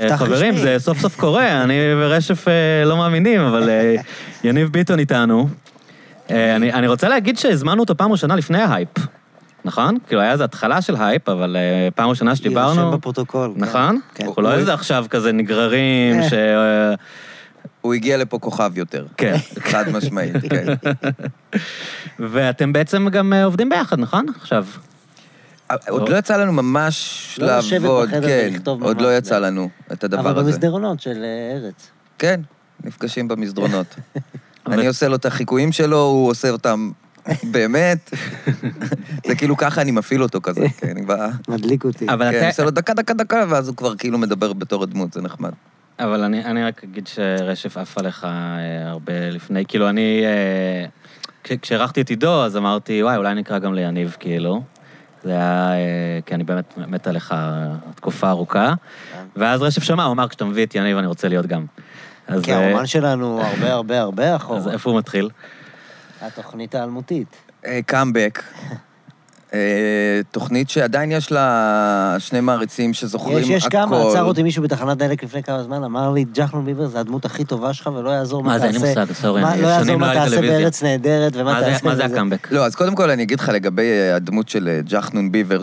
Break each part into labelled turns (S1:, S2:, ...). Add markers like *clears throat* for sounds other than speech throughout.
S1: אה, חברים, זה סוף סוף קורה,
S2: *laughs*
S1: אני ורשף אה, לא מאמינים, אבל אה, יניב ביטון איתנו. אה, אני אני רוצה להגיד שהזמנו אותו פעם ראשונה לפני ההייפ, נכון? כאילו, היה איזו התחלה של הייפ, אבל אה, פעם ראשונה
S3: יירשם
S1: שדיברנו...
S3: בפרוטוקול. כן.
S1: נכון?
S3: כן.
S1: אנחנו לא
S2: אוי.
S1: איזה עכשיו כזה נגררים,
S3: אה.
S1: ש... אה,
S2: הוא הגיע לפה כוכב יותר.
S1: כן.
S2: חד משמעית, כן.
S1: *laughs* ואתם בעצם גם אה, עובדים ביחד, נכון? עכשיו.
S2: עוד לא יצא לנו ממש
S3: לא לשבת
S2: לעבוד,
S3: בחדר
S2: כן.
S3: ולכתוב
S2: עוד
S3: ממש,
S2: לא יצא
S3: כן.
S2: לנו את
S3: אבל
S2: הדבר הזה.
S3: במסדרונות של אה, ארץ.
S2: כן,
S1: *laughs*
S2: נפגשים במסדרונות. אני עושה לו את החיקויים שלו, הוא עושה אותם
S1: *laughs*
S2: באמת. זה כאילו ככה אני מפעיל אותו כזה, כן, אני בא...
S3: מדליק אותי.
S1: אבל
S2: כן,
S1: אתה-
S2: אני עושה לו דקה, דקה, דקה, ואז הוא כבר כאילו מדבר בתור הדמות, זה נחמד.
S1: אבל אני, אני רק אגיד שרשף עף עליך אה, הרבה לפני, כאילו אני, אה, כש- כשאירחתי את עידו, אז אמרתי, וואי, אולי נקרא גם ליניב, כאילו. זה היה, אה, כי אני באמת מת עליך אה, תקופה ארוכה. ואז רשף שמע, הוא אמר, כשאתה מביא את יניב, אני רוצה להיות גם. אז,
S2: כן,
S3: כי
S1: אה,
S3: כן, הרומן שלנו הרבה
S1: *laughs*
S3: הרבה הרבה
S1: אז
S3: אחורה.
S1: איפה הוא מתחיל?
S3: התוכנית האלמותית. *laughs*
S2: קאמבק. אה, תוכנית שעדיין יש לה שני מעריצים שזוכרים
S3: יש,
S2: הכל.
S3: יש כמה, עצר אותי מישהו בתחנת דלק לפני כמה זמן, אמר לי, ג'חנון ביבר זה הדמות הכי טובה שלך, ולא יעזור מה
S1: מה זה,
S3: תעשה.
S1: אין לי מושג, סורי,
S3: מה-
S1: אני-
S3: לא
S1: שנים
S3: יעזור
S1: לא
S3: מה
S1: היה לי
S3: תעשה
S1: טלוויזיה.
S3: בארץ נהדרת, ומה
S1: מה זה-
S3: תעשה.
S1: מה זה
S3: וזה.
S1: הקאמבק?
S2: לא, אז קודם כל אני אגיד לך לגבי אה, הדמות של אה, ג'חנון ביבר,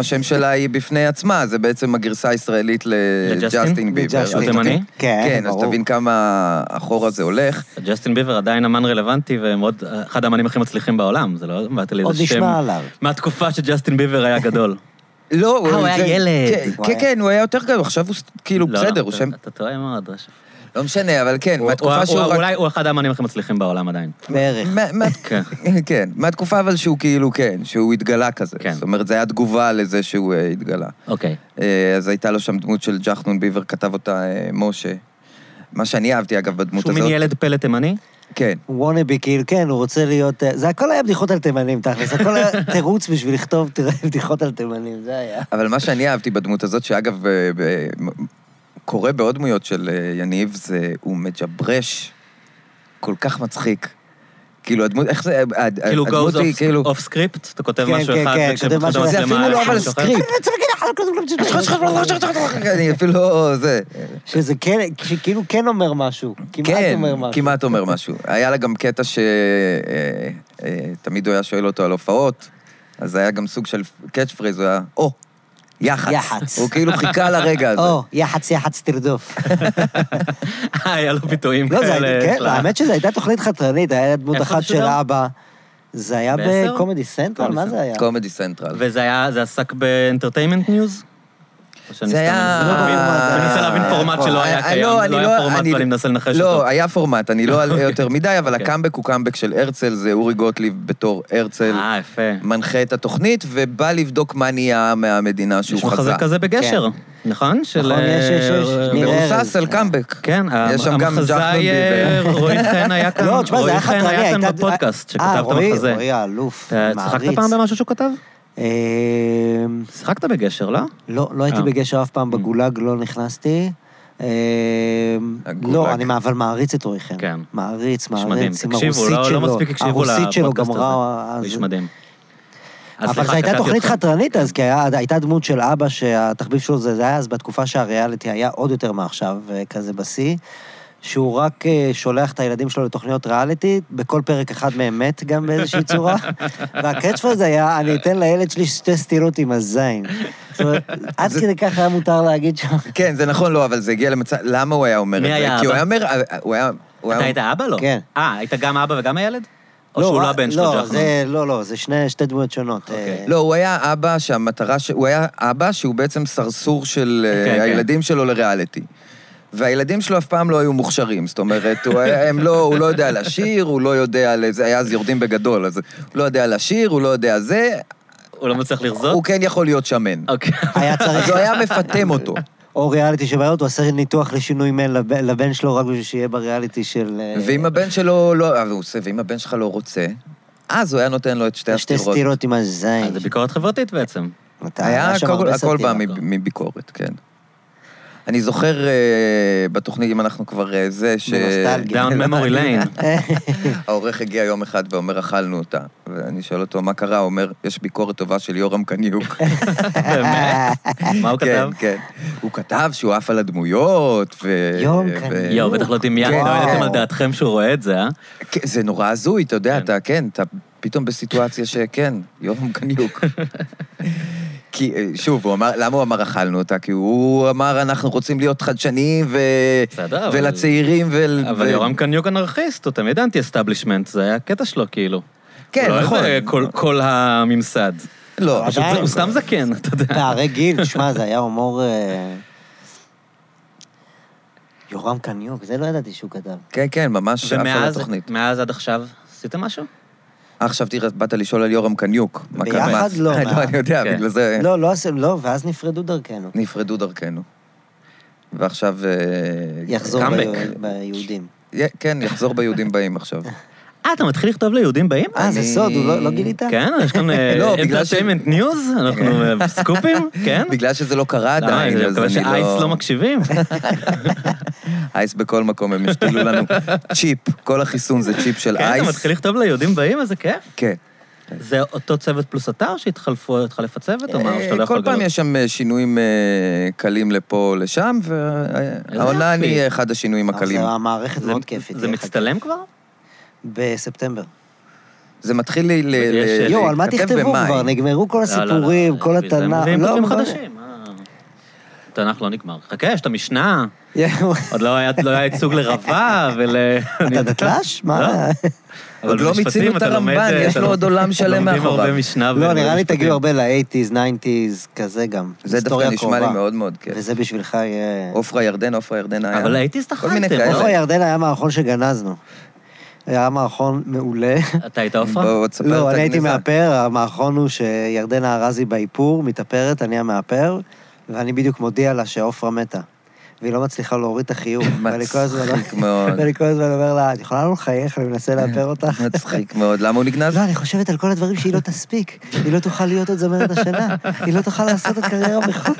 S1: *laughs*
S2: השם שלה היא בפני עצמה, זה בעצם הגרסה הישראלית
S1: לג'סטין?
S2: לג'סטין ביבר.
S3: לג'סטין.
S2: אז
S1: הוא תימני?
S2: תבין-
S3: כן,
S2: כן, אז
S3: ברור.
S2: תבין כמה אחורה זה הולך.
S1: ג'סטין ביבר עדיין אמן רלוונטי, ומאוד, אחד האמנים הכי מצליחים בעולם, זה לא, באת לי
S3: עוד
S1: איזה שם.
S3: נשמע עליו.
S1: מהתקופה שג'סטין ביבר היה גדול.
S2: לא,
S1: אה, הוא היה
S2: זה-
S1: ילד.
S2: כן,
S3: הוא
S2: כן,
S3: היה-
S2: כן, הוא היה יותר גדול, עכשיו הוא ס- כאילו
S1: לא, לא,
S2: בסדר, הוא
S1: אתה-
S2: שם...
S1: אתה טועה מאוד, רשף.
S2: לא משנה, אבל כן,
S1: הוא- הוא-
S2: מהתקופה שהוא
S1: הוא-
S2: רק...
S1: אולי הוא אחד האמנים הכי מצליחים בעולם עדיין.
S3: בערך.
S2: מה- מה-
S1: *laughs* כן.
S2: כן, מהתקופה אבל שהוא כאילו, כן, שהוא התגלה כזה.
S1: כן.
S2: זאת אומרת, זו הייתה תגובה לזה שהוא אה, התגלה.
S1: אוקיי.
S2: אה, אז הייתה לו שם דמות של ג'חנון ביבר, כתב אותה אה, משה. מה שאני אהבתי, אגב, בדמות
S1: שהוא
S2: הזאת...
S1: מין ילד פלא תימני?
S2: כן.
S3: וונאבי כאילו, כן, הוא רוצה להיות... אה, זה הכל היה בדיחות על תימנים, תכלס.
S1: *laughs*
S3: הכל היה תירוץ בשביל לכתוב תראה, בדיחות על תימנים, זה היה.
S2: אבל מה שאני אהבתי בדמות הזאת, שאגב, אה, ב- מ- קורה בעוד דמויות של אה, יניב, זה הוא מג'ברש כל כך מצחיק. כאילו, הדמות, איך זה, הד-
S1: כאילו
S2: הדמות
S1: goes
S2: היא
S1: off-
S2: כאילו...
S1: off script? אתה כותב
S3: כן,
S1: משהו
S3: כן,
S1: אחד,
S3: כן,
S1: וכשפותחים
S3: כותב
S1: את
S3: משהו-
S2: זה
S1: המצלמה,
S2: אפילו לא
S1: יש
S2: אבל
S1: משהו אחר?
S2: סקריפט. *laughs* אני אפילו לא... זה.
S3: שזה כן, שכאילו כן אומר משהו. כמעט
S2: כן,
S3: אומר משהו.
S2: כמעט אומר משהו. היה לה גם קטע שתמיד הוא היה שואל אותו על הופעות, אז היה גם סוג של קאץ' פרייז, הוא היה, או, יח"צ.
S3: יח"צ.
S2: הוא כאילו חיכה לרגע
S3: *laughs*
S2: הזה.
S3: או, יח"צ יח"צ
S1: *laughs* *laughs*
S3: תרדוף.
S1: אה, היה לו ביטויים
S3: לא, זה
S1: כאלה.
S3: היה, כן,
S1: אחלה.
S3: האמת שזו הייתה תוכנית חתרנית, היה דמות
S1: איפה
S3: אחת
S1: זה שודר?
S3: של אבא. זה היה
S1: בעשר?
S3: בקומדי סנטרל? מה זה היה?
S2: קומדי סנטרל.
S1: וזה היה, זה עסק באנטרטיימנט ניוז?
S2: זה היה... אה,
S3: לא ברור מה זה
S1: אני מנסה
S3: היה.
S1: להבין פורמט שלא היה
S2: אני-
S1: קיים, אה, לא
S2: אני
S1: היה פורמט
S2: אני-
S1: ואני מנסה לנחש אותו.
S2: לא, היה פורמט,
S1: *laughs*
S2: אני לא אלאה יותר מדי, אבל
S1: אוקיי.
S2: הקאמבק הוא קאמבק של הרצל, זה אורי גוטליב בתור הרצל,
S1: אה, יפה.
S2: מנחה את התוכנית, ובא לבדוק מה נהיה מהמדינה
S1: יש
S2: שהוא
S1: מחזה
S2: חזה.
S1: כזה בגשר, נכון? של...
S3: נכון, יש, יש, יש.
S1: אה,
S3: ניר
S2: מבוסס
S3: ארז.
S2: על קאמבק.
S1: כן,
S2: יש שם גם ג'חנון
S1: המחזאי אה,
S2: ביבר.
S1: רועי חן היה כאן,
S3: *laughs* לא, תשמע, זה
S1: רועי
S3: היה
S1: חן
S3: חתרני,
S1: היה כאן
S3: הייתה-
S1: בפודקאסט
S3: אה,
S1: שכתב את
S3: רועי,
S1: המחזה.
S3: רועי האלוף,
S1: אה,
S3: מעריץ.
S1: צחקת פעם במשהו שהוא כתב?
S3: אמ,
S1: שיחקת בגשר, לא?
S3: לא, לא הייתי
S1: אה.
S3: בגשר אף פעם, בגולג לא נכנסתי. אמ,
S2: הגולג.
S3: לא, אני אבל מעריץ את רועי חן.
S1: כן.
S3: מעריץ,
S1: איש מדהים,
S3: מעריץ, עם
S1: תקשיבו,
S3: הרוסית
S1: לא- לא
S3: שלו.
S1: מספיק הקשיבו
S3: הרוסית שלו גם
S1: לפודקאסט
S3: רע.
S1: הזה. איש
S3: אז-
S1: מדהים. אז
S3: אה, אבל
S1: סליחה,
S3: זו הייתה
S1: קטעתי
S3: תוכנית
S1: אותך.
S3: חתרנית אז, כי היה- הייתה דמות של אבא שהתחביב שלו זה, זה היה אז בתקופה שהריאליטי היה עוד יותר מעכשיו, אה, כזה בשיא, שהוא רק אה, שולח את הילדים שלו לתוכניות ריאליטי, בכל פרק אחד מהם מת
S1: *laughs*
S3: גם באיזושהי צורה, והקאץ' פרז היה, אני אתן לילד שלי שתי סטירות עם הזין. זאת אומרת,
S1: *laughs*
S3: עד כדי כך היה מותר להגיד שם.
S2: כן, זה נכון, לא, אבל זה הגיע למצב... למה הוא היה אומר את
S1: מי
S2: זה?
S1: היה
S2: כי הוא
S1: אבא?
S2: היה אומר... אה, הוא היה... הוא
S1: אתה
S2: היה-
S1: היית אבא לו?
S3: כן.
S1: אה, היית גם אבא וגם הילד? או שהוא לא הבן שלו,
S3: לא,
S1: ג'חנון?
S3: זה- לא, לא, זה שני- שתי דמויות שונות.
S1: אוקיי.
S3: אה,
S2: לא, הוא היה אבא שהמטרה ש... הוא היה אבא שהוא בעצם סרסור של אה,
S1: כן, כן.
S2: הילדים שלו לריאליטי. והילדים שלו אף פעם לא היו מוכשרים, זאת אומרת, הוא, היה- הם לא, הוא לא יודע לשיר, הוא לא יודע, ל- זה היה אז יורדים בגדול, אז הוא לא יודע לשיר, הוא לא יודע זה,
S1: הוא לא מצליח
S2: הוא
S1: לרזות?
S2: כן יכול להיות שמן.
S3: *laughs*
S1: אוקיי.
S3: היה
S2: אז
S3: צריך
S2: הוא היה מפטם אותו.
S3: או ריאליטי שבעיות, הוא עשה ניתוח לשינוי מייל לב- לבן שלו רק בשביל שיהיה בריאליטי של... אה,
S2: ואם הבן שלו לא... אבל הוא עושה, ואם הבן שלך לא רוצה, אז הוא היה נותן לו את שתי
S3: שתי
S2: הסטירות.
S3: סטירות עם הזין.
S1: אה,
S3: *laughs*
S1: זה ביקורת חברתית בעצם.
S3: אתה-
S2: היה,
S3: שם
S2: הכל-
S3: הרבה לא? *laughs*
S2: הכל בא
S3: סאטירה.
S2: מב- מביקורת, כן. אני זוכר אה, בתוכנית, אם אנחנו כבר אה, זה, ש...
S3: בנוסטלגיה.
S1: דאון ממורי ליין.
S2: *laughs*
S3: *laughs*
S2: העורך הגיע יום אחד ואומר, אכלנו אותה. ואני שואל אותו, מה קרה? הוא אומר, יש ביקורת טובה של יורם קניוק.
S1: באמת? *laughs* מה הוא
S2: כן,
S1: כתב?
S2: כן. הוא כתב שהוא עף על הדמויות, ו...
S3: יורם
S2: ו- כן.
S3: קניוק.
S1: יואו, בטח לא
S3: כן.
S1: דמיינתם, לא
S2: וואו.
S1: ידעתם על דעתכם שהוא רואה את זה, אה?
S2: כן, זה נורא הזוי, אתה יודע,
S1: כן.
S2: אתה, כן, אתה פתאום בסיטואציה שכן, *laughs*
S1: *laughs*
S2: יורם קניוק. כי, אה, שוב, הוא אמר, למה הוא אמר אכלנו אותה? כי הוא אמר, אנחנו רוצים להיות חדשניים ו...
S1: בסדר, אבל-
S2: ולצעירים ול...
S1: אבל
S2: ו-
S1: יורם קניוק אנרכיסט, הוא תמיד אנטי-אסטאבלישמנט, זה היה הקטע שלו, כאילו.
S2: כן,
S1: לא
S2: נכון.
S1: איזה כל- כל הממסד.
S2: לא,
S1: פשוט
S3: עדיין.
S1: זה- הוא סתם זקן, אתה יודע.
S3: פערי גיל, שמע, זה היה הומור... אה, יורם קניוק, זה לא ידעתי שהוא כתב.
S2: כן, כן, ממש עף על
S1: ומאז
S2: התוכנית.
S1: מאז עד עכשיו עשיתם משהו?
S2: אה, עכשיו תראה, באת לשאול על יורם קניוק. מה
S3: ביחד
S2: קרה?
S3: לא, מה?
S2: לא, אני יודע,
S1: כן.
S2: בגלל זה
S3: לא, לא, עשינו- לא, ואז נפרדו דרכנו.
S2: נפרדו דרכנו. ועכשיו... אה,
S3: יחזור
S1: קאמבק.
S3: ביו- ביהודים.
S2: יה- כן, יחזור ביהודים באים עכשיו.
S3: *laughs*
S1: אה, אתה מתחיל לכתוב ליהודים באים?
S3: אה, זה
S2: אני-
S3: סוד, הוא לא- לא גילית?
S1: כן, יש *laughs* כאן
S2: לא, בגלל ש-
S1: אינטרטיימנט ניוז, אנחנו אה, סקופים, *laughs* כן?
S2: בגלל שזה לא קרה
S1: למה,
S2: עדיין,
S1: אני
S2: אז
S1: מקווה
S2: אני לא...
S1: שאייס לא *laughs* מקשיבים.
S2: אייס בכל מקום, הם השתילו
S1: *laughs*
S2: לנו צ'יפ, כל החיסון זה צ'יפ של
S1: כן, אתה
S2: אייס.
S1: מתחיל לכתוב ליהודים באים, איזה כיף.
S2: כן.
S1: זה אותו צוות פלוס אתר שהתחלפו, התחלף הצוות, או מה, או שאתה לא
S2: אה,
S1: יכול
S2: כל פעם
S1: לגלות?
S2: יש שם אה, שינויים אה, קלים לפה או לשם, והעונה
S1: יופי.
S2: אני אהיה אחד השינויים
S3: אבל
S2: הקלים.
S3: אה, זה המערכת
S1: זה-
S3: מאוד כיפית.
S1: זה
S3: דרך אגב.
S1: מצטלם כבר?
S3: בספטמבר.
S2: זה מתחיל לי ל-
S1: יש- אה,
S2: ל-
S3: יואו, על מה
S2: להתכתב
S3: תכתבו
S2: במאי.
S3: כבר? נגמרו כל
S1: לא, לא, לא,
S3: הסיפורים, כל
S1: זה-
S3: התנ"ך.
S1: מביאים
S3: לא,
S1: כותבים
S3: אבל-
S1: חדשים. אה. התנ"ך לא נגמר. חכה, יש את המשנה,
S3: יואו,
S1: עוד לא היה לא היה ייצוג לרבה ול... לא,
S3: אתה דתל"ש? מה?
S1: אבל
S2: עוד לא
S1: במשפטים
S2: מיצינו את
S1: אתה לומד,
S2: הרמב"ן,
S1: אה,
S2: יש
S1: אתה
S2: לו עוד עולם שלם
S1: לומדים הרבה
S2: מאחוריו.
S1: משנה
S3: לא, נראה לי
S1: ומשפטים.
S3: תגיעו הרבה ל-80's, 90's, כזה גם.
S2: זה
S3: היסטוריה
S2: דווקא נשמע לי
S3: קרובה.
S2: מאוד מאוד כיף.
S3: וזה בשבילך יהיה...
S2: עופרה ירדן, עופרה ירדן היה.
S1: אבל האייטיסט
S2: כל מיני
S1: אכלתם,
S2: כאלה.
S1: לא?
S3: עופרה ירדן היה מערכון שגנזנו. היה מערכון מעולה.
S1: אתה היית עופרה?
S2: בוא, תספר את
S3: לא, אני הייתי
S2: הגניזה.
S3: מאפר, המערכון הוא שירדנה ארזי באיפור, מתאפרת, אני המאפר, ואני בדיוק מודיע לה שעופרה מתה. והיא לא מצליחה להוריד את החיוך.
S2: *laughs*
S3: ואני כל הזמן אומר-
S2: מצחיק מאוד.
S3: ואני כל הזמן אומר לה, את יכולה לא לחייך, אני מנסה לאפר אותך.
S2: מצחיק מאוד. למה הוא נגנז?
S3: לא, אני חושבת על כל הדברים שהיא לא תספיק. היא לא תוכל להיות עוד זמרת השנה. היא לא תוכל לעשות עוד קריירה בחו"ל.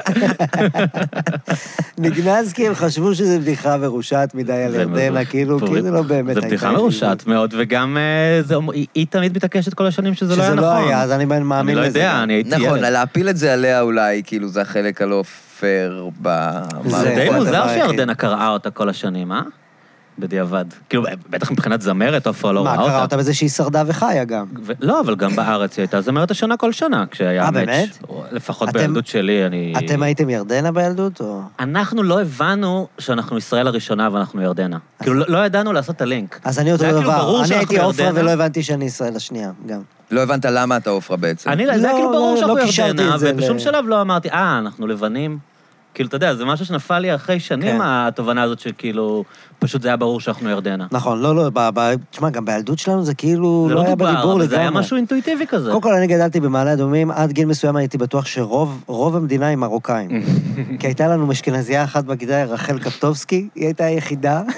S3: נגנז כי הם חשבו שזו בדיחה מרושעת מדי על
S1: זה
S3: ירדנה,
S1: מביך.
S3: כאילו,
S1: פורים.
S3: כאילו זה לא באמת
S1: זו
S3: הייתה.
S1: בדיחה מרושעת מאוד, וגם אה, זה אומר- היא- היא תמיד מתעקשת כל השנים שזה לא היה
S3: שזה
S1: נכון.
S3: לא היה, אז אני מאמין
S1: אני לא
S3: לזה.
S1: יודע, אני *laughs* הייתי ילד.
S2: נכון, להפיל את זה עליה אולי, כאילו זה החלק הלא פייר במערכות.
S1: זה די
S3: הדבר
S1: מוזר
S3: היחיד.
S1: שירדנה קראה אותה כל השנים, אה? בדיעבד. כאילו, בטח מבחינת זמרת, עפרה לא
S3: מה,
S1: ראה
S3: קרה אותה
S1: אותה.
S3: בזה שהיא שרדה וחיה גם.
S1: ו- לא, אבל גם בארץ היא הייתה זמרת השנה כל שנה, כשהיה
S3: אה,
S1: מאץ'.
S3: באמת?
S1: או- לפחות
S3: אתם-
S1: בילדות שלי, אני...
S3: אתם הייתם ירדנה בילדות, או...
S1: אנחנו לא הבנו שאנחנו ישראל הראשונה ואנחנו ירדנה. כאילו, לא- לא ידענו לעשות את הלינק.
S3: אז אני
S1: זה
S3: אותו
S1: היה כאילו ברור
S3: דבר. אני
S1: שאנחנו
S3: הייתי עופרה
S1: ירדנה.
S3: ולא הבנתי שאני ישראל השנייה, גם.
S2: לא הבנת למה אתה עופרה בעצם.
S1: אני, זה
S3: לא,
S1: היה כאילו ברור
S3: לא,
S1: שאנחנו
S3: לא קישרתי את
S1: ירדנה,
S3: זה
S1: ובשום
S3: ל-
S1: שלב לא אמרתי, אה, אנחנו לבנים. כאילו, אתה יודע, זה משהו שנפל לי אחרי שנים,
S3: כן.
S1: התובנה הזאת שכאילו, פשוט זה היה ברור שאנחנו ירדנה.
S3: נכון, לא, לא, ב- ב- תשמע, גם בילדות שלנו זה כאילו
S1: זה
S3: לא
S1: לא
S3: היה
S1: דובר,
S3: בדיבור לגמרי.
S1: אבל זה היה משהו אינטואיטיבי כזה.
S3: קודם כל, אני גדלתי במעלה אדומים, עד גיל מסוים הייתי בטוח שרוב רוב המדינה היא מרוקאים.
S1: *laughs*
S3: כי הייתה לנו אשכנזייה אחת בכיתה, רחל קפטובסקי, היא הייתה היחידה, *laughs*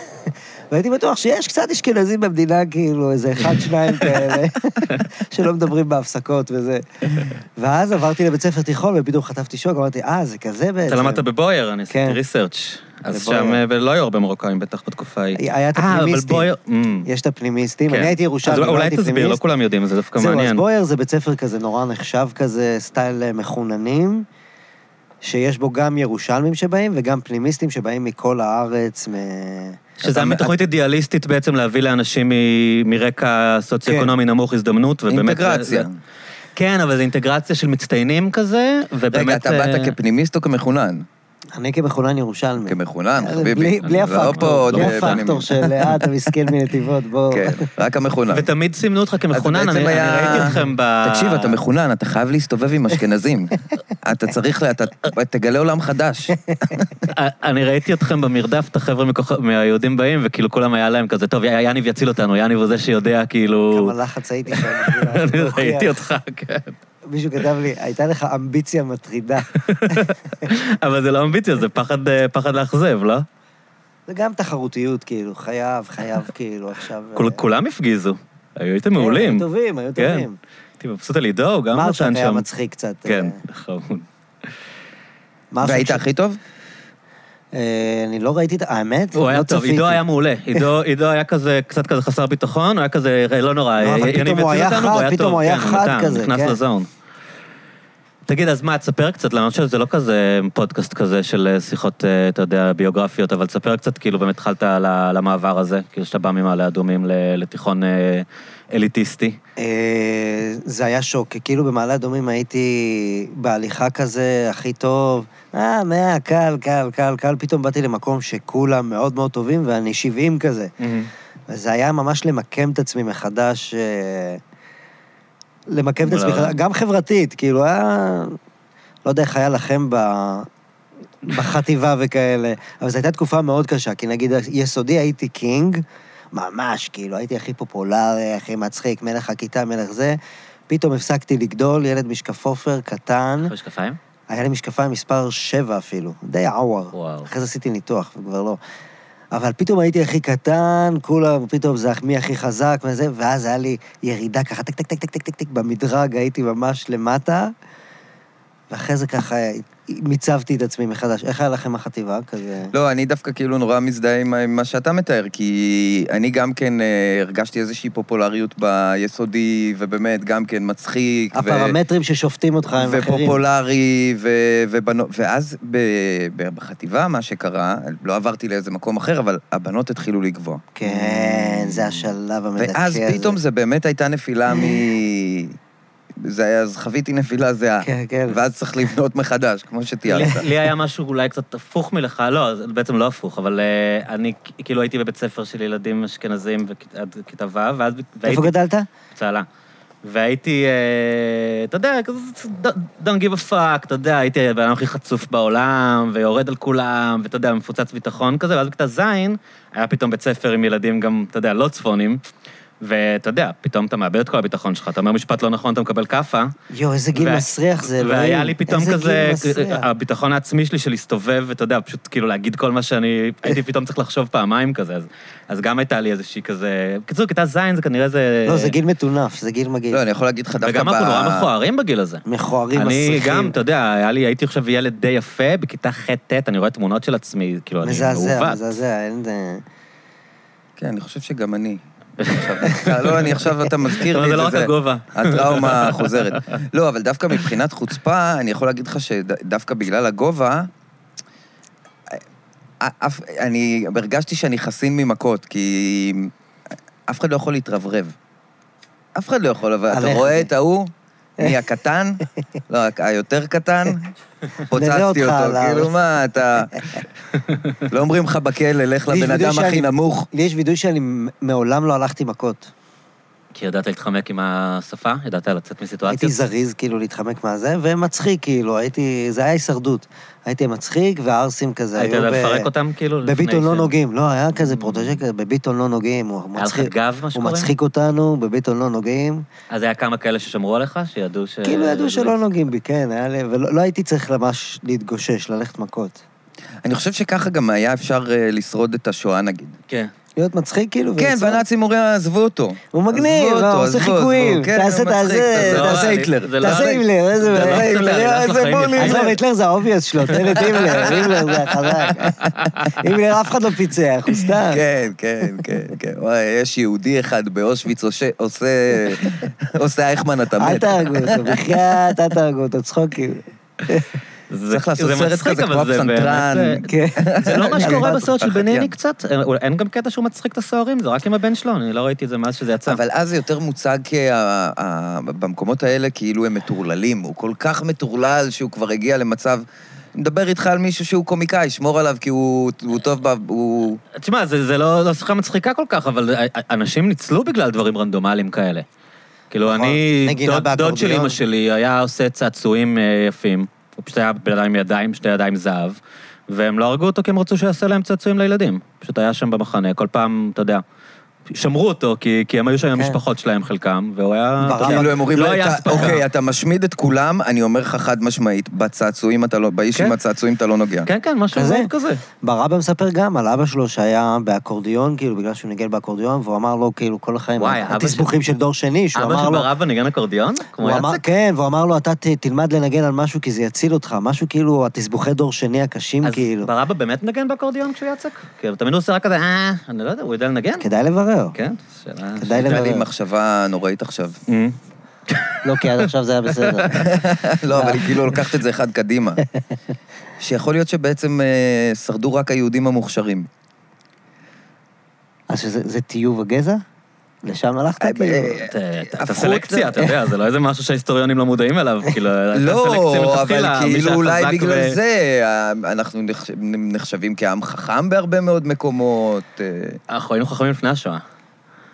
S3: והייתי בטוח שיש קצת אשכנזים במדינה, כאילו, איזה אחד,
S1: *laughs*
S3: שניים כאלה, *laughs* שלא מדברים בהפסקות וזה. ואז עברתי לבית ספר תיכון, ופתאום חטפתי שוק, אמרתי, אה, זה כזה בעצם.
S1: אתה למדת בבויאר, אני
S3: כן.
S1: עשיתי ריסרצ'. אז
S3: בבויאר.
S1: שם אה, ולא היו הרבה מרוקאים בטח בתקופה ההיא.
S3: היה את
S1: אה, אבל
S3: הפנימיסטים.
S1: בויאר... אמ,
S3: יש את הפנימיסטים,
S1: כן.
S3: אני הייתי ירושלמי,
S1: אז
S3: לא
S1: אולי
S3: הייתי
S1: תסביר, לא
S3: פנימיסט.
S1: כולם יודעים, זה דווקא
S3: זהו, אז
S1: מעניין.
S3: בויאר זה בית ספר כזה נורא נחשב כזה, סטייל אה, מחוננים, שיש בו גם ירושלמים שבאים וגם פנימיסטים שבאים מכל הארץ, מ...
S1: שזה היה
S2: אתה-
S1: מתוכנית אידיאליסטית בעצם להביא לאנשים מ- מרקע סוציו-אקונומי
S3: כן.
S1: נמוך הזדמנות, ובאמת...
S2: אינטגרציה.
S1: זה- כן, אבל זו אינטגרציה של מצטיינים כזה, ובאמת...
S2: רגע, אתה
S1: אה,
S2: באת כפנימיסט או כמחונן?
S3: אני כמחונן ירושלמי.
S2: כמחונן,
S3: אה,
S2: חביבי.
S3: בלי- בלי
S2: אני לא פה
S3: הפקטור,
S2: עוד
S3: בלי
S1: לא
S2: בפנים.
S3: הפקטור של אה,
S1: *laughs*
S3: אתה מסכן מנתיבות, בוא.
S2: כן, רק המחונן.
S1: ותמיד סימנו אותך כמחונן,
S2: אתה בעצם
S1: אני אני
S2: היה-
S1: ראיתי אתכם ב...
S2: תקשיב, אתה
S1: *laughs*
S2: מחונן, אתה חייב להסתובב עם אשכנזים. אתה צריך, לה- אתה תגלה עולם חדש.
S1: אה, אני ראיתי אתכם במרדף, את החבר'ה מכוח- מהיהודים באים, וכאילו כולם היה להם כזה, טוב, י- יניב יציל אותנו, יניב הוא זה שיודע, כאילו...
S3: כמה לחץ הייתי שם.
S1: *laughs* אני ראיתי אותך, כן.
S3: מישהו כתב לי, הייתה לך אמביציה
S1: *laughs*
S3: מטרידה.
S1: אבל זה לא אמביציה, זה פחד, אה, פחד לאכזב, לא?
S3: זה גם תחרותיות, כאילו, חייב, חייב, כאילו, עכשיו... אה,
S1: כול- כולם הפגיזו. היו הייתם
S3: כן,
S1: מעולים.
S3: היו טובים, היו
S1: כן.
S3: טובים.
S1: הייתי מבסוט על עידו, הוא גם נתן שם.
S3: מרשק היה מצחיק קצת.
S1: כן,
S3: אה,
S1: חמוד.
S3: מרשק
S2: והיית
S3: ש-
S2: הכי טוב?
S3: אה, אני לא ראיתי את... האמת?
S1: הוא היה
S3: לא
S1: טוב,
S3: צפיתי.
S1: עידו היה מעולה. *laughs* עידו- עידו היה כזה, קצת כזה חסר ביטחון, הוא היה כזה, "אה, לא נורא,
S3: לא, אבל
S1: יניב
S3: פתאום הוא
S1: הציל
S3: היה
S1: אותנו,
S3: חד,
S1: והוא היה
S3: פתאום
S1: טוב,
S3: הוא היה
S1: כן,
S3: חד
S1: נתן,
S3: כזה,
S1: נכנס
S3: כן.
S1: לזון. תגיד, אז מה, תספר קצת, למה שזה לא כזה פודקאסט כזה של אה, שיחות, אה, אתה יודע, ביוגרפיות, אבל תספר קצת, כאילו, באמת התחלת על ה- על המעבר הזה, כאילו שאתה בא ממעלה אדומים ל- לתיכון אה, אליטיסטי.
S3: אה, זה היה שוק, כי כאילו במעלה אדומים הייתי בהליכה כזה, הכי טוב, אה, מאה, קל, קל, קל, קל, פתאום באתי למקום שכולם מאוד מאוד טובים ואני 70 כזה. וזה היה ממש למקם את עצמי מחדש, אה, למקם את
S1: מול
S3: עצמי
S1: העולם.
S3: מחדש, גם חברתית, כאילו היה, לא יודע איך היה לכם ב... בחטיבה וכאלה, אבל זו הייתה תקופה מאוד קשה, כי נגיד יסודי הייתי קינג, ממש, כאילו, הייתי הכי פופולרי, הכי מצחיק, מלך הכיתה, מלך זה. פתאום הפסקתי לגדול, ילד משקף עופר קטן,
S1: יש משקפיים?
S3: היה לי משקפיים מספר 7 אפילו, די עוור.
S1: וואו.
S3: אחרי זה עשיתי ניתוח, וכבר לא. אבל פתאום הייתי הכי קטן, כולם, פתאום זה מי הכי חזק וזה, ואז היה לי ירידה ככה, טק, טק, טק, טק, טק, טק, טק, במדרג, הייתי ממש למטה, ואחרי זה ככה אה, מיצבתי את עצמי מחדש. איך היה לכם החטיבה? כזה...
S2: לא, אני דווקא כאילו נורא מזדהה עם עם מה שאתה מתאר, כי אני גם כן אה, הרגשתי איזושהי פופולריות ביסודי, ובאמת, גם כן מצחיק. ו-
S3: הפרמטרים ששופטים אותך הם אחרים.
S2: ופופולרי, ו, ובנו, ואז ב, ב, בחטיבה, מה שקרה, לא עברתי לאיזה מקום אחר, אבל הבנות התחילו לגבוה.
S3: כן, זה השלב המדכא
S2: ואז
S3: הזה.
S2: פתאום זה באמת הייתה נפילה מ... זה היה, אז חוויתי נפילה זהה.
S3: כן, כן.
S2: ואז צריך לבנות מחדש, כמו שתיארת.
S1: לי- לי היה משהו אולי קצת הפוך מלך, לא, זה בעצם לא הפוך, אבל אה, אני כ- כאילו הייתי בבית ספר של ילדים אשכנזים וכ- עד כיתה ו', ואז
S3: איפה
S1: והייתי
S3: גדלת?
S1: בצהלה. והייתי, אה, אתה יודע, כזה, "Don't- don't give a fuck, אתה יודע, הייתי הבן אדם הכי חצוף בעולם, ויורד על כולם, ואתה יודע, מפוצץ ביטחון כזה, ואז בכיתה ז', היה פתאום בית ספר עם ילדים גם, אתה יודע, לא צפונים, ואתה יודע, פתאום אתה מאבד את כל הביטחון שלך, אתה אומר משפט לא נכון, אתה מקבל כאפה.
S3: יואו, איזה גיל
S1: וה-
S3: מסריח זה,
S1: והיה
S3: אלוהים.
S1: לי פתאום
S3: איזה
S1: כזה,
S3: גיל מסריח.
S1: הביטחון העצמי שלי של להסתובב, ואתה יודע, פשוט כאילו להגיד כל מה שאני,
S3: אה.
S1: הייתי פתאום צריך לחשוב פעמיים כזה, אז- אז גם הייתה לי איזושהי כזה... בקיצור, כיתה ז' זה כנראה זה...
S3: לא, זה גיל מטונף, זה גיל מגעיל.
S2: לא, אני יכול להגיד לך דווקא ב...
S1: וגם אנחנו נורא מכוערים בגיל הזה.
S3: מכוערים,
S1: אני
S3: מסריחים.
S1: גם, אתה יודע, היה לי, הייתי עכשיו ילד די יפה, בכיתה ח'-ט', אני רואה תמונות של עצמי, כאילו, אני
S3: מזעזע,
S1: מעוות.
S3: מזעזע, אין... אה,
S2: כן, אני חושב שגם אני. עכשיו, לא, אני עכשיו, אתה מזכיר
S1: אבל
S2: לי
S1: זה
S2: את
S1: לא רק הגובה.
S2: הטראומה חוזרת. לא, אבל דווקא מבחינת חוצפה, אני יכול להגיד לך שדווקא בגלל הגובה, אף, אני הרגשתי שאני חסין ממכות, כי אף אחד לא יכול להתרברב. אף אחד לא יכול, אבל אתה
S3: עליך
S2: רואה
S3: זה.
S2: את ההוא, מי הקטן, לא, היותר קטן,
S3: נראה
S2: פוצצתי
S3: אותך
S2: אותו,
S3: עליו.
S2: כאילו מה, אתה... לא אומרים לך בכלא, לך
S3: לי יש
S2: לבן
S3: וידוי
S2: אדם הכי
S3: שאני-
S2: נמוך.
S3: לי יש וידוי שאני מ- מעולם לא הלכתי מכות.
S1: כי ידעת להתחמק עם השפה, ידעת לצאת
S3: הייתי
S1: מסיטואציות.
S3: זריז, כאילו, להתחמק מהזה, ומצחיק, כאילו, הייתי... זה היה הישרדות. הייתי מצחיק, והערסים כזה
S1: היית
S3: היו...
S1: יודע
S3: ב-
S1: לפרק אותם, כאילו? לפני
S3: בביטון לא
S1: ש- Mm.
S3: נוגעים. לא, היה כזה פרוטוג'ה כזה, בביטון לא נוגעים. הוא
S1: היה לך
S3: מצחיק-
S1: גב, מה
S3: הוא
S1: שקוראים?
S3: מצחיק אותנו, בביטון לא נוגעים.
S1: אז היה כמה כאלה ששמרו עליך, שידעו ש...
S3: כאילו ידעו שלא נוגעים בי, כן, היה לי... ולא לא הייתי צריך ממש להתגושש, ללכת מכות.
S2: אני חושב שככה גם היה אפשר אה, לשרוד את השואה, נגיד.
S1: כן.
S3: להיות מצחיק, כאילו,
S2: כן,
S3: ולצעוק.
S2: והנאצים אומרים, עזבו אותו.
S3: הוא מגניב,
S2: עזבו
S3: לא,
S2: אותו,
S3: הוא עושה
S2: עזבו,
S3: חיקויים.
S2: עזבו, כן,
S3: תעשה,
S2: הוא מצחיק,
S3: תעשה,
S2: זה לא
S3: תעשה
S2: היה-
S1: היטלר.
S2: זה לא
S1: תעשה
S2: היה-
S3: תעשה הימלר, איזה
S1: זה לא
S3: בעיה,
S1: קצת
S3: הימלר,
S1: העלילה
S3: איזה
S1: של חיים
S3: בול
S1: יפה.
S3: הימלר. עזוב, היטלר זה האובייס שלו, תן את הימלר, הימלר זה החזק. הימלר אף אחד לא פיצח, הוא סתם.
S2: כן, כן, כן, כן. וואי, יש יהודי אחד באושוויץ עושה-
S3: *laughs*
S2: עושה... עושה אייכמן, אתה
S3: אל
S2: מת.
S3: תהרגו אותו, בחייאת, אל תהרגו אותו, צחוקים.
S1: זה-
S2: צריך לעשות
S1: זה
S2: סרט
S1: מצחיק,
S2: כזה,
S1: אבל
S2: כמו
S1: זה באמת,
S2: הפסנתרן.
S1: אה,
S3: כן.
S1: זה לא מה שקורה בסרט של
S2: החקיין.
S1: בניני קצת? אה, אולי- אין גם קטע שהוא מצחיק את הסוהרים, זה רק עם הבן שלו, אני לא ראיתי את זה מאז שזה יצא.
S2: אבל אז זה יותר מוצג כ- ה- במקומות האלה כאילו הם מטורללים. הוא כל כך מטורלל שהוא כבר הגיע למצב... אני מדבר איתך על מישהו שהוא קומיקאי, שמור עליו כי הוא הוא טוב ב... הוא...
S1: תשמע, זה זה לא לא שיחה מצחיקה כל כך, אבל אה, אה, אנשים ניצלו בגלל דברים רנדומליים כאלה. כאילו,
S3: נכון.
S1: אני,
S3: נגינה
S1: דוד- דוד של
S3: באקורדיון.
S1: אימא שלי היה עושה צעצועים אה, יפים. הוא פשוט היה בן אדם עם ידיים, שתי ידיים זהב, והם לא הרגו אותו כי הם רצו שיעשה להם צעצועים לילדים. פשוט היה שם במחנה, כל פעם, אתה יודע, שמרו אותו, כי, כי הם היו שם עם
S3: כן.
S1: המשפחות שלהם חלקם, והוא היה... אתה
S3: ברח.
S1: יודע,
S2: כאילו הם אומרים,
S1: לא
S2: לו,
S1: היה
S2: "אתה-
S1: אספקה.
S2: אוקיי,
S1: אוקיי.
S2: אתה משמיד את כולם, אני אומר לך חד משמעית, בצעצועים אתה לא, באיש
S1: כן.
S2: עם הצעצועים אתה לא נוגע.
S1: כן, כן, משהו
S3: כזה.
S1: מאוד כזה.
S3: ברבא מספר גם על אבא שלו שהיה באקורדיון, כאילו, בגלל שהוא ניגן באקורדיון, והוא אמר לו, כאילו, כל החיים,
S1: וואי, אבא
S3: התסבוכים של דור שני, שהוא
S1: אבא
S3: אמר
S1: של
S3: לו...
S1: ברבא ניגן אקורדיון? כמו
S3: הוא אמר,
S1: יצק?
S3: כן, והוא אמר לו, אתה ת- תלמד לנגן על משהו כי זה יציל אותך, משהו כאילו, התסבוכי דור שני הקשים,
S1: אז
S3: כאילו.
S1: ברבא באמת נגן באקורדיון כשהוא יצק? כאילו, תמיד הוא עושה רק כזה, אה, אני לא יודע, הוא יודע לנגן?
S3: כדאי לברר.
S1: כן, שאלה...
S3: כדאי
S2: הייתה לי
S3: לברר.
S2: מחשבה נוראית עכשיו.
S1: אה.
S3: לא, כי עד עכשיו זה היה בסדר.
S2: לא, אבל היא כאילו לוקחת את זה אחד קדימה. *laughs* שיכול להיות שבעצם אה, שרדו רק היהודים המוכשרים.
S3: אז שזה זה טיוב הגזע? לשם הלכת?
S2: אה,
S3: כאילו?
S2: אה,
S1: אתה- אתה-
S2: הפכו
S1: אתה
S2: את
S1: סלקציה,
S2: זה-
S1: אתה יודע, זה לא איזה משהו שההיסטוריונים לא מודעים אליו,
S2: *laughs*
S1: כאילו, אתה סלקציה
S2: לא,
S1: מלכתחילה,
S2: אבל
S1: מי
S2: כאילו אולי
S1: שהחזק
S2: בגלל
S1: ו-
S2: זה אה, אנחנו נחש- נחשבים כעם חכם בהרבה מאוד מקומות. אה,
S1: אנחנו היינו חכמים לפני השואה.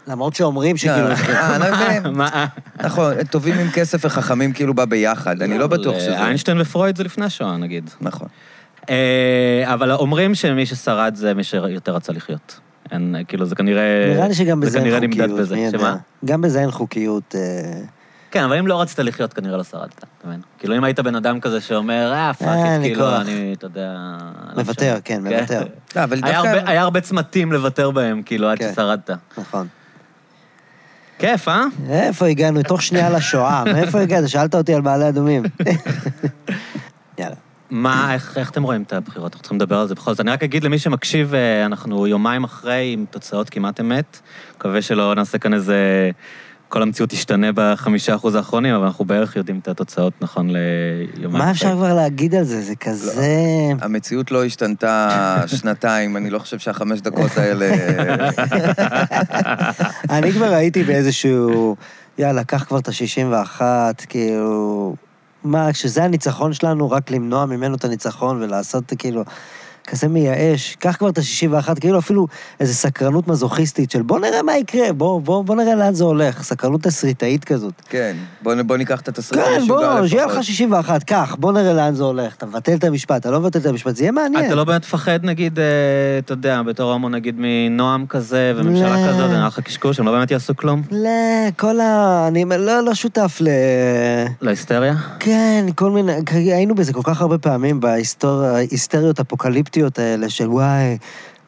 S3: למרות שאומרים שכאילו...
S1: *laughs*
S2: אה, אנחנו-
S1: מה? אה?
S2: נכון, טובים עם כסף וחכמים כאילו בא ביחד, אני לא בטוח שזה...
S1: איינשטיין ופרויד זה לפני השואה, נגיד.
S2: נכון.
S1: אה, אבל אומרים שמי ששרד זה מי שיותר רצה לחיות. אין, כאילו, זה כנראה...
S3: נראה לי שגם בזה
S1: זה כנראה
S3: אין
S1: נמדד
S2: כאילו,
S3: חוקיות,
S1: בזה.
S3: מי יודע.
S1: אה, שמה?
S3: גם בזה אין חוקיות. אה,
S1: כן, אבל אם לא רצית לחיות, כנראה לא שרדת, אתה מבין? כאילו, אם היית בן אדם כזה שאומר, אה, פאק,
S3: אין
S1: it",
S3: לי
S1: כאילו,
S3: כוח.
S1: אני, אתה יודע... לא
S3: מוותר,
S1: משנה.
S3: כן, מוותר.
S2: לא, אבל
S1: היה
S2: דווקא-
S1: הרבה- היה הרבה צמתים לוותר בהם, כאילו, עד
S3: כן.
S1: ששרדת.
S3: נכון.
S1: כיף, אה?
S3: איפה הגענו? תוך שנייה לשואה. מאיפה הגעת? שאלת אותי על מעלה אדומים. *laughs* יאללה.
S1: מה, איך, איך אתם רואים את הבחירות? אנחנו צריכים לדבר על זה בכל זאת. אני רק אגיד למי שמקשיב, אה, אנחנו יומיים אחרי עם תוצאות כמעט אמת. מקווה שלא נעשה כאן איזה... כל המציאות תשתנה בחמישה אחוז האחרונים, אבל אנחנו בערך יודעים את התוצאות נכון ליומיים
S3: מה אפשר כבר להגיד על זה? זה כזה...
S2: המציאות לא השתנתה שנתיים, אני לא חושב שהחמש דקות האלה...
S3: אני כבר הייתי באיזשהו... יאללה, קח כבר את ה-61, כאילו... מה, כשזה הניצחון שלנו, רק למנוע ממנו את הניצחון ולעשות כאילו... כזה מייאש, קח כבר את ה-61, כאילו אפילו איזו סקרנות מזוכיסטית של בוא נראה מה יקרה, בוא, בוא, בוא נראה לאן זה הולך, סקרנות תסריטאית כזאת.
S2: כן, בוא נ- בוא ניקח את התסריט
S3: כן,
S2: המשוגע
S3: בוא, שיהיה
S2: לפחות.
S3: לך 61, קח, בוא נראה לאן זה הולך. אתה מבטל את המשפט, אתה לא מבטל את המשפט, זה יהיה מעניין.
S1: אתה לא באמת מפחד, נגיד, אה, אתה יודע, בתור הומו, נגיד, מנועם כזה וממשלה
S3: לא.
S1: כזאת, זה נראה לך קשקוש, הם לא באמת יעשו כלום?
S3: לא, כל ה... אני לא, לא שותף ל...
S1: להיסטריה?
S3: כן, כל מיני, היינו בזה כל כך הרבה פעמים בהיסטריות האפוקליפטיות האלה של וואי,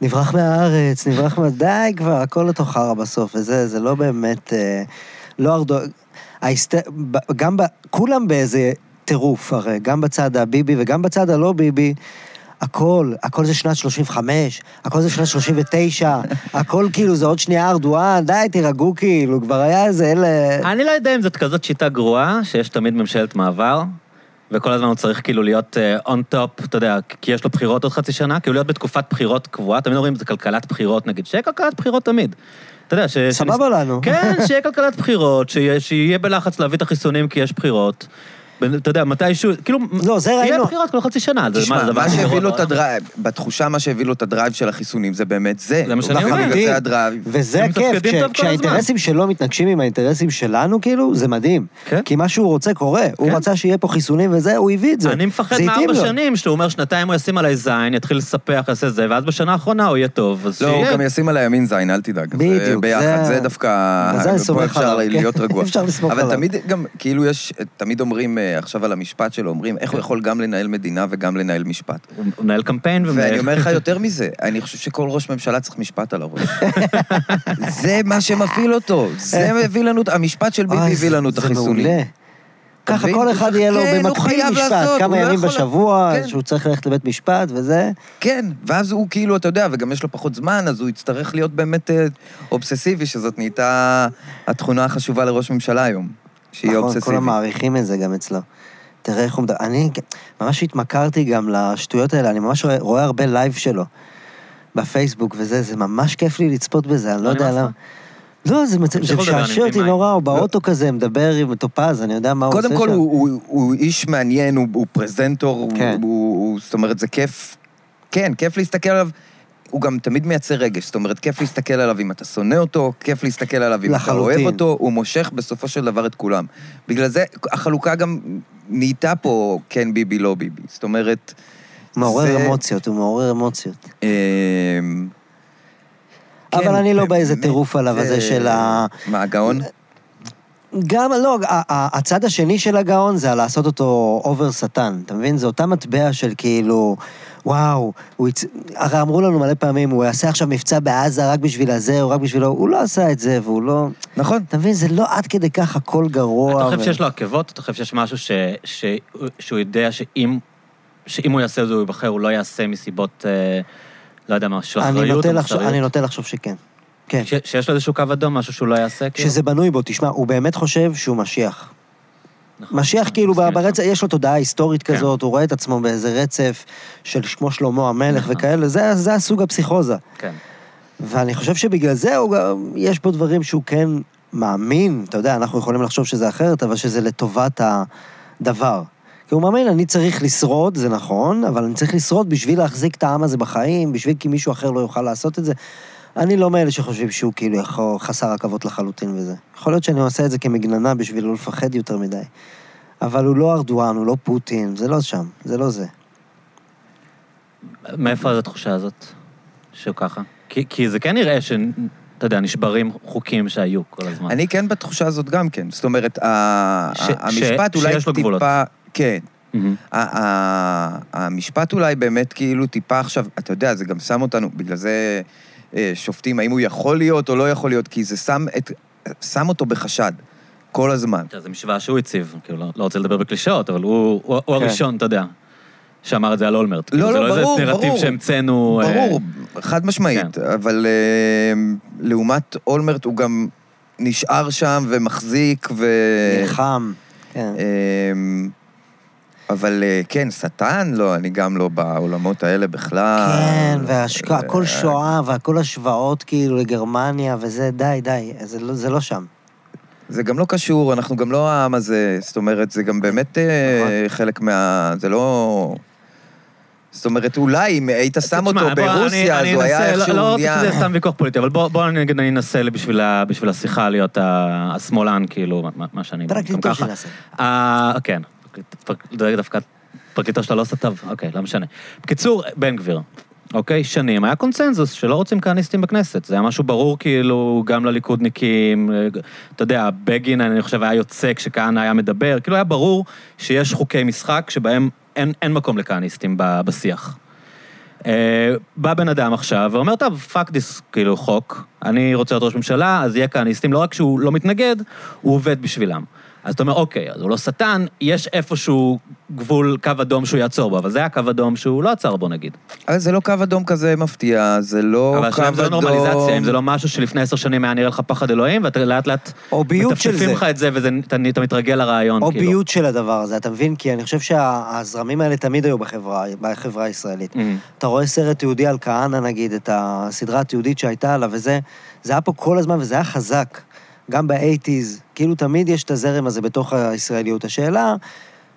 S3: נברח מהארץ, נברח מה... די כבר, הכל אותו חרא בסוף, וזה, זה לא באמת, אה, לא ארדו... ההיסטר... ב- גם ב... כולם באיזה טירוף הרי, גם בצד הביבי וגם בצד הלא ביבי. הכל, הכל זה שנת 35, הכל זה שנת 39, הכל כאילו זה עוד שנייה ארדואן, די, תירגעו כאילו, כבר היה איזה אלה...
S1: אני לא יודע אם זאת כזאת שיטה גרועה, שיש תמיד ממשלת מעבר, וכל הזמן הוא צריך כאילו להיות און טופ, אתה יודע, כי יש לו בחירות עוד חצי שנה, כאילו להיות בתקופת בחירות קבועה, תמיד אומרים, זה כלכלת בחירות נגיד, שיהיה כלכלת בחירות תמיד. אתה יודע, ש...
S3: סבבה לנו.
S1: *laughs* כן, שיהיה כלכלת בחירות, שיהיה, שיהיה בלחץ להביא את החיסונים כי יש בחירות. בין- אתה יודע, מתישהו, כאילו,
S3: לא, זה
S1: יהיה
S3: ראינו.
S1: בחירות כל חצי שנה, זה
S2: תשמע,
S1: זה דבר
S2: מה
S1: שקורה
S2: שהביא לו את
S1: בעולם?
S2: הדרייב, בתחושה מה שהביא לו את הדרייב של החיסונים זה באמת זה.
S1: זה מה שאני
S2: ובגלל
S1: אומר.
S2: זה הדרייב.
S3: וזה
S1: הם
S3: הכיף,
S1: מתפקדים
S3: כש-
S1: טוב כל
S3: כשהאינטרסים שלו מתנגשים עם האינטרסים שלנו, כאילו, זה מדהים.
S1: כן.
S3: כי מה שהוא רוצה קורה. הוא
S1: כן.
S3: רצה שיהיה פה חיסונים וזה, הוא הביא את זה.
S1: אני מפחד
S3: זה התאים
S1: מארבע
S3: לו.
S1: שנים, שהוא אומר שנתיים הוא ישים עליי זין, יתחיל לספח, יעשה זה, ואז בשנה האחרונה הוא יהיה טוב, אז
S2: לא, הוא
S1: שיהיה.
S2: גם ישים על הימין זין, אל תדאג. זה
S3: בדיוק,
S2: ביחד,
S3: זה-
S2: זה דווקא...
S3: בזה אני סומך
S2: פה אפשר
S3: עליו, כן.
S2: להיות רגוע.
S3: אפשר לסמוך עליו.
S2: אבל תמיד גם, כאילו יש, תמיד אומרים אה, עכשיו על המשפט שלו, אומרים, איך הוא יכול גם לנהל מדינה וגם לנהל משפט?
S1: הוא מנהל קמפיין ומנהל...
S2: ואני אומר לך יותר מזה, אני חושב שכל ראש ממשלה צריך משפט
S3: *laughs*
S2: על הראש. זה מה שמפעיל אותו, זה מביא לנו, המשפט של ביבי
S3: אוי,
S2: הביא לנו את
S3: זה
S2: החיסונים.
S3: מעולה. ככה
S2: מבין?
S3: כל אחד יהיה לו
S2: כן, הוא
S3: במקביל
S2: חייב
S3: משפט,
S2: לעשות,
S3: כמה
S2: הוא לא
S3: ימים
S2: יכול-
S3: בשבוע,
S2: כן.
S3: שהוא צריך ללכת לבית משפט וזה.
S2: כן, ואז הוא כאילו, אתה יודע, וגם יש לו פחות זמן, אז הוא יצטרך להיות באמת אה, אובססיבי, שזאת נהייתה התכונה החשובה לראש ממשלה היום, שהיא
S3: נכון,
S2: אובססיבית.
S3: כולם מעריכים את זה גם אצלו. תראה איך הוא מדבר. אני ממש התמכרתי גם לשטויות האלה, אני ממש רואה- רואה הרבה לייב שלו בפייסבוק וזה, זה ממש כיף לי לצפות בזה, אני לא
S1: לא
S3: יודע
S1: נמאס
S3: למה.
S1: לך?
S3: לא, זה מצ- זה
S1: תמשיכו לדבר, אני
S3: משעשע אותי
S1: מבין מה- לא.
S3: נורא, הוא באוטו כזה מדבר עם טופז, אני יודע מה הוא עושה שם.
S2: קודם כל, הוא, הוא, הוא איש מעניין, הוא, הוא פרזנטור,
S3: כן.
S2: הוא, הוא, הוא, זאת אומרת, זה כיף, כן, כיף להסתכל עליו. הוא גם תמיד מייצר רגש, זאת אומרת, כיף להסתכל עליו אם אתה שונא אותו, כיף להסתכל עליו אם אתה
S3: לחלוטין.
S2: אוהב אותו, הוא מושך בסופו של דבר את כולם. בגלל זה החלוקה גם נהייתה פה כן ביבי, לא ביבי. זאת אומרת,
S3: מעורר
S2: זה- אה,
S3: אמוציות, הוא מעורר אמוציות.
S2: אמ,
S3: אבל אני לא באיזה
S2: באמת,
S3: טירוף עליו הזה
S2: אה,
S3: של ה...
S2: מה, הגאון?
S3: גם, לא, ה- ה- הצד השני של הגאון זה לעשות אותו אובר שטן, אתה מבין? זה אותה מטבע של כאילו, וואו, הוא יצ... הרי אמרו לנו מלא פעמים, הוא יעשה עכשיו מבצע בעזה רק בשביל הזה, או רק בשבילו, הוא לא עשה את זה, והוא לא...
S2: נכון.
S3: אתה מבין? זה לא עד כדי כך הכל גרוע.
S1: אתה חושב
S3: ו-
S1: שיש לו עקבות? אתה חושב שיש משהו ש- ש- שהוא יודע שאם שאם הוא יעשה את זה הוא ייבחר, הוא לא יעשה מסיבות, אה, לא יודע מה, של
S3: אני
S1: אחריות
S3: נוטה
S1: או
S3: לחשוב- אני
S1: מוסריות?
S3: נוטה לחשוב שכן. כן.
S1: ש- שיש לו איזשהו קו אדום, משהו שהוא לא יעשה? כאילו?
S3: שזה בנוי בו, תשמע, הוא באמת חושב שהוא משיח.
S1: נכון.
S3: משיח כאילו
S1: מסכים
S3: ברצף, יש לו תודעה היסטורית
S1: כן.
S3: כזאת, הוא רואה את עצמו באיזה רצף של כמו שלמה המלך
S1: נכון.
S3: וכאלה, זה- זה הסוג הפסיכוזה.
S1: איתך. כן.
S3: ואני חושב שבגלל זה הוא גם, יש פה דברים שהוא כן מאמין, אתה יודע, אנחנו יכולים לחשוב שזה אחרת, אבל שזה לטובת הדבר. כי הוא מאמין, אני צריך לשרוד, זה נכון, אבל אני צריך לשרוד בשביל להחזיק את העם הזה בחיים, בשביל כי מישהו אחר לא יוכל לעשות את זה. אני לא מאלה שחושבים שהוא כאילו יכול- חסר עכבות לחלוטין וזה. יכול להיות שאני עושה את זה כמגננה בשביל לא לפחד יותר מדי. אבל הוא לא ארדואן, הוא לא פוטין, זה לא שם, זה לא זה.
S1: מאיפה התחושה הזאת? שהוא ככה? כי- כי זה כן נראה ש... אתה יודע, נשברים חוקים שהיו כל הזמן.
S2: אני כן בתחושה הזאת גם כן. זאת אומרת, ה-
S1: נכון. ש-
S2: ה- המשפט
S1: ש-
S2: אולי
S1: שיש לו גבולות.
S2: טיפה... כן.
S1: מהמם.
S2: ה- ה- המשפט אולי באמת כאילו טיפה עכשיו, אתה יודע, זה גם שם אותנו, בגלל זה אה, שופטים, האם הוא יכול להיות או לא יכול להיות, כי זה שם, את, שם אותו בחשד כל הזמן.
S1: תראה, זו משוואה שהוא הציב, כאילו, לא, לא רוצה לדבר בקלישאות, אבל הוא, הוא, הוא
S3: כן.
S1: הראשון, אתה יודע, שאמר את זה על אולמרט. כאילו,
S2: לא,
S1: זה
S2: לא,
S1: איזה
S2: ברור,
S1: נרטיב
S2: ברור.
S1: שהמצאנו... אה, כן.
S2: ברור, חד משמעית, אבל אה, לעומת אולמרט הוא גם נשאר שם ומחזיק ו...
S3: נלחם. כן.
S2: אה, אבל אה, כן, שטן, לא, אני גם לא בעולמות האלה בכלל.
S3: כן, והשקעה, הכל
S2: אה,
S3: שואה והכל השוואות כאילו לגרמניה וזה, די, די, זה לא, זה לא שם.
S2: כאילו- זה גם לא קשור, אנחנו גם לא העם הזה, זאת אומרת, זה גם באמת אה,
S3: נכון.
S2: חלק מה... זה לא... זאת אומרת, אולי אם היית שם
S1: תשמע,
S2: אותו
S1: בוא, אני-
S2: ברוסיה, אז
S1: אני
S2: הוא היה
S1: אנסה-
S2: איכשהו
S1: לא, לא
S2: נהיה...
S1: רוצה שזה סתם ויכוח פוליטי, אבל בוא, בוא נגיד, אני אנסה בשביל, ה, בשביל השיחה להיות ה, השמאלן, כאילו, מה, מה שאני... גם
S3: פרקליטו
S1: ככה.
S3: של הסרט.
S1: אה, כן, פרקליט- פרק- דווקא- דווקא פרקליטו שלה לא עשה טוב, אוקיי, לא משנה. בקיצור, בן גביר, אוקיי, שנים, היה קונצנזוס שלא רוצים כהניסטים בכנסת, זה היה משהו ברור כאילו גם לליכודניקים, אה, אתה יודע, בגין אני חושב היה יוצא כשכהנא היה מדבר, כאילו היה ברור שיש חוקי משחק שבהם אין, אין מקום לכהניסטים ב- בשיח. אה, בא בן אדם עכשיו ואומר, טוב, פאק דיס, כאילו, חוק, אני רוצה להיות ראש ממשלה, אז יהיה כהניסטים, לא רק שהוא לא מתנגד, הוא עובד בשבילם. אז אתה אומר, אוקיי, אז הוא לא שטן, יש איפשהו גבול, קו אדום שהוא יעצור בו, אבל זה היה קו אדום שהוא לא עצר בו, נגיד.
S2: אבל זה לא קו אדום כזה מפתיע, זה לא קו אדום...
S1: אבל השאלה אם זה לא נורמליזציה, אם זה לא משהו שלפני עשר שנים היה נראה לך פחד אלוהים, ואתה לאט לאט
S3: או ביוט של זה.
S1: מטפטפים לך את זה, ואתה מתרגל לרעיון,
S3: או
S1: כאילו.
S3: ביוט של הדבר הזה, אתה מבין? כי אני חושב שהזרמים האלה תמיד היו בחברה, בחברה הישראלית.
S1: אמ,
S3: אתה רואה סרט יהודי על כהנא, נגיד, את הסדרה התיעודית שהייתה עליו, וזה, זה היה פה כל הזמן, וזה היה חזק, גם באייטיז. כאילו, תמיד יש את הזרם הזה בתוך הישראליות. השאלה,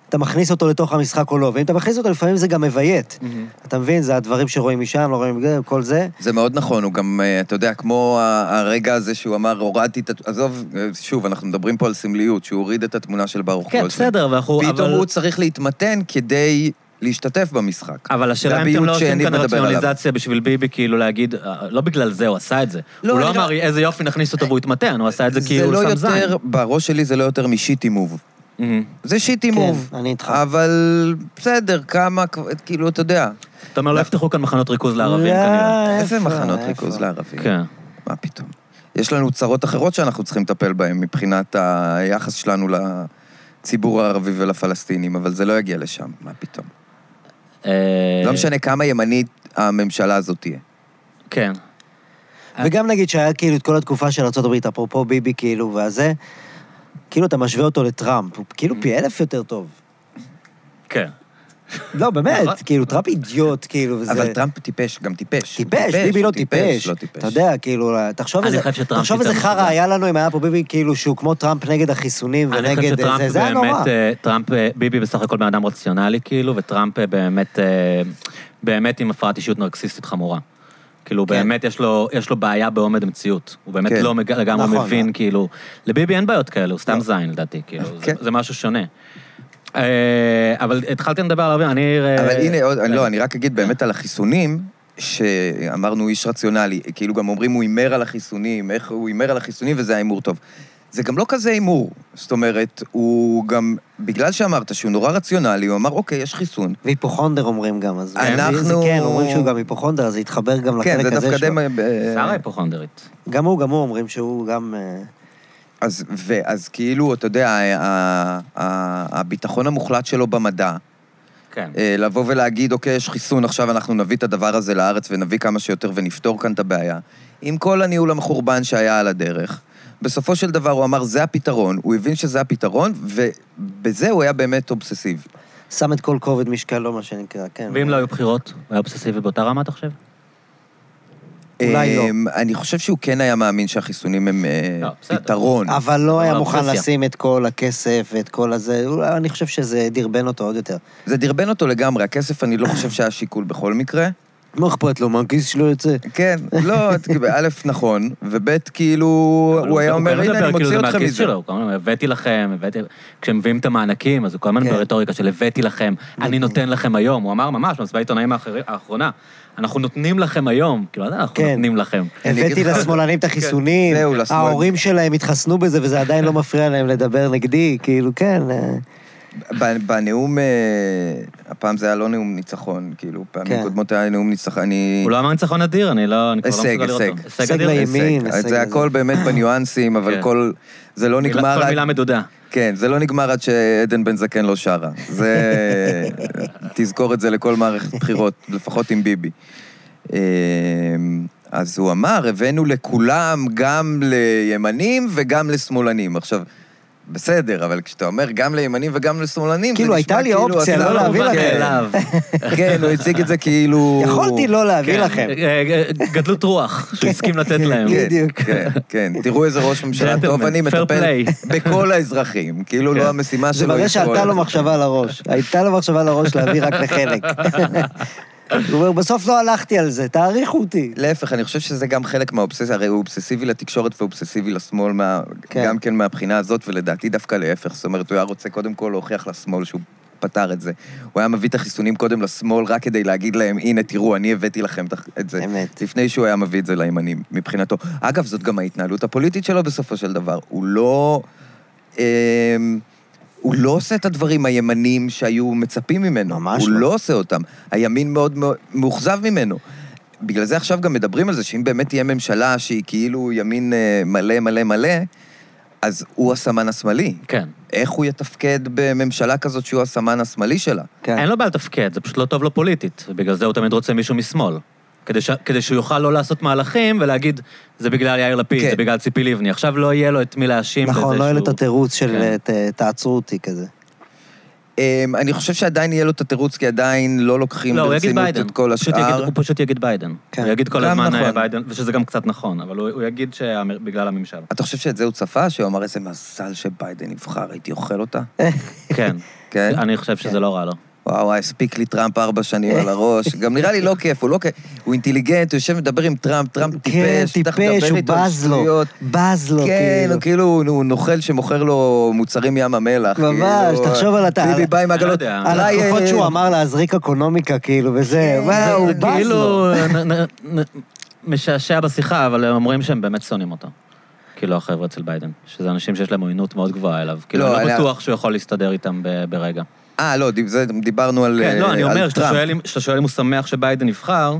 S3: אתה מכניס אותו לתוך המשחק או לא, ואם אתה מכניס אותו, לפעמים זה גם מביית.
S1: אמ.
S3: אתה מבין? זה הדברים שרואים משם, לא רואים מזה, כל זה.
S2: זה מאוד נכון, הוא גם, אה, אתה יודע, כמו ה- הרגע הזה שהוא אמר, הורדתי את... הת- עזוב, אה, שוב, אנחנו מדברים פה על סמליות, שהוא הוריד את התמונה של ברוך
S1: כן,
S2: גולדשטיין.
S1: בסדר, ואנחנו...
S2: פתאום
S1: אבל-
S2: הוא צריך להתמתן כדי להשתתף במשחק.
S1: אבל השאלה אם אתם
S2: הביוט
S1: לא עושים
S2: שיניב
S1: כאן
S2: מדבר עליו.
S1: רציונליזציה בשביל ביבי, כאילו להגיד, "אה, לא בגלל זה הוא עשה את זה.
S2: לא,
S1: הוא לא
S2: אני
S1: אמר,
S2: רק-
S1: איזה יופי, נכניס אותו והוא התמתן, הוא עשה את זה כי
S2: לא
S1: הוא שם זין.
S2: יותר, בראש שלי זה לא יותר משיט הימוב.
S1: אמ.
S2: זה שיט הימוב.
S3: כן, אני איתך.
S2: אבל בסדר, כמה, כאילו, אתה יודע.
S1: אתה אומר, לא יפתחו כאן מחנות ריכוז לערבים,
S3: לא,
S1: כנראה.
S2: איזה
S3: איפה,
S2: מחנות
S3: איפה?
S2: ריכוז לערבים?
S1: כן.
S2: מה פתאום? יש לנו צרות אחרות שאנחנו צריכים לטפל בהן מבחינת היחס שלנו לציבור הערבי ולפלסטינים, אבל זה לא יגיע לשם, מה פתאום?
S1: אה,
S2: לא משנה כמה ימנית הממשלה הזאת תהיה.
S1: כן.
S3: וגם נגיד שהיה כאילו את כל התקופה של ארה"ב, אפרופו ביבי כאילו והזה, כאילו אתה משווה אותו לטראמפ, הוא כאילו פי אלף יותר טוב.
S1: כן.
S3: לא, באמת,
S1: נכון.
S3: כאילו, טראמפ אידיוט, כאילו, וזה...
S2: אבל טראמפ טיפש, גם טיפש. הוא
S3: טיפש, ביבי לא
S2: הוא
S3: טיפש.
S2: לא טיפש.
S3: אתה יודע, כאילו, תחשוב
S1: אני
S3: איזה...
S1: חושב שטראמפ
S3: תחשוב איזה
S1: יותר
S3: חרא
S1: מסוגל.
S3: היה לנו אם היה פה ביבי, כאילו, שהוא כמו טראמפ נגד החיסונים
S1: אני חושב
S3: ונגד...
S1: שטראמפ
S3: זה, זה היה נורא.
S1: באמת, אה, טראמפ, אה, ביבי בסך הכל בן אדם רציונלי, כאילו, וטראמפ אה, באמת, אה, באמת עם הפרעת אישיות נרקסיסטית חמורה. כאילו,
S2: כן.
S1: באמת יש לו, יש לו בעיה בעומד המציאות. הוא באמת
S2: כן.
S1: לא מג- לגמרי
S3: נכון,
S1: מבין,
S3: נכון.
S1: כאילו... לביבי אין בעיות כאלה, הוא סתם
S2: לא.
S1: זין, לדעתי, כאילו. זה-
S2: כן.
S1: זה משהו שונה. אה, אבל התחלתם לדבר על ערבים, אני... אה,
S3: אה.
S2: לא, אבל הנה, עוד- לא, אני רק אגיד באמת על החיסונים, שאמרנו איש רציונלי, כאילו גם אומרים הוא הימר על החיסונים, איך הוא הימר על החיסונים וזה ההימור טוב. זה גם לא כזה הימור, זאת אומרת, הוא גם, בגלל שאמרת שהוא נורא רציונלי, הוא אמר, אוקיי, יש חיסון.
S3: והיפוכונדר אומרים גם, אז...
S2: אנחנו-
S3: זה כן, אומרים שהוא גם היפוכונדר, אז זה יתחבר גם
S2: כן,
S3: לחלק
S2: זה
S3: הזה
S2: דווקא די...
S3: שלו.
S2: מ- אה, ב-
S1: שרה היפוכונדרית.
S3: גם הוא, גם הוא אומרים שהוא גם... אה,
S2: אז, ואז כאילו, אתה יודע, ה- ה- ה- הביטחון המוחלט שלו במדע,
S1: כן.
S2: אה, לבוא ולהגיד, אוקיי, יש חיסון, עכשיו אנחנו נביא את הדבר הזה לארץ ונביא כמה שיותר ונפתור כאן את הבעיה. עם כל הניהול המחורבן שהיה על הדרך, בסופו של דבר הוא אמר, זה הפתרון, הוא הבין שזה הפתרון, ובזה הוא היה באמת אובססיבי.
S3: שם את כל כובד משקלו, מה שנקרא, כן.
S1: ואם לא היו בחירות, הוא היה אובססיבי באותה רמה, אתה חושב?
S3: אולי לא.
S2: אמ, אני חושב שהוא כן היה מאמין שהחיסונים הם אה,
S1: לא, בסדר.
S2: פתרון.
S3: אבל לא היה
S1: אבל
S3: מוכן
S1: אובססיה.
S3: לשים את כל הכסף ואת כל הזה, אולי- אני חושב שזה דרבן אותו עוד יותר.
S2: זה דרבן אותו לגמרי, הכסף אני לא חושב שהיה שיקול בכל מקרה.
S3: מה אכפת לו, מה הכיס שלו יוצא?
S2: כן, לא, את- א', נכון, וב', כאילו,
S1: אבל
S2: הוא היה
S1: גם-
S2: אומר,
S1: גם
S2: הנה,
S1: מדבר
S2: אני
S1: כאילו זה
S2: מוציא אתכם
S1: מהכיס
S2: מזה.
S1: שלו, הוא כל הזמן, הבאתי לכם, הבאתי... כשמביאים את המענקים, אז הוא כל הזמן
S3: כן.
S1: ברטוריקה של הבאתי לכם, אני נותן לכם היום. הוא אמר ממש, במסיבת העיתונאים האחרי- האחרונה, אנחנו נותנים לכם היום. כאילו, "אה, אנחנו
S3: כן.
S1: נותנים לכם.
S2: אני אגיד
S3: הבאתי
S2: לך-
S3: לשמאלנים
S1: כן.
S3: את החיסונים,
S2: זהו, לשמאל.
S3: ההורים שלהם התחסנו בזה וזה עדיין לא מפריע להם לדבר נגדי, כאילו, כן. אה,
S2: ב- בנאום, אה, הפעם זה היה לא נאום ניצחון, כאילו,
S3: כן.
S2: פעמים קודמות היה נאום ניצחון, אני...
S1: הוא לא אמר ניצחון אדיר, אני לא... אני כבר לא
S2: הישג,
S1: מסוגל לראות
S2: הישג.
S1: אותו.
S3: הישג
S1: אדיר?
S3: לימין. ימין,
S2: הישג.
S3: הישג
S2: זה הכל באמת בניואנסים, אבל
S1: כן.
S2: כל... זה לא
S1: מילה-
S2: נגמר
S1: כל
S2: עד...
S1: מילה מדודה.
S2: כן, זה לא נגמר עד שעדן בן זקן לא שרה. זה... תזכור את זה לכל מערכת בחירות, לפחות עם ביבי. אמ, אז הוא אמר, הבאנו לכולם, גם לימנים וגם לשמאלנים. עכשיו, בסדר, אבל כשאתה אומר גם לימנים וגם לשמאלנים, זה
S3: כאילו,
S2: נשמע
S3: הייתה לי אופציה,
S2: אתה-
S3: לא להביא
S1: מובן
S3: לכם.
S1: מאליו.
S2: כן, הוא הציג את זה כאילו...
S3: יכולתי לא להביא
S1: כן.
S3: לכם.
S1: אה, אה, גדלות רוח, שהוא הסכים לתת להם.
S3: כן.
S2: כן,
S3: בדיוק.
S2: כן, כן. תראו איזה ראש ממשלה טוב,
S1: ג'נטלמן,
S2: אני
S1: fair
S2: מטפל
S1: play.
S2: בכל האזרחים. כאילו,
S1: כן.
S2: לא המשימה
S3: זה לא
S2: שלו...
S3: מראה
S2: היא כל
S3: שעלתה לו
S2: האזרחים.
S3: מחשבה על הראש. הייתה לו מחשבה על הראש להביא רק לחלק. *laughs* הוא אומר, בסוף לא הלכתי על זה, תעריכו אותי.
S2: להפך, אני חושב שזה גם חלק מהאובססיה, הרי הוא אובססיבי לתקשורת ואובססיבי לשמאל, מה...
S3: כן.
S2: גם כן מהבחינה הזאת, ולדעתי דווקא להפך. זאת אומרת, הוא היה רוצה קודם כל להוכיח לשמאל שהוא פתר את זה. הוא היה מביא את החיסונים קודם לשמאל רק כדי להגיד להם, הנה, תראו, אני הבאתי לכם את ה- את זה.
S3: אמת.
S2: לפני שהוא היה מביא את זה לימנים, מבחינתו. אגב, זאת גם ההתנהלות הפוליטית שלו בסופו של דבר. הוא לא... אמ, הוא לא עושה את הדברים הימנים שהיו מצפים ממנו.
S3: ממש
S2: הוא
S3: לא.
S2: לא עושה אותם. הימין מאוד מאוד מאוכזב ממנו. בגלל זה עכשיו גם מדברים על זה, שאם באמת תהיה ממשלה שהיא כאילו ימין אה, מלא מלא מלא, אז הוא הסמן השמאלי.
S1: כן.
S2: איך הוא יתפקד בממשלה כזאת שהוא הסמן השמאלי שלה?
S3: כן.
S1: אין לו בעיה לתפקד, זה פשוט לא טוב לו פוליטית, ובגלל זה הוא תמיד רוצה מישהו משמאל. כדי, ש... כדי שהוא יוכל לא לעשות מהלכים ולהגיד, זה בגלל יאיר לפיד,
S2: כן.
S1: זה בגלל ציפי לבני. עכשיו לא יהיה לו את מי להאשים
S3: נכון,
S1: בזה
S3: לא היה לו
S1: שהוא-
S3: את התירוץ של
S1: כן.
S3: אה, ת- תעצרו אותי כזה.
S2: אמ, אני חושב שעדיין יהיה לו את התירוץ, כי עדיין לא לוקחים
S1: לא, הוא יגיד
S2: ברצינות
S1: ביידן.
S2: את כל
S1: פשוט יגיד-
S2: השאר.
S1: הוא פשוט יגיד ביידן.
S3: כן.
S1: הוא יגיד כל
S2: גם
S1: הזמן
S2: נכון.
S1: אה, ביידן, ושזה גם קצת נכון, אבל הוא, הוא יגיד שבגלל
S2: *laughs*
S1: הממשל.
S2: אתה חושב שאת זה הוא צפה? שהוא אמר, איזה מזל שביידן נבחר, הייתי אוכל אותה?
S1: כן.
S2: כן.
S1: אני חושב שזה לא רע לו.
S2: וואו, וואי, הספיק לי טראמפ ארבע שנים על הראש. גם נראה לי לא כיף, הוא לא כיף. הוא אינטליגנט, הוא יושב ומדבר עם טראמפ, טראמפ טיפש.
S3: כן,
S2: אתה מדבר
S3: טיפש, הוא
S2: איתו על
S3: בז לו.
S2: שטויות.
S3: בז לו,
S2: כן,
S3: כאילו.
S2: הוא כאילו, הוא נוכל שמוכר לו מוצרים ים המלח.
S3: ממש,
S2: כאילו.
S3: תחשוב על הת-
S2: ביבי בא עם
S1: אני לא
S2: עגלות.
S1: יודע.
S3: על
S2: אולי,
S3: התקופות
S2: אה,
S3: שהוא אמר להזריק אקונומיקה, כאילו, וזה,
S2: כן,
S3: וואו, הוא בז לו.
S1: כאילו, נ- נ- נ- משעשע בשיחה, אבל הם אומרים שהם באמת שונאים אותו. כאילו החבר'ה אצל ביידן, שזה אנשים שיש להם עוינות מאוד גבוהה אליו. כאילו,
S2: לא,
S1: אני לא
S2: עליה-
S1: בטוח שהוא יכול להסתדר איתם ב- ברגע.
S2: אה, לא, דיב- זה- דיברנו על
S1: כן, לא, אני
S2: אה,
S1: אומר,
S2: על
S1: כשאתה
S2: טראמפ.
S1: שואל אם- כשאתה שואל אם הוא שמח שביידן נבחר,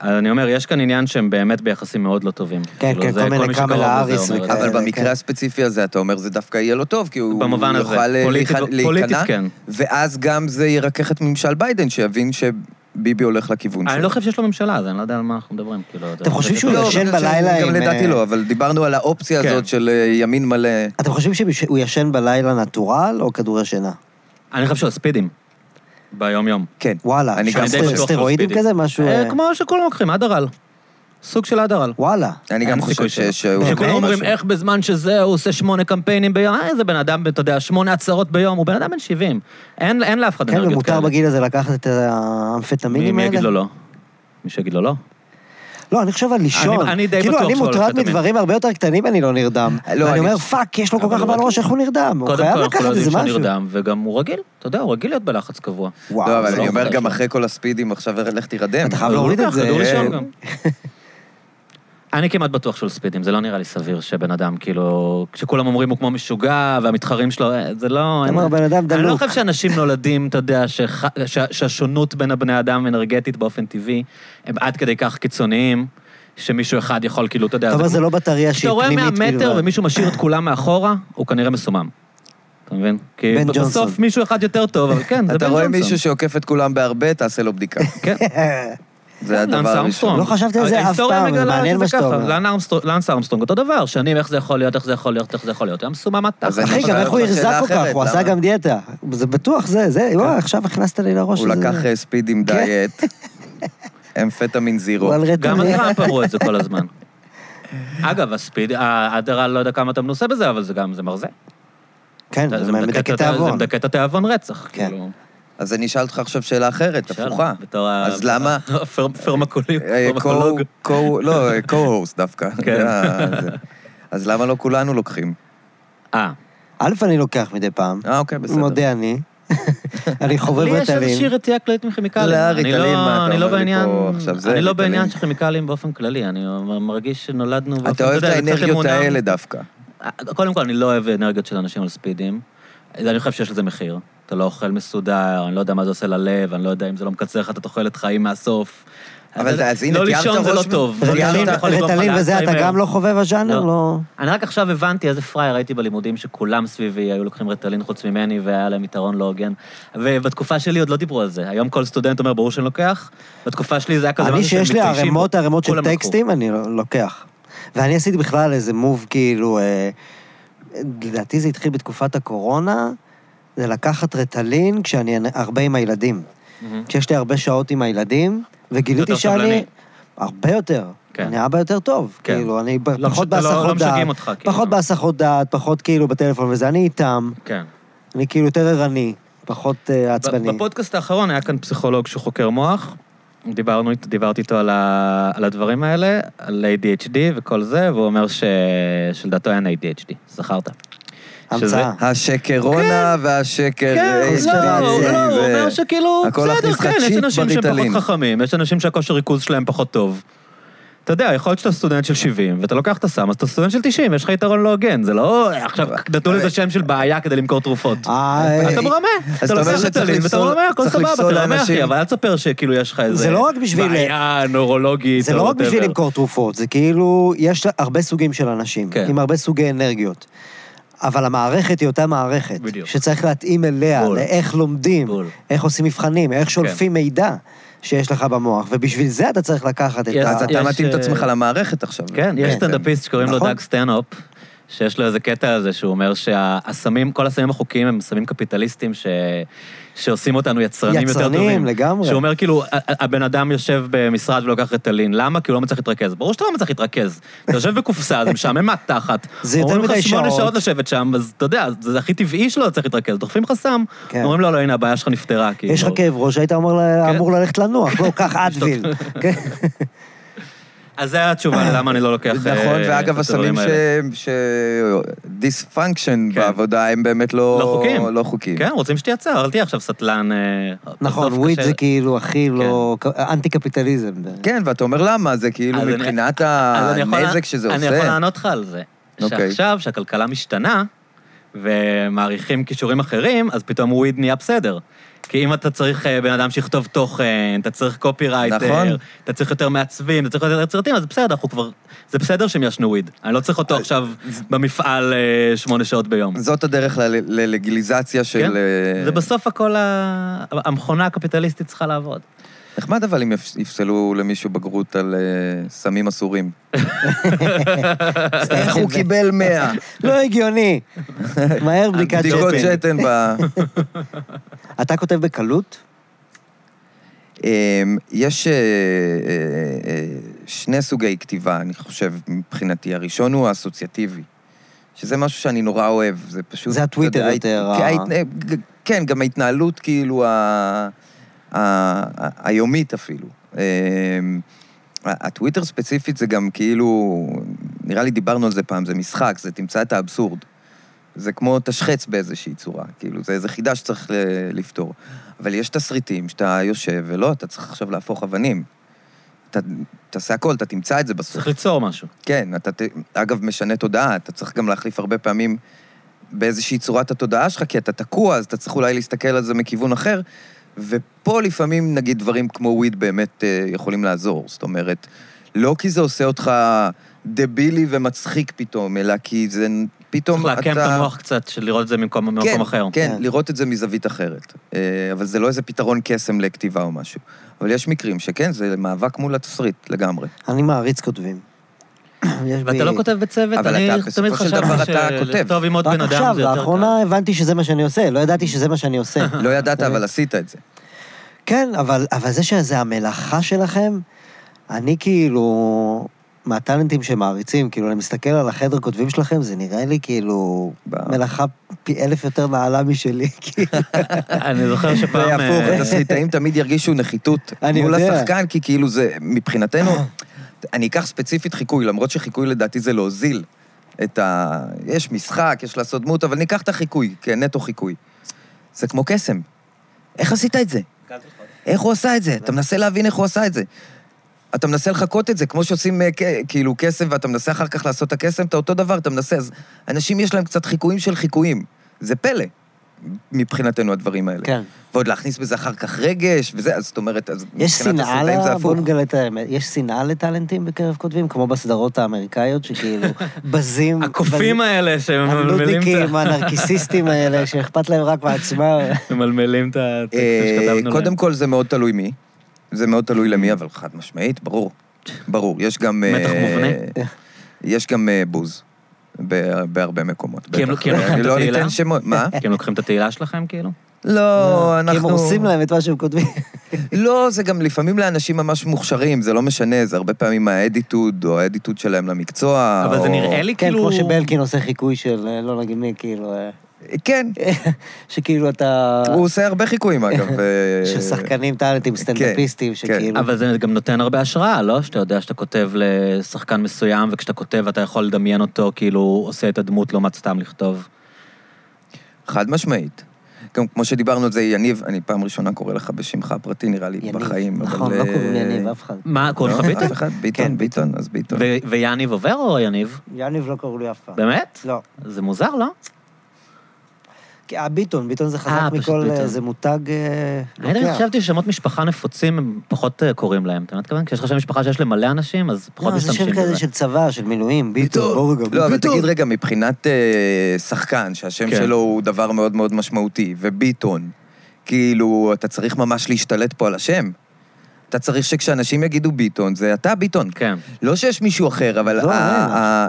S1: אז אני אומר, יש כאן עניין שהם באמת ביחסים מאוד לא טובים. כאילו,
S3: כן,
S1: זה-
S3: כל מיני
S1: מי
S3: קאמל
S1: שקרוב לזה
S3: האריס
S1: אומר את זה.
S3: וכאלה.
S2: אבל
S3: כן.
S2: במקרה הספציפי הזה, אתה אומר, זה דווקא יהיה לו טוב, כי הוא
S1: במובן הזה,
S2: יוכל אה,
S1: פוליטית-
S2: להיכנע-
S1: פוליטית כן.
S2: ואז גם זה ירכך את ממשל ביידן, שיבין שביבי הולך לכיוון שלו.
S1: אני לא חושב שיש לו ממשלה, אז אני לא יודע על מה אנחנו מדברים. כאילו,
S3: אתם חושבים
S1: זה-
S3: שהוא
S1: זה-
S2: לא,
S3: ישן
S2: אבל עכשיו,
S3: בלילה
S2: גם
S3: עם,
S2: לדעתי
S3: אה,
S2: לא, אבל דיברנו על האופציה
S1: כן.
S2: הזאת של אה, ימין מלא.
S3: אתם חושבים שהוא ישן בלילה נטורל או כדורי שינה? לא-
S1: אני חושב שהוא ספידים. ביום-יום.
S2: כן.
S3: וואלה,
S2: אני
S3: שם
S2: גם
S1: די
S3: סטר-
S1: בטוח שהוא
S3: סטרואידים
S1: ספידי.
S3: כזה, משהו...
S1: אה,
S3: אה,
S1: כמו שכולם לוקחים, אדרל. סוג של אדרל.
S3: וואלה.
S2: אני גם
S1: אין
S2: חושב
S1: סיכוי שלא.
S2: ש- שהוא... כן.
S1: שכולם
S3: באמת?
S1: אומרים, איך בזמן שזה, הוא עושה שמונה קמפיינים ביום, אה, איזה בן אדם, אתה יודע, שמונה הצהרות ביום, הוא בן אדם בן 70. אין אין לאף אחד
S3: כן,
S1: אנרגיות
S3: ומותר
S1: כאלה.
S3: בגיל הזה לקחת את
S1: מי
S3: האמפטמינים
S1: מי
S3: האלה?
S1: יגיד לו לא? מי שיגיד לו לא?
S3: לא, אני חושב על לישון.
S1: אני די
S3: כאילו,
S1: בטוח
S3: אני
S1: שהוא הולך
S3: מוטרד
S1: לדמיין.
S3: מדברים הרבה יותר קטנים, אני לא נרדם.
S2: לא,
S3: ואני
S2: אני
S3: אומר,
S2: חושב-
S3: פאק, יש לו כל
S1: אבל
S3: כך
S1: הוא
S3: בעל
S1: רק-
S3: ראש, איך הוא נרדם? הוא
S1: קודם
S3: חייב
S1: כל, אנחנו לא
S3: לקחת
S1: יודעים
S3: איזה
S1: שהוא
S3: משהו.
S1: נרדם, וגם הוא רגיל, אתה יודע, הוא רגיל להיות בלחץ קבוע.
S3: וואו,
S2: לא, אבל
S1: זה
S2: אני
S1: לא
S2: אומר,
S1: עובדה
S2: גם
S1: שלו.
S2: אחרי כל הספידים עכשיו, לך תירדם.
S3: אתה חייב
S1: אבל הוא
S3: להוריד את
S1: לוקח
S3: זה. אה,
S1: כדור ראשון
S2: כן.
S1: גם. *laughs* אני כמעט בטוח שהוא על ספידים, זה לא נראה לי סביר שבן אדם, כאילו, כשכולם אומרים הוא כמו משוגע, והמתחרים שלו, אה, זה לא...
S3: אתה אומר,
S1: אין-
S3: בן אדם
S1: אני לא
S3: דלוק.
S1: חושב
S3: *laughs*
S1: שאנשים נולדים, אתה יודע, שח- שה- שהשונות בין הבני אדם אנרגטית באופן טבעי, הם עד כדי כך קיצוניים, שמישהו אחד יכול, כאילו, אתה יודע...
S3: אתה אומר, זה לא בטריה
S1: כשאתה
S3: שהיא
S1: רואה
S3: פנימית כאילו, אה.
S1: מהמטר
S3: בלבד.
S1: ומישהו משאיר את כולם מאחורה, הוא כנראה מסומם. אתה מבין? כי
S3: בן ג'ונסון.
S1: בסוף מישהו אחד יותר טוב, אבל כן, זה בן
S2: אתה
S1: ג'ונסון.
S2: רואה מישהו שעוקף את כולם בהרבה, תעשה לו
S1: *laughs*
S2: בדיקה.
S1: כן.
S2: זה הדבר
S1: לאנס
S2: הראשון.
S1: ארמסטרונג.
S3: לא חשבתי על זה אף
S1: ההיסטוריה
S3: פעם,
S1: מגלה
S3: מעניין
S1: שזה
S3: מה שאתה
S1: ככה.
S3: אומר.
S1: לאן ארמסטרונג- לאנס ארמסטרונג אותו דבר, שנים איך זה יכול להיות, איך זה יכול להיות, איך זה יכול להיות. היה מסומם עד תחת.
S2: אז אני
S3: אחי, גם
S2: חושב
S3: איך הוא
S2: על
S3: הרזה
S2: שאלה
S3: כל כך,
S2: אחרת,
S3: הוא עשה
S2: למה?
S3: גם דיאטה. זה בטוח זה, זה, וואי, עכשיו הכנסת לי לראש.
S2: הוא
S3: זה-
S1: לא
S2: לקח אה, ספיד עם
S3: כן.
S2: דיאט, אמפטמין זירו.
S3: הוא על
S1: גם
S3: רטוריה.
S1: טראמפ אמרו את זה
S2: *laughs*
S1: כל הזמן. אגב, הספיד, האדרה, לא יודע כמה אתה מנוסה בזה, אבל זה גם, זה מרזה.
S3: כן, זה
S1: מדכא
S3: מדכא
S1: את ה-
S3: תיאבון.
S1: זה מדכא את התיאבון רצח,
S3: כן.
S1: כאילו.
S2: אז אני אשאל אותך עכשיו שאלה אחרת,
S1: שאלה, *laughs*
S2: הפוכה.
S1: בתור ה-
S2: אז למה-
S1: פר- פרמקולוג.
S2: אה,
S1: פרמקולוג.
S2: co- co- לא, אה, co-host דווקא.
S1: *laughs* כן.
S2: אה, זה. אז למה לא כולנו לוקחים?
S1: אה.
S3: א', אני לוקח מדי פעם.
S2: אה, אוקיי, בסדר.
S3: מודה אני. אני חובב
S1: לי יש איזושהי
S3: ריטלין.
S1: רתיעה כללית מכימיקלים.
S2: לא,
S1: אני
S2: ריטלין, מה אתה
S1: אני
S2: אומר
S1: לא
S2: לי
S1: בעניין,
S2: פה עכשיו? זה
S1: אני לא
S2: ריטלין.
S1: בעניין של כימיקלים באופן כללי, אני מרגיש שנולדנו... באופן-
S2: אתה אוהב את
S1: יודע, זה קצת
S2: האנרגיות
S1: אמונה.
S2: האלה דווקא.
S1: קודם כל, אני לא אוהב אנרגיות של אנשים על ספידים. אני חושב שיש לזה מחיר. אתה לא אוכל מסודר, אני לא יודע מה זה עושה ללב, אני לא יודע אם זה לא מקצר לך את התוחלת חיים מהסוף.
S2: אבל זה- אז הנה,
S1: לא
S2: תיארת
S1: לישון זה
S2: ראש
S1: לא
S2: מ-
S1: טוב.
S2: תיארת-
S1: לישון
S2: אתה
S1: יכול לגרום לך
S3: ריטלין וזה, אתה
S1: לאלצהיימר.
S3: גם לא חובב הז'אנר?
S1: לא.
S3: לא.
S1: אני רק עכשיו הבנתי איזה פראייר הייתי בלימודים, שכולם סביבי היו לוקחים רטלין חוץ ממני, והיה להם יתרון לא הוגן. ובתקופה שלי עוד לא דיברו על זה. היום כל סטודנט אומר, ברור שאני לוקח. בתקופה שלי זה היה כזה
S3: אני
S1: משהו שהם
S3: שיש לי
S1: מתביישים בו.
S3: ערימות ערימות של
S1: כולם לקחו.
S3: טקסטים, אני ל- לוקח. ואני עשיתי בכלל איזה מוב כאילו, אה, לדעתי זה התחיל בתקופת הקורונה, זה לקחת רטלין כשאני הרבה עם הילדים.
S1: מהמם.
S3: כשיש לי הרבה שעות עם הילדים, וגיליתי
S1: יותר
S3: שאני...
S1: סבלני.
S3: הרבה יותר.
S1: כן.
S3: אני אבא יותר טוב.
S1: כן.
S3: כאילו, אני ב-
S1: לא,
S3: פחות
S1: פשוט אתה לא- לא
S3: בהסחות
S1: משגעים
S3: דעת.
S1: אותך, כאילו.
S3: פחות בהסחות דעת, פחות כאילו בטלפון וזה. אני איתם,
S1: כן.
S3: אני כאילו יותר ערני, פחות אה, עצבני.
S1: בפודקאסט האחרון היה כאן פסיכולוג שהוא חוקר מוח. דיברנו, אית- דיברתי איתו על, ה, על הדברים האלה, על ADHD וכל זה, והוא אומר ש, שלדעתו אין ADHD, זכרת. שזה-
S3: המצאה.
S2: השקרונה
S1: כן.
S2: והשקר... אה,
S3: לא,
S2: אה,
S3: לא,
S2: זה-
S1: הוא אומר שכאילו,
S2: הכל
S1: בסדר,
S2: להכניס לך
S1: כן, יש
S2: צ'יפ
S1: אנשים שהם
S2: בריטלין.
S1: פחות חכמים, יש אנשים שהכושר ריכוז שלהם פחות טוב. אתה יודע, יכול להיות שאתה סטודנט של 70, ואתה לוקח את הסם, אז אתה סטודנט של 90, יש לך יתרון לא הוגן, זה לא... עכשיו,
S2: אה,
S1: נתנו לזה שם של בעיה כדי למכור תרופות.
S3: אה,
S1: אתה מרמה,
S2: אז
S1: אתה
S2: אתה אומר
S1: לוקח
S2: שצריך
S1: ריטלין ואתה
S2: לפסול-
S1: מרמה, הכל
S2: צריך
S1: סבבה,
S2: לפסול
S1: אתה מרמה
S2: לאנשים.
S1: אחי, אבל אל תספר שכאילו יש לך איזה...
S3: לא רק בשביל-
S1: בעיה נורולוגית
S3: זה
S1: או
S3: לא רק בשביל
S1: whatever.
S3: למכור תרופות, זה כאילו, יש לה- הרבה סוגים של אנשים,
S1: כן.
S3: עם הרבה סוגי אנרגיות. אבל המערכת היא אותה מערכת.
S1: בדיוק.
S3: שצריך להתאים אליה,
S1: בול.
S3: לאיך לומדים,
S1: בול. כן.
S3: איך עושים מבחנים, איך שולפים מידע שיש לך במוח, ובשביל זה אתה צריך לקחת את
S1: יש-
S3: ה...
S2: אז
S1: יש,
S2: אתה מתאים את
S1: אה,
S2: עצמך למערכת עכשיו. אה,
S1: כן, יש
S2: בעצם.
S1: סטנדאפיסט שקוראים לו
S3: נכון.
S1: דאג סטנאופ, שיש לו איזה קטע על זה שהוא אומר שהסמים, כל הסמים החוקיים הם סמים קפיטליסטים ש... שעושים אותנו יצרנים יותר
S3: יצרנים,
S1: טובים.
S3: לגמרי.
S1: שהוא אומר כאילו, ה- ה- הבן אדם יושב במשרד ולוקח רטלין, למה? כי הוא לא מצליח להתרכז. ברור שאתה לא מצליח להתרכז. אתה יושב בקופסה, זה משעמם מהתחת.
S3: זה יותר
S1: אומרים לך
S3: מדי
S1: שמונה
S3: שעות.
S1: שעות לשבת שם, אז אתה יודע, זה הכי טבעי שלא צריך להתרכז. דוחפים לך סם,
S3: כן.
S1: אומרים לו, לא, הנה, הבעיה שלך נפתרה. כאילו.
S3: יש לך כאב ראש, היית אמור ל-
S1: כן.
S3: אמור ללכת
S1: *laughs*
S3: לנוח, לא, קח אדוויל. כן.
S1: אז זו התשובה ללמה אני לא לוקח...
S2: נכון,
S1: אה,
S2: ואגב,
S1: את הדברים
S2: הסמים
S1: האלה.
S2: ש... דיספונקשן
S1: כן.
S2: בעבודה הם באמת לא...
S1: לא חוקיים.
S2: לא חוקיים.
S1: כן, רוצים שתייצר, אל תהיה עכשיו סטלן. אה,
S3: נכון,
S1: בסוף
S3: וויד
S1: קשה. כן.
S3: זה כאילו הכי לא... אנטי-קפיטליזם.
S2: כן, ואתה אומר למה, זה כאילו
S1: אז אני-
S2: מבחינת
S1: אז אני יכול-
S2: הנזק שזה
S1: אני יכול
S2: עושה.
S1: לענות לך על זה.
S2: אוקיי.
S1: שעכשיו, שהכלכלה משתנה, ומעריכים כישורים אחרים, אז פתאום וויד נהיה בסדר. כי אם אתה צריך אה, בן אדם שיכתוב תוכן, אתה צריך קופי רייטר,
S2: נכון.
S1: אתה צריך יותר מעצבים, אתה צריך יותר יצירתיים, אז בסדר, אנחנו כבר... זה בסדר שהם ישנו וויד. אני לא צריך אותו
S2: אה,
S1: עכשיו במפעל אה, שמונה שעות ביום.
S2: זאת הדרך ל- ללגליזציה
S1: כן?
S2: של... אה,
S1: זה בסוף הכל ה... המכונה הקפיטליסטית צריכה לעבוד.
S2: נחמד אבל אם יפ- יפסלו למישהו בגרות על אה, סמים
S1: *laughs*
S2: אסורים. איך הוא קיבל 100?
S3: לא
S1: *laughs*
S3: הגיוני. מהר בדיקת
S2: בדיקות
S3: שתן.
S2: שתן ב...
S3: אתה כותב בקלות?
S2: אמ, יש אה, אה, אה, שני סוגי כתיבה, אני חושב, מבחינתי. הראשון הוא האסוציאטיבי, שזה משהו שאני נורא אוהב, זה פשוט...
S3: זה הטוויטר
S2: אתה יודע,
S3: יותר,
S2: ההת-
S3: ה-
S2: ההת- ג- כן, גם ההתנהלות כאילו ה- ה- ה- היומית אפילו. אמ, הטוויטר ספציפית זה גם כאילו, נראה לי דיברנו על זה פעם, זה משחק, זה תמצא את האבסורד. זה כמו תשחץ באיזושהי צורה, כאילו, זה איזה חידה שצריך ל- לפתור. אבל יש תסריטים שאתה יושב, ולא, אתה צריך עכשיו להפוך אבנים. אתה תעשה הכל, אתה תמצא את זה בסוף.
S1: צריך ליצור משהו.
S2: כן, אתה, ת- אגב, משנה תודעה, אתה צריך גם להחליף הרבה פעמים באיזושהי צורת התודעה שלך, כי אתה תקוע, אז אתה צריך אולי להסתכל על זה מכיוון אחר. ופה לפעמים, נגיד, דברים כמו וויד באמת אה, יכולים לעזור. זאת אומרת, לא כי זה עושה אותך דבילי ומצחיק פתאום, אלא כי זה פתאום
S1: צריך
S2: אתה...
S1: לעקם את המוח קצת, של לראות את זה ממקום ממקום אחר.
S2: כן,
S3: כן.
S2: לראות את זה מזווית אחרת. אה, אבל זה לא איזה פתרון קסם לכתיבה או משהו. אבל יש מקרים שכן, זה מאבק מול התסריט לגמרי.
S3: אני מעריץ כותבים. *clears throat* יש בי-
S1: ואתה לא כותב בצוות,
S2: אבל
S1: אני
S2: אתה,
S1: תמיד
S2: בסופו של
S1: חשבתי
S2: דבר אתה כותב.
S1: שלכתוב עם עוד
S3: רק
S1: בן אדם
S3: עכשיו,
S1: זה יותר קל.
S3: לאחרונה הבנתי שזה מה שאני עושה, לא ידעתי שזה מה שאני
S1: *laughs*
S3: עושה.
S2: לא ידעת, אבל עשית את זה.
S3: כן, אבל, אבל זה שזה המלאכה שלכם, אני כאילו, מהטאלנטים שמעריצים, כאילו, אני מסתכל על החדר כותבים שלכם, זה נראה לי כאילו
S2: ב-
S3: מלאכה פי אלף יותר נעלה משלי, *laughs* כאילו.
S2: *laughs*
S1: אני זוכר
S2: זה
S1: שפעם...
S2: הפוך,
S1: אה,
S2: התסריטאים תמיד ירגישו
S3: *laughs*
S2: נחיתות
S3: אני
S2: מול
S3: יודע.
S2: השחקן, כי כאילו זה, מבחינתנו, *clears throat* אני אקח ספציפית חיקוי, למרות שחיקוי לדעתי זה להוזיל את ה... יש משחק, יש לעשות דמות, אבל ניקח את החיקוי, כנטו חיקוי. זה כמו קסם. איך עשית את זה? איך הוא עשה את זה? אתה מנסה להבין איך הוא עשה את זה. אתה מנסה לחקות את זה, כמו שעושים אה, כ- כאילו קסם, ואתה מנסה אחר כך לעשות את הקסם, אתה אותו דבר, אתה מנסה. אז אנשים יש להם קצת חיקויים של חיקויים. זה פלא, מבחינתנו, הדברים האלה.
S3: כן.
S2: ועוד להכניס בזה אחר כך רגש, וזה, אז זאת אומרת, אז
S3: יש
S2: מבחינת
S3: שנאה,
S2: הסרטאים זה
S3: ל- בוא
S2: הפוך.
S3: נגלה את האמת, יש שנאה לטאלנטים בקרב כותבים, כמו בסדרות
S1: *laughs*
S3: האמריקאיות, שכאילו בזים...
S1: הקופים
S3: בז-
S1: האלה
S2: לא
S1: שממלמלים את
S3: הנודניקים, הנרקיסיסטים לא האלה, שאכפת להם רק מעצמם.
S1: ה- ממלמלים את הטקסט
S2: אה,
S1: שכתבנו לא?
S2: קודם
S1: להם.
S2: כל, זה מאוד תלוי מי. זה מאוד תלוי
S3: Mm.
S2: למי, אבל חד משמעית, ברור. ברור. יש גם... אה,
S1: מתח מובנה?
S2: יש גם אה, בוז. ב- בהרבה מקומות.
S1: כי הם-
S2: בטח.
S1: כי הם לוקחים
S2: אני
S1: את
S2: לא
S1: התהילה?
S2: ניתן שמות.
S3: *laughs*
S2: מה?
S1: כי הם כן, לוקחים את התהילה שלכם, כאילו?
S2: לא,
S3: כי הם
S2: אנחנו...
S3: הורסים להם את מה שהם כותבים.
S2: לא, זה גם לפעמים לאנשים ממש מוכשרים, זה לא משנה, זה הרבה פעמים האדיטוד, או האדיטוד שלהם למקצוע.
S1: אבל זה
S2: או-
S1: נראה לי
S3: כן,
S1: כאילו...
S3: כמו שבלקין עושה חיקוי של אה, לא נגיד מי, כאילו... אה, *laughs*
S2: כן,
S3: שכאילו אתה...
S2: הוא עושה הרבה חיקויים, אגב. אה,
S3: *laughs* של שחקנים טאלנטים, סטנדאפיסטים, שכאילו...
S2: כאילו-
S1: אבל זה גם נותן הרבה השראה, לא? שאתה יודע שאתה כותב לשחקן מסוים, וכשאתה כותב אתה יכול לדמיין אותו, כאילו, עושה את הדמות לעומת סתם לכתוב.
S2: חד משמעית. גם כמו שדיברנו על זה, יניב, אני פעם ראשונה קורא לך בשמך הפרטי, נראה לי,
S3: יניב.
S2: בחיים.
S3: נכון,
S2: אבל,
S3: לא
S2: אה,
S3: קוראים לי יניב, אף אחד.
S1: מה, קוראים לך
S2: לא,
S1: ביטון?
S2: אף אחד, ביטון,
S3: כן,
S2: ביטון, אז ביטון.
S1: ו- ויניב עובר או יניב?
S3: יניב לא קראו לי אף פעם.
S1: באמת?
S3: לא.
S1: זה מוזר, לא?
S3: כי הביטון, ביטון זה
S1: אה,
S3: חזק
S1: פשוט
S3: מכל... אה,
S1: ביטון.
S3: זה מותג אה,
S1: אני תמיד
S3: לוקח.
S1: חשבתי ששמות משפחה נפוצים, הם פחות אה, קוראים להם. אתה מבין מה התכוון? כשיש לך שם משפחה שיש למלא אנשים, אז פחות
S3: לא, זה
S1: משתמשים
S3: שם כזה
S1: בזה.
S3: של צבא, של מילואים, ביטון, בואו רגע,
S2: לא, אבל
S3: ביטון.
S2: תגיד רגע, מבחינת אה, שחקן, שהשם
S1: כן.
S2: שלו הוא דבר מאוד מאוד משמעותי, וביטון, כאילו, אתה צריך ממש להשתלט פה על השם. אתה צריך שכשאנשים יגידו ביטון, זה אתה ביטון.
S1: כן.
S2: לא שיש מישהו אחר, אבל...
S3: לא,
S2: ה-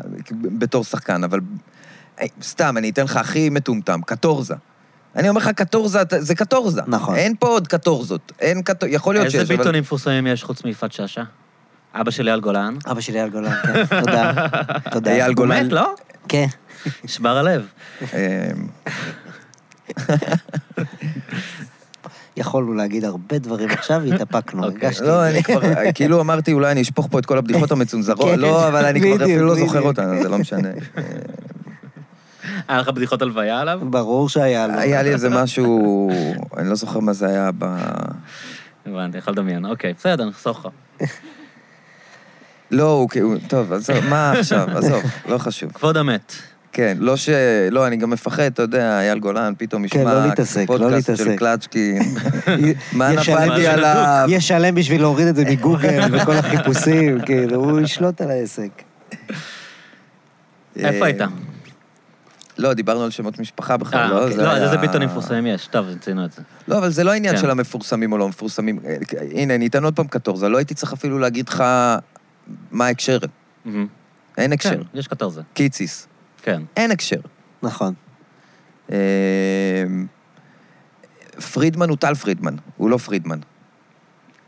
S3: אין.
S2: ה- בתור שחקן, אבל... אה, סתם, אני אתן לך הכי מטומטם, קטורזה. אני אומר לך, קטורזה, אתה- זה קטורזה.
S3: נכון.
S2: אין פה עוד קטורזות. אין קטור... יכול להיות שיש,
S1: איזה
S2: אבל...
S1: ביטונים מפורסמים יש חוץ מיפעת שאשא? אבא של אייל גולן?
S3: אבא שלי אייל גולן, כן, תודה. תודה.
S2: אייל
S1: הוא
S2: גולן.
S1: מת, לא?
S3: כן.
S1: נשבר הלב.
S2: אמ,
S3: יכולנו להגיד הרבה דברים
S2: *laughs*
S3: עכשיו, והתאפקנו,
S1: אוקיי.
S3: הרגשתי.
S2: לא, אני כבר, כאילו אמרתי, אולי אני אשפוך פה את כל הבדיחות המצונזרות,
S3: כן.
S2: לא, אבל אני כבר
S3: בדיוק,
S2: אפילו לא
S3: בדיוק.
S2: זוכר אותן, זה לא
S3: *laughs*
S2: משנה.
S1: היה לך בדיחות הלוויה עליו?
S3: ברור שהיה לו.
S2: היה
S3: *laughs*
S2: לי איזה משהו, אני לא זוכר מה זה היה ב...
S1: הבנתי, יכול לדמיין. אוקיי, בסדר, נחסוך לך.
S2: לא, הוא כאילו, טוב, עזוב, מה עכשיו, עזוב, לא חשוב.
S1: כבוד המת.
S2: כן, לא ש... לא, אני גם מפחד, אתה יודע, אייל גולן פתאום
S3: כן, לא
S2: ישמע
S3: להתעסק, לא
S2: פודקאסט של
S3: להתעסק. *laughs*
S2: קלצ'קין. מה
S3: ישלם
S2: נפלתי
S1: בשביל
S2: עליו?
S3: ישלם בשביל להוריד את זה
S2: *laughs*
S3: מגוגל וכל החיפושים, כאילו, הוא ישלוט על העסק.
S1: איפה
S2: אה,
S1: היית?
S2: לא, דיברנו על שמות משפחה בכלל,
S1: אה,
S2: לא?
S1: אוקיי. לא, אז
S2: היה-
S1: איזה ביטונים מפורסמים יש? טוב, רצינו את זה.
S2: לא, אבל זה לא עניין
S1: כן.
S2: של המפורסמים או לא מפורסמים. אה, הנה, אני אתן עוד פעם קטורזה. לא הייתי צריך אפילו להגיד לך מה ההקשר.
S1: מהמם.
S2: אין
S1: כן,
S2: הקשר.
S1: יש כתר זה.
S2: קיציס.
S1: כן.
S2: אין הקשר.
S3: נכון.
S2: אה, פרידמן הוא טל פרידמן, הוא לא פרידמן.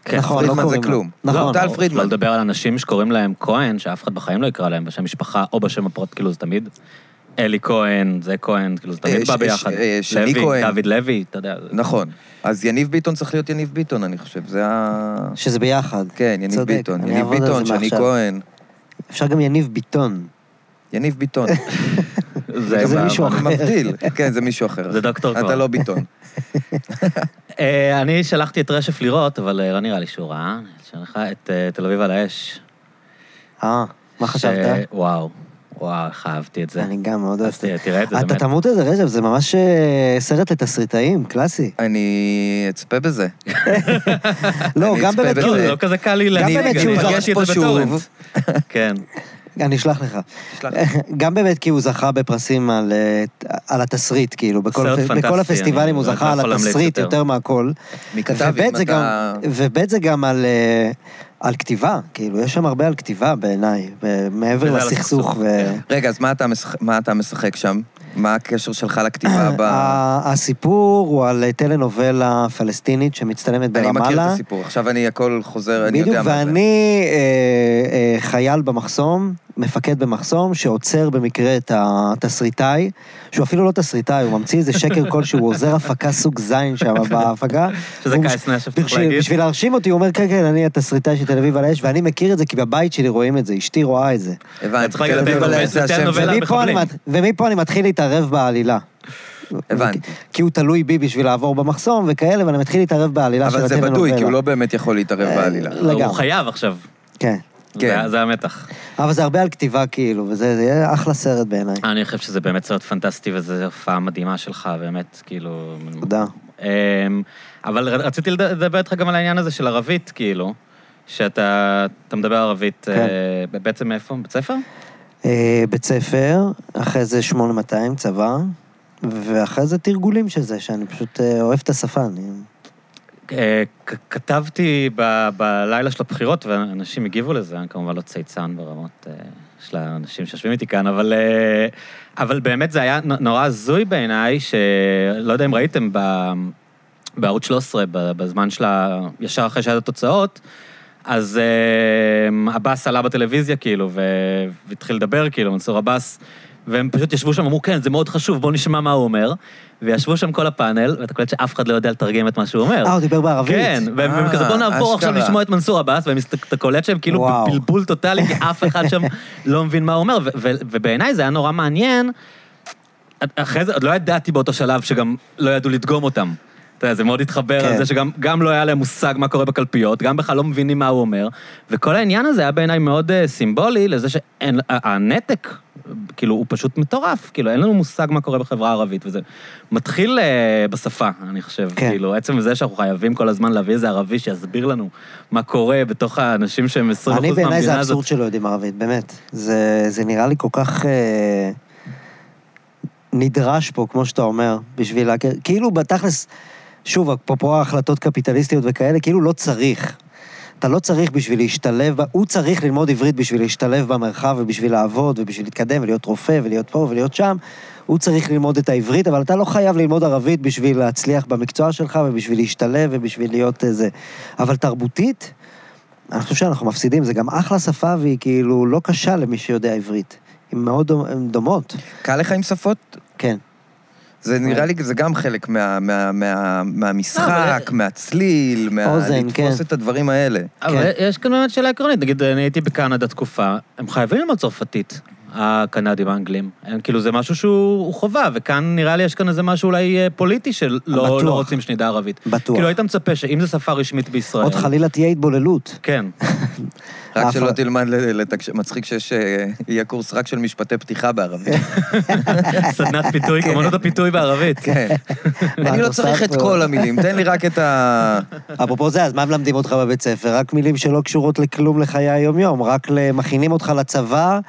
S1: כן.
S3: נכון, לא
S2: פרידמן זה
S3: קוראים לו.
S2: כלום.
S3: נכון.
S2: לא, טל
S1: לא,
S2: פרידמן.
S1: לא לדבר על אנשים שקוראים להם כהן, שאף אחד בחיים לא יקרא להם בשם משפחה או בשם הפרט, כאילו זה תמיד אלי כהן, זה כהן, כאילו, זה תמיד
S2: ש-
S1: בא
S2: ש-
S1: ביחד.
S2: אה, שני
S1: לוי,
S2: כהן.
S1: דוד לוי, אתה יודע.
S2: נכון. אז יניב ביטון צריך להיות יניב ביטון, אני חושב. זה ה...
S3: שזה ביחד.
S2: כן, יניב
S3: צודק,
S2: ביטון.
S3: אני
S2: יניב
S3: אעבוד על
S2: ביטון,
S3: זה
S2: שני
S3: מעכשיו.
S2: כהן.
S3: אפשר גם יניב ביטון.
S2: יניב ביטון.
S3: *laughs* זה
S1: מה-
S3: מישהו
S2: אני
S3: אחר.
S2: מבדיל. כן, זה מישהו אחר.
S1: זה דוקטור
S2: אתה
S1: כבר.
S2: לא ביטון.
S1: אה, אני שלחתי את רשף לראות, אבל אה, לא נראה לי שהוא ראה. אני אשאל לך את אה, תל אביב על האש.
S3: אה, מה
S1: ש-
S3: חשבת?
S1: וואו, וואו, איך אהבתי את זה.
S3: אני גם
S1: אז
S3: מאוד אוהבת.
S1: ת- תראה את זה,
S3: אתה
S1: באמת.
S3: תמות על זה, רז'ב, זה ממש אה, סרט לתסריטאים,
S2: *laughs*
S3: קלאסי.
S2: אני אצפה בזה.
S3: לא,
S2: אני
S3: גם
S2: אצפה
S3: באמת,
S1: לא,
S2: בזה.
S1: זה לא כזה קל לי להגיד.
S3: באמת
S1: אני
S3: שהוא
S1: פגשתי
S2: זרק
S1: את
S2: פה
S1: זה בטורנט.
S2: שוב.
S1: כן.
S3: אני אשלח לך.
S2: תשלח.
S3: *laughs* גם באמת כי הוא זכה בפרסים על, אה, על התסריט, כאילו, בכל,
S1: סרט
S3: הפ-
S1: פנטסטי,
S3: בכל הפסטיבלים
S1: אני
S3: הוא
S1: לא
S3: זכה
S1: יכול
S3: על
S1: להמליץ
S3: התסריט
S1: יותר.
S3: יותר מהכל.
S2: מי כתב, אם
S3: ובית זה,
S2: אתה...
S3: גם, ובית זה גם על, אה, על כתיבה, כאילו, יש שם הרבה על כתיבה בעיניי, ב- מעבר
S1: וזה על
S3: לסכסוך.
S1: הסכסוך,
S3: ו...
S1: כן.
S2: רגע, אז מה אתה משח- מה אתה משחק שם? מה הקשר שלך
S1: כן.
S2: לכתיבה ב...
S3: ה- הסיפור הוא על טלנובלה פלסטינית שמצטלמת
S2: אני
S3: ברמאללה.
S2: מכיר את הסיפור. עכשיו אני הכל חוזר, אני
S3: בדיוק,
S2: יודע מה זה.
S3: ואני אה, אה, חייל במחסום, מפקד במחסום, שעוצר במקרה את התסריטאי, שהוא אפילו לא תסריטאי, הוא ממציא איזה
S2: *laughs*
S3: שקר כלשהו, הוא עוזר הפקה סוג זין שם בהפקה.
S1: שזה
S3: והוא-
S1: קייס נשף, צריך
S3: בשביל-
S1: להגיד.
S3: בשביל להרשים אותי, הוא אומר, כן, כן, אני התסריטאי של תל אביב על האש, ואני מכיר את זה, כי בבית שלי רואים את זה, אשתי רואה את זה.
S2: הבנתי,
S1: צריך להגיד,
S2: תל אביב
S1: אתה
S2: על
S1: נובלה,
S2: העץ זה
S1: אתה
S2: השם
S1: נובלה.
S2: שלי.
S3: ומפה אני מת- ומפה אני מתחיל להתערב בעלילה.
S2: הבנתי.
S3: כי הוא תלוי בי בשביל לעבור במחסום וכאלה, ואני מתחיל להתערב בעלילה של
S2: אבל זה
S3: הטלנובלה.
S2: בדוי, כי הוא לא באמת יכול להתערב
S3: אה,
S2: בעלילה.
S3: לגמרי.
S1: הוא חייב עכשיו.
S3: כן.
S2: כן.
S1: זה- זה המתח.
S3: אבל זה הרבה על כתיבה, כאילו, וזה זה יהיה אחלה סרט בעיניי.
S1: אני חושב שזה באמת סרט פנטסטי, וזו הופעה מדהימה שלך, באמת, כאילו...
S3: תודה.
S1: אמ, אבל ר- רציתי לד- לדבר איתך גם על העניין הזה של ערבית, כאילו, שאתה אתה מדבר ערבית,
S3: כן.
S1: אה, ב- בעצם מאיפה? בית ספר?
S3: אה, בית ספר, אחרי זה 8200, צבא, ואחרי זה תרגולים של זה, שאני פשוט אה, אוהב את השפה. אני...
S1: אה, כ- כתבתי ב- בלילה של הבחירות, ואנשים הגיבו לזה, אני כמובן לא צייצן ברמות אה, של האנשים שיושבים איתי כאן, אבל, אה, אבל באמת זה היה נ- נורא הזוי בעיניי, שלא יודע אם ראיתם ב- בערוץ 13, ב- בזמן של ה... ישר אחרי שהיה את התוצאות, אז אה, עבאס עלה בטלוויזיה, כאילו, ו- והתחיל לדבר, כאילו, מנסור עבאס, והם פשוט ישבו שם, אמרו, כן, זה מאוד חשוב, בואו נשמע מה הוא אומר. וישבו שם כל הפאנל, ואתה קולט שאף אחד לא יודע לתרגם את מה שהוא אומר.
S3: אה, הוא דיבר בערבית.
S1: כן, והם
S2: אה,
S1: והם כזה, בוא נעבור
S2: אשכרה.
S1: עכשיו לשמוע את מנסור עבאס, ואתה קולט שהם כאילו
S3: וואו.
S1: בבלבול טוטאלי, כי אף אחד
S3: *laughs*
S1: שם לא מבין מה הוא אומר, ו- ו- ובעיניי זה היה נורא מעניין. אחרי זה, עוד לא ידעתי באותו שלב שגם לא ידעו לדגום אותם. אתה יודע, זה מאוד התחבר
S3: כן.
S1: כן. לזה שגם גם לא היה להם מושג מה קורה בקלפיות, גם בכלל לא מבינים מה הוא אומר, וכל העניין הזה היה בעיניי מאוד uh, סימבולי לזה שהנתק, כאילו, הוא פשוט מטורף, כאילו, אין לנו מושג מה קורה בחברה הערבית, וזה מתחיל uh, בשפה, אני חושב,
S3: כן.
S1: כן. כאילו, עצם זה שאנחנו חייבים כל הזמן להביא איזה ערבי שיסביר לנו מה קורה בתוך האנשים שהם 20%
S3: אני
S1: מהמדינה
S3: בעיניי זה
S1: הזאת.
S3: אבסורד שלא יודעים ערבית, באמת. זה, זה נראה לי כל כך אה, נדרש פה, כמו שאתה אומר, בשביל... להכיר- כאילו בתכלס, שוב, אפרופו ההחלטות קפיטליסטיות וכאלה, כאילו לא צריך. אתה לא צריך בשביל להשתלב, ב- הוא צריך ללמוד עברית בשביל להשתלב במרחב ובשביל לעבוד ובשביל להתקדם ולהיות רופא ולהיות פה ולהיות שם. הוא צריך ללמוד את העברית, אבל אתה לא חייב ללמוד ערבית בשביל להצליח במקצוע שלך ובשביל להשתלב ובשביל להיות איזה... אבל תרבותית, אני חושב שאנחנו מפסידים, זה גם אחלה שפה והיא כאילו לא קשה למי שיודע עברית. היא מאוד דומ- הן דומות.
S2: קל לך עם שפות?
S3: כן.
S2: זה
S3: אוקיי.
S2: נראה לי, זה גם חלק מה- מה- מה- מהמשחק, מהצליל, מה...
S3: אוזן,
S2: לתפוס
S3: כן.
S2: את הדברים האלה.
S1: אבל יש כאן באמת שאלה עקרונית, נגיד, אני הייתי בקנדה תקופה, הם חייבים ללמוד צרפתית, הקנדים האנגלים. הם, כאילו, זה משהו שהוא הוא חובה, וכאן נראה לי יש כאן איזה משהו אולי אה, פוליטי שלא
S3: בטוח.
S1: לא רוצים שנדע ערבית.
S3: בטוח.
S1: כאילו, היית מצפה שאם זו שפה רשמית בישראל...
S3: עוד חלילה תהיה התבוללות. *laughs*
S1: כן.
S2: רק
S3: אף-
S2: שלא תלמד ל- לתקש... מצחיק שיש... אה, יהיה קורס רק של משפטי פתיחה
S3: *laughs*
S2: בערבית.
S1: סדנת פיתוי,
S3: כן.
S1: אמנות הפיתוי בערבית.
S2: כן. אני
S3: את
S2: לא
S3: עושה
S2: צריך את
S3: פה?
S2: כל המילים, תן לי רק את
S3: *laughs*
S2: ה...
S3: אפרופו זה, אז מה מלמדים אותך בבית ספר? רק מילים שלא קשורות לכלום לחיי היום-יום, רק ל- מכינים אותך לצבא.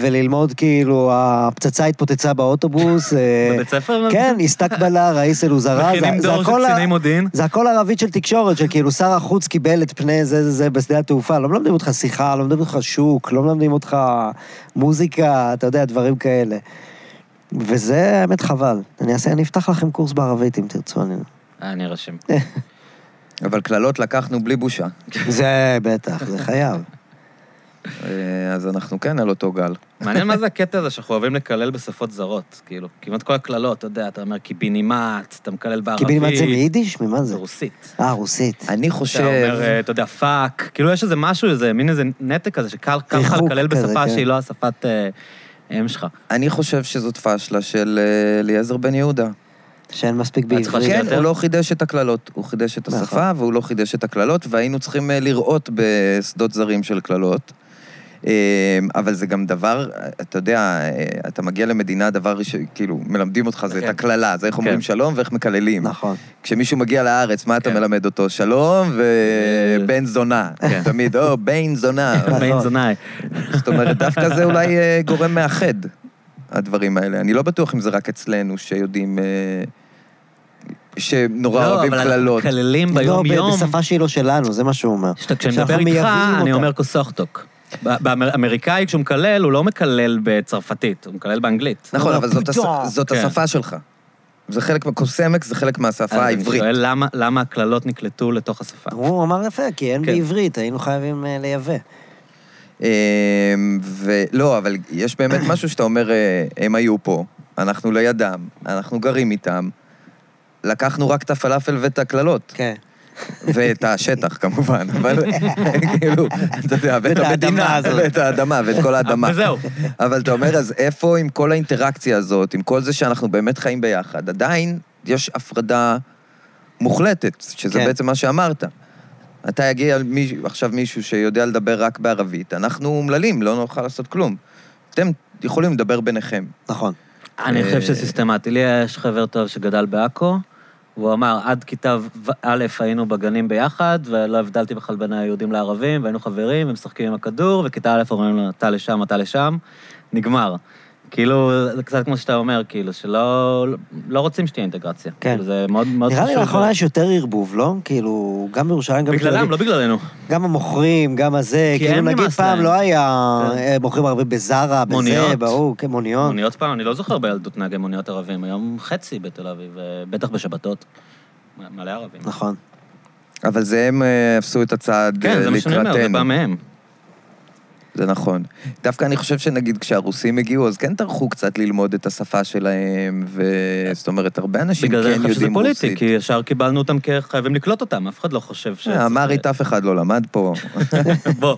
S3: וללמוד כאילו, הפצצה התפוצצה באוטובוס. אה,
S1: בבית ספר?
S3: כן, איסתקבלה, ראיס אלוזרה.
S1: מכינים
S3: זה- זה
S1: דור של
S3: הכל ה-
S1: קציני מודיעין.
S3: זה הכל ערבית של תקשורת, של כאילו שר החוץ קיבל את פני זה זה זה בשדה התעופה, לא מלמדים אותך שיחה, לא מלמדים אותך שוק, לא מלמדים אותך מוזיקה, אתה יודע, דברים כאלה. וזה האמת חבל. אני אעשה, אני אפתח לכם קורס בערבית אם
S1: *laughs*
S3: תרצו. אני...
S1: אה, אני ארשם.
S2: אבל קללות לקחנו בלי בושה.
S3: זה בטח, זה חייב.
S2: אה, אז אנחנו כן על אותו גל.
S1: מעניין מה זה הקטע הזה שאנחנו אוהבים לקלל בשפות זרות, כאילו, כמעט כל הקללות, אתה יודע, אתה אומר קיבינימט, אתה מקלל בערבית.
S3: קיבינימט זה מיידיש? ממה
S1: זה
S3: זה?
S1: רוסית.
S3: אה, רוסית.
S2: אני
S1: אתה אומר,
S2: חושב...
S1: אה, אתה יודע, פאק, כאילו יש איזה משהו, איזה מין איזה נתק כזה, שקל קל לך
S3: ריחוק
S1: לקלל
S3: כזה,
S1: בשפה
S3: כן.
S1: שהיא לא השפת אה, אם שלך.
S2: אני חושב שזאת פשלה של אה, אליעזר בן יהודה.
S3: שאין מספיק
S1: את צריכה
S3: בעברית.
S1: להגיד-
S2: כן,
S1: יותר?
S2: הוא לא חידש את הקללות. הוא חידש את
S3: נכון.
S2: השפה, והוא לא חידש את הקללות, והיינו צריכים אה, לראות בשדות זרים של קללות. אה, אבל זה גם דבר, אה, אתה יודע, אה, אתה מגיע למדינה, הדבר ראשון, כאילו, מלמדים אותך זה
S1: כן.
S2: את הקללה, זה איך
S1: כן.
S2: אומרים שלום ואיך מקללים.
S3: נכון.
S2: כשמישהו מגיע לארץ, מה אתה
S1: כן. אה,
S2: מלמד אותו? שלום ובן זונה.
S1: כן.
S2: תמיד, או, בן
S1: *laughs*
S2: זונה.
S3: נכון.
S1: מעין זונאי.
S2: זאת אומרת, דווקא זה אולי אה, גורם מאחד, הדברים האלה. אני לא בטוח אם זה רק אצלנו שיודעים... אה, שנורא אוהבים
S1: לא, אבל אנחנו
S2: קללות.
S1: מקללים
S3: לא,
S1: ביום-יום.
S3: ב- בשפה שהיא לא שלנו, זה מה שהוא אומר.
S1: שאתה- כשאני
S3: שאנחנו
S1: מדבר איתך,
S3: מייבאים
S1: אני
S3: אותה.
S1: אומר כוסוכטוק. באמריקאי, כשהוא מקלל, הוא לא מקלל בצרפתית, הוא מקלל באנגלית.
S2: נכון,
S3: לא,
S2: אבל זאת הש-
S3: פתאום.
S2: זאת
S1: כן.
S2: השפה שלך. זה חלק, מה- קוסמק זה חלק מהשפה
S1: אז
S2: העברית.
S1: אני שואל למה- למה הקללות נקלטו לתוך השפה.
S3: הוא אמר יפה, כי אין
S1: כן.
S3: בעברית, היינו חייבים אה, לייבא.
S2: אמ, ולא, אבל יש
S1: *coughs*
S2: באמת משהו שאתה אומר, אה, הם היו פה, אנחנו לידם, אנחנו גרים איתם. לקחנו רק את הפלאפל ואת הקללות,
S3: כן.
S2: ואת השטח כמובן, אבל כאילו, אתה יודע,
S3: ואת
S2: ואת
S3: האדמה
S2: המדינה,
S3: הזאת.
S2: ואת האדמה, ואת כל האדמה.
S1: אה, וזהו.
S2: אבל אתה אומר, אז איפה עם כל האינטראקציה הזאת, עם כל זה שאנחנו באמת חיים ביחד, עדיין יש הפרדה מוחלטת, שזה
S3: כן.
S2: כן. בעצם מה שאמרת. אתה יגיע מיש... עכשיו מישהו שיודע לדבר רק בערבית, אנחנו אומללים, לא נוכל לעשות כלום. אתם יכולים לדבר ביניכם.
S3: נכון.
S1: אני
S2: אה,
S1: חושב שסיסטמטי. לי יש חבר טוב שגדל בעכו, והוא אמר, עד כיתה ו- א' היינו בגנים ביחד, ולא הבדלתי בכלל בין היהודים לערבים, והיינו חברים, ומשחקים עם הכדור, וכיתה א' אומרים לו, אתה לשם, אתה לשם, נגמר. כאילו, זה קצת כמו שאתה אומר, כאילו, שלא לא רוצים שתהיה אינטגרציה.
S3: כן.
S1: כאילו, זה מאוד מאוד חשוב.
S3: נראה לי לאחרונה יש יותר ערבוב, לא? כאילו, גם בירושלים, גם בתל
S1: בגללם,
S3: אביב.
S1: לא בגללנו.
S3: גם המוכרים, גם הזה.
S1: כי
S3: כאילו,
S1: הם
S3: נגיד
S1: נמאס
S3: פעם
S1: להם.
S3: לא היה
S1: כן.
S3: אה, מוכרים הרבה בזארה, בזה,
S1: מוניות.
S3: בהוא, כן, מוניות.
S1: מוניות פעם, אני לא זוכר בילדות נהגי מוניות ערבים, היום חצי בתל אביב, אה, בטח בשבתות. מ- מלא ערבים.
S3: נכון.
S2: אבל זה הם אה, עשו את הצעד
S1: כן,
S2: אה,
S1: זה מה שאני אומר, זה
S2: לקראתנו.
S1: בא מהם.
S2: זה נכון. דווקא אני חושב שנגיד כשהרוסים הגיעו, אז כן טרחו קצת ללמוד את השפה שלהם, ו... זאת אומרת, הרבה אנשים כן
S1: בגלל זה אני
S2: יודעים
S1: חושב
S2: רוסית.
S1: שזה פוליטי, כי ישר קיבלנו אותם כחייבים לקלוט אותם, אף אחד לא חושב ש...
S2: אה, אמרית אף אחד לא למד פה.
S1: *laughs*
S2: *laughs*
S1: בוא.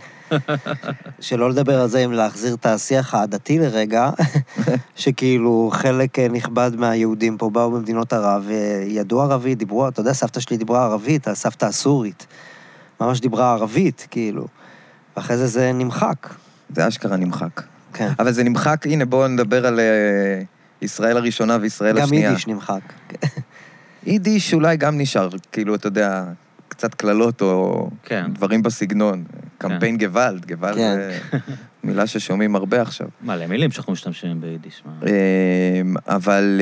S3: שלא לדבר על זה אם להחזיר את השיח העדתי לרגע,
S1: *laughs*
S3: שכאילו חלק אה, נכבד מהיהודים פה באו ממדינות ערב, אה, ידעו ערבית, דיברו, אתה יודע, סבתא שלי דיברה ערבית, הסבתא הסורית. ממש דיברה ערבית, כאילו. ואחרי זה זה נמחק.
S2: זה אשכרה נמחק.
S3: כן.
S2: אבל זה נמחק, הנה בואו נדבר על אה, ישראל הראשונה וישראל
S3: גם
S2: השנייה.
S3: יידיש נמחק.
S2: יידיש אולי גם נשאר, כאילו, אתה יודע, קצת קללות או
S1: כן.
S2: דברים בסגנון. קמפיין גוואלד, גוואלד
S3: כן.
S2: זה מילה ששומעים הרבה עכשיו.
S1: מלא מילים שאנחנו משתמשים ביידיש. מה?
S2: אמ, אבל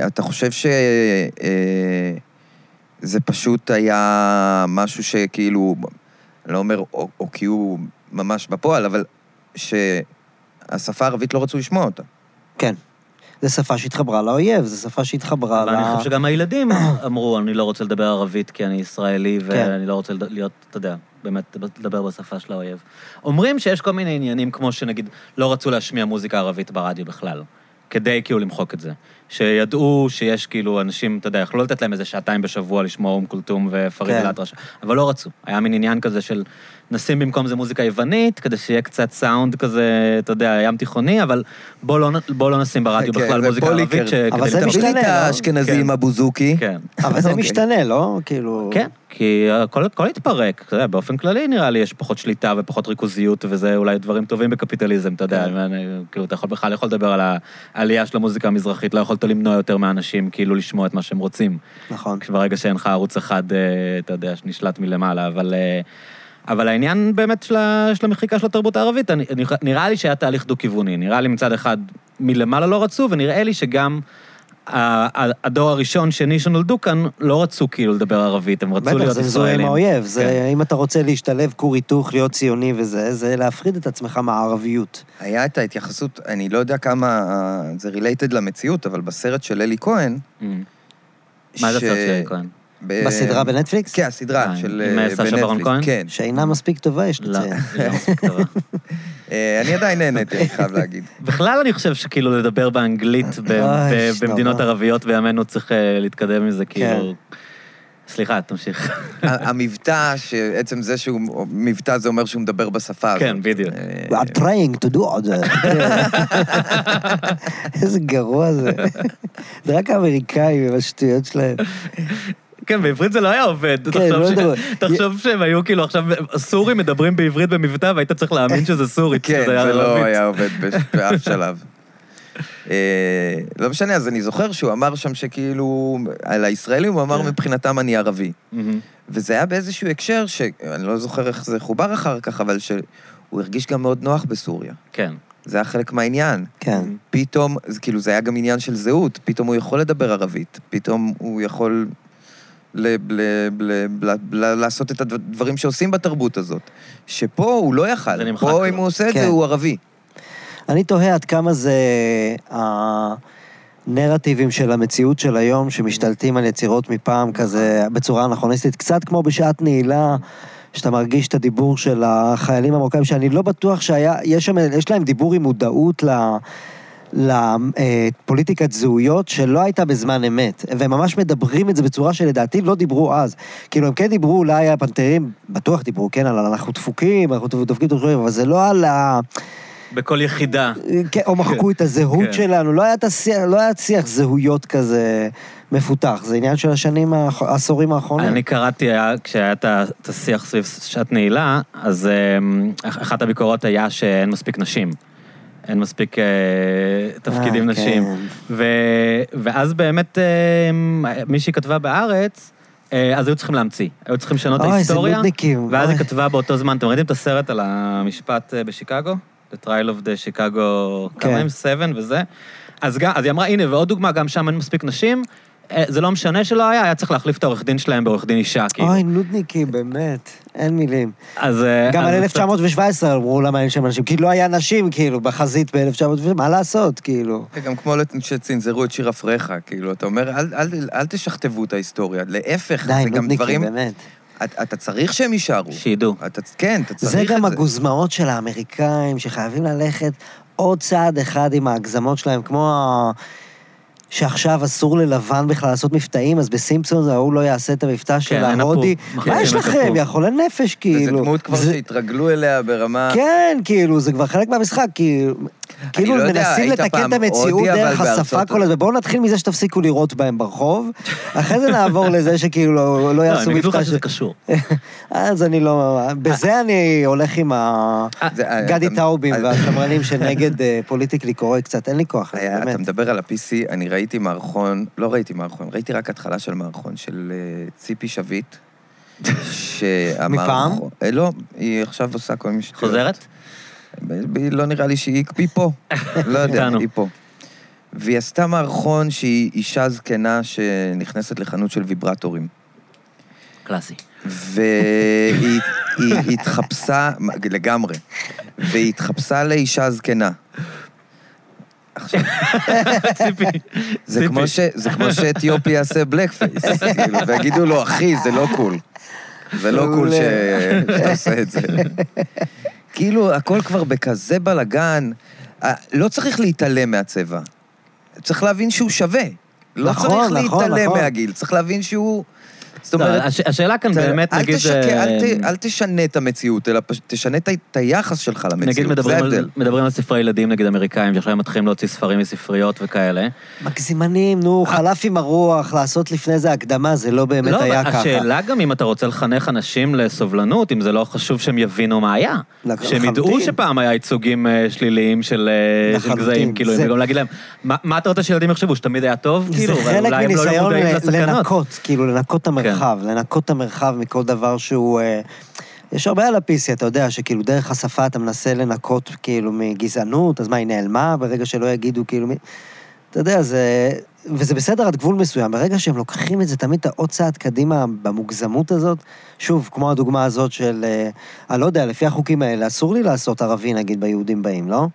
S2: אה, אתה חושב שזה פשוט היה משהו שכאילו, אני לא אומר או- הוקיעו ממש בפועל, אבל שהשפה הערבית לא רצו לשמוע אותה.
S3: כן. זו שפה שהתחברה לאויב, זו שפה שהתחברה ל...
S1: אבל אני חושב שגם הילדים *coughs* אמרו, אני לא רוצה לדבר ערבית כי אני ישראלי, ואני לא רוצה לד- להיות, אתה יודע, באמת, לדבר בשפה של האויב. אומרים שיש כל מיני עניינים, כמו שנגיד, לא רצו להשמיע מוזיקה ערבית ברדיו בכלל, כדי כאילו למחוק את זה. שידעו שיש כאילו אנשים, אתה יודע, יכלו לתת להם איזה שעתיים בשבוע לשמוע אום כולתום ופריד
S3: כן.
S1: אלאטרש, אבל לא רצו. היה מין עניין כזה של נשים במקום זה מוזיקה יוונית, כדי שיהיה קצת סאונד כזה, אתה יודע, ים תיכוני, אבל בוא לא, נ- בוא לא נשים ברדיו
S2: כן,
S1: בכלל
S2: זה
S1: מוזיקה ערבית,
S2: פוליקר.
S1: שכדי
S3: אבל זה
S1: לתרבות.
S2: תביא לי את
S3: משתנה, לא?
S2: האשכנזי
S1: כן.
S2: עם אבו זוקי.
S1: כן.
S3: אבל זה
S2: אוקיי.
S3: משתנה, לא? כאילו...
S1: כן, כי הכל, הכל התפרק, אתה יודע, באופן כללי נראה לי יש פחות שליטה ופחות ריכוזיות, וזה אולי דברים טובים בקפיטליזם, אתה יודע,
S3: כן.
S1: ואני- כאילו, אתה יכול בכלל יכול לדבר על העלייה של המוזיקה המזרחית, לא יכולת למנוע יותר מאנשים כאילו לשמוע את מה שהם רוצים,
S3: נכון.
S1: כשברגע שאין לך ערוץ אחד, אה, אתה יודע, שנשלט מלמעלה, אבל... אה, אבל העניין באמת של, ה, של המחיקה של התרבות הערבית, אני, אני- נראה לי שהיה תהליך דו-כיווני. נראה לי מצד אחד מלמעלה לא רצו, ונראה לי שגם ה- ה- הדור הראשון, שני, שנולדו כאן, לא רצו כאילו לדבר ערבית, הם רצו
S3: בטח,
S1: להיות
S3: זה מזוהה עם
S1: ישראלים.
S3: האויב. זה,
S1: כן.
S3: אם אתה רוצה להשתלב כור היתוך, להיות ציוני וזה, זה להפריד את עצמך מהערביות.
S2: היה את ההתייחסות, אני לא יודע כמה אה, זה רילייטד למציאות, אבל בסרט של אלי כהן...
S1: Mm. מה זה
S2: ש-
S1: הסרט של אלי כהן?
S2: ב-
S3: בסדרה בנטפליקס?
S2: כן, הסדרה
S1: אה,
S2: של...
S1: עם,
S2: אה,
S1: סשה
S2: בנטפליקס,
S1: ברון כהן?
S2: כן.
S3: שאינה מספיק טובה, יש
S1: לא,
S3: לציין.
S1: היא לא מספיק
S3: *laughs*
S1: טובה.
S2: אה, אני עדיין נהניתי, אני חייב
S1: *laughs*
S2: להגיד.
S1: בכלל אני חושב שכאילו לדבר באנגלית ב-
S3: אוי,
S1: ב-
S3: שנורא.
S1: במדינות ערביות בימינו צריך אה, להתקדם עם זה,
S3: כן.
S1: כאילו... סליחה, תמשיך.
S2: ה- המבטא, שעצם זה שהוא... מבטא זה אומר שהוא מדבר בשפה הזאת.
S1: כן, בדיוק.
S2: אה,
S3: We are trying to do it.
S1: *laughs*
S3: איזה גרוע זה. זה רק האמריקאים עם השטויות שלהם.
S1: כן, בעברית זה לא היה עובד.
S2: כן,
S3: לא
S1: תחשוב ש-
S3: מדבר.
S1: תחשוב שהם היו כאילו עכשיו, סורים מדברים בעברית במבטא, והיית צריך להאמין שזה סורית.
S2: כן,
S1: שזה
S2: זה לא
S1: ערבית.
S2: היה עובד בש- באף שלב. אה, לא משנה, אז אני זוכר שהוא אמר שם שכאילו, על הישראלים הוא אמר
S1: כן.
S2: מבחינתם אני ערבי.
S1: מהמם.
S2: וזה היה באיזשהו הקשר, שאני לא זוכר איך זה חובר אחר כך, אבל שהוא הרגיש גם מאוד נוח בסוריה.
S1: כן.
S2: זה היה חלק מהעניין.
S3: כן.
S2: פתאום, זה כאילו זה היה גם עניין של זהות, פתאום הוא יכול לדבר ערבית, פתאום הוא יכול ל- ל- ל- ל- ל- לעשות את הדברים שעושים בתרבות הזאת. שפה הוא לא
S1: זה
S2: יכל,
S1: נמחק
S2: פה
S1: לו.
S2: אם הוא עושה את
S3: כן.
S2: זה הוא ערבי.
S3: אני תוהה עד כמה זה הנרטיבים של המציאות של היום, שמשתלטים על יצירות מפעם כזה בצורה אנכרוניסטית, קצת כמו בשעת נעילה. שאתה מרגיש את הדיבור של החיילים המרוקאים, שאני לא בטוח שהיה, יש, שם, יש להם דיבור עם מודעות ל- לפוליטיקת זהויות שלא הייתה בזמן אמת, והם ממש מדברים את זה בצורה שלדעתי לא דיברו אז. כאילו, הם כן דיברו, אולי הפנתרים, בטוח דיברו, כן, על אנחנו דפוקים, אנחנו דופקים את השוערים, אבל זה לא על ה...
S1: בכל יחידה.
S3: כן, או מחקו את הזהות
S1: כן.
S3: שלנו, לא היה את השיח, לא היה שיח זהויות כזה מפותח, זה עניין של השנים, האח- העשורים האחרונים.
S1: אני קראתי, היה- כשהיה את ה- את השיח סביב שעת נעילה, אז אמ, אח- אחת הביקורות היה שאין מספיק נשים. אין מספיק אה, תפקידים
S3: אה,
S1: נשים.
S3: כן.
S1: ו- ואז באמת אה, מישהי כתבה בארץ, אה, אז היו צריכים להמציא. היו צריכים לשנות את
S3: אוי, זה
S1: ההיסטוריה.
S3: נודניקים.
S1: ואז היא
S3: אוי.
S1: כתבה באותו זמן, אתם ראיתם את הסרט על המשפט אה, בשיקגו? The Trial of the Chicago, כמה
S3: כן.
S1: הם? 7 וזה. אז גם- אז היא אמרה, הנה, ועוד דוגמה, גם שם אין מספיק נשים. אה, זה לא משנה שלא היה, היה צריך להחליף את העורך דין שלהם בעורך דין אישה, כאילו.
S3: אוי, נודניקים, באמת, אין מילים.
S1: אז... אה,
S3: גם
S1: אז
S3: על
S1: זה
S3: 1917 אמרו למה אין שם אנשים, כי לא היה נשים, כאילו, בחזית ב-1917, מה לעשות, כאילו.
S2: זה גם כמו שצנזרו את שיר אפריך, כאילו, אתה אומר, "אל- אל- אל תשכתבו את ההיסטוריה, להפך,
S3: די,
S2: זה גם
S3: נודניקים,
S2: דברים,
S3: באמת.
S2: את- אתה צריך שהם יישארו.
S1: קצת- שידעו.
S2: אתה- כן, אתה צריך
S3: זה
S2: את זה.
S3: גם הגוזמאות של האמריקאים, שחייבים ללכת עוד צעד אחד עם ההגזמות שלהם, כמו ה- שעכשיו אסור ללבן בכלל לעשות מבטאים, אז בסימפסון ההוא לא יעשה את
S2: כן,
S3: המבטא של
S1: אין
S3: ההודי.
S1: הפוך.
S3: מה
S2: נכון,
S1: מחליפים
S3: יש
S1: את
S3: לכם,
S1: הפוך.
S3: יא חולה נפש, כאילו.
S2: וזו דמות כבר
S3: זה-
S2: שהתרגלו אליה ברמה...
S3: כן, כאילו, זה כבר חלק מהמשחק, כאילו... כאילו,
S2: לא יודע,
S3: מנסים
S2: היית
S3: לתקן
S2: פעם
S3: את המציאות
S2: הודי, אבל
S3: דרך
S2: בארצות
S3: השפה כל
S2: הברית.
S3: הזמן. בואו נתחיל מזה שתפסיקו לירות בהם ברחוב, אחרי זה נעבור לזה שכאילו לא- לא
S1: לא,
S3: יעשו
S1: הם יגידו
S3: מבטא
S1: לך
S3: של...
S1: שזה קשור.
S3: אז אני לא... בזה אני הולך עם ה...
S2: זה-
S3: גדי
S2: אה, אתה-
S3: טאובים
S2: אז-
S3: והשמרנים שנגד אה, פוליטיקלי קורקט קצת, אין לי כוח לזה,
S2: היה, אתה
S3: באמת.
S2: מדבר על ה-PC, אני ראיתי מערכון, לא ראיתי מערכון, ראיתי רק התחלה של מערכון של אה, ציפי שביט. שהמערכון... אה, לא, היא עכשיו עושה כל מיני שטויות.
S1: חוזרת?
S2: ב- ב- לא נראה לי שהיא היא פה. לא יודע,
S1: איתנו.
S2: היא פה. והיא עשתה מערכון שהיא אישה זקנה שנכנסת לחנות של ויברטורים.
S1: קלאסי.
S2: והיא היא התחפשה, לגמרי, והיא התחפשה לאישה זקנה. עכשיו,
S1: ציפי.
S2: זה כמו, ש, זה כמו שאתיופי יעשה בלק פייס, כאילו, ויגידו לו, אחי, זה לא קול. זה לא קול ש... שאתה עושה את זה. כאילו, הכל כבר בכזה בלאגן, אה, לא צריך להתעלם מהצבע. צריך להבין שהוא שווה. לא
S3: נכון,
S2: צריך
S3: נכון,
S2: להתעלם
S3: נכון.
S2: מהגיל, צריך להבין שהוא... זאת
S1: לא,
S2: אומרת,
S1: הש- השאלה כאן
S2: אתה-
S1: באמת,
S2: אל
S1: נגיד...
S2: תשקר,
S1: אה,
S2: אל ת- אל תשנה את המציאות, אלא פשוט תשנה את ה- את היחס שלך
S1: נגיד
S2: למציאות, זה
S1: מדברים
S2: ההבדל.
S1: על, מדברים על ספרי ילדים נגד אמריקאים, שעכשיו הם מתחילים להוציא ספרים מספריות וכאלה.
S3: מגזימנים, נו, חלף עם הרוח, לעשות לפני זה הקדמה, זה לא באמת
S1: לא,
S3: היה
S1: אבל
S3: ככה.
S1: השאלה גם אם אתה רוצה לחנך אנשים לסובלנות, אם זה לא חשוב שהם יבינו מה היה.
S3: לח-
S1: שהם ידעו
S3: נכון, לחלוטין.
S1: שפעם היה ייצוגים אה, שליליים של אה, של
S3: לחלוטין,
S1: גזעים, כאילו,
S3: זה-
S1: וגם להגיד להם, מה מה אתה רוצה שילדים יחשבו, שתמיד היה טוב?
S3: זה
S1: כאילו, אבל אולי
S3: חלק
S1: הם לא היו
S3: מניסיון
S1: מודעים
S3: ל-
S1: לסכנות.
S3: לנקות, כאילו, לנקות
S1: כן.
S3: את המרחב, לנקות את המרחב מכל דבר שהוא... אה, יש הרבה על הפיסי, אתה יודע, שכאילו דרך השפה אתה מנסה לנקות כאילו מגזענות, אז מה, היא נעלמה ברגע שלא יגידו כאילו מי... אתה יודע, זה... וזה בסדר עד גבול מסוים, ברגע שהם לוקחים את זה תמיד את העוד צעד קדימה במוגזמות הזאת, שוב, כמו הדוגמה הזאת של, אה, אני לא יודע, לפי החוקים האלה, אסור לי לעשות ערבי נגיד ביהודים באים, לא?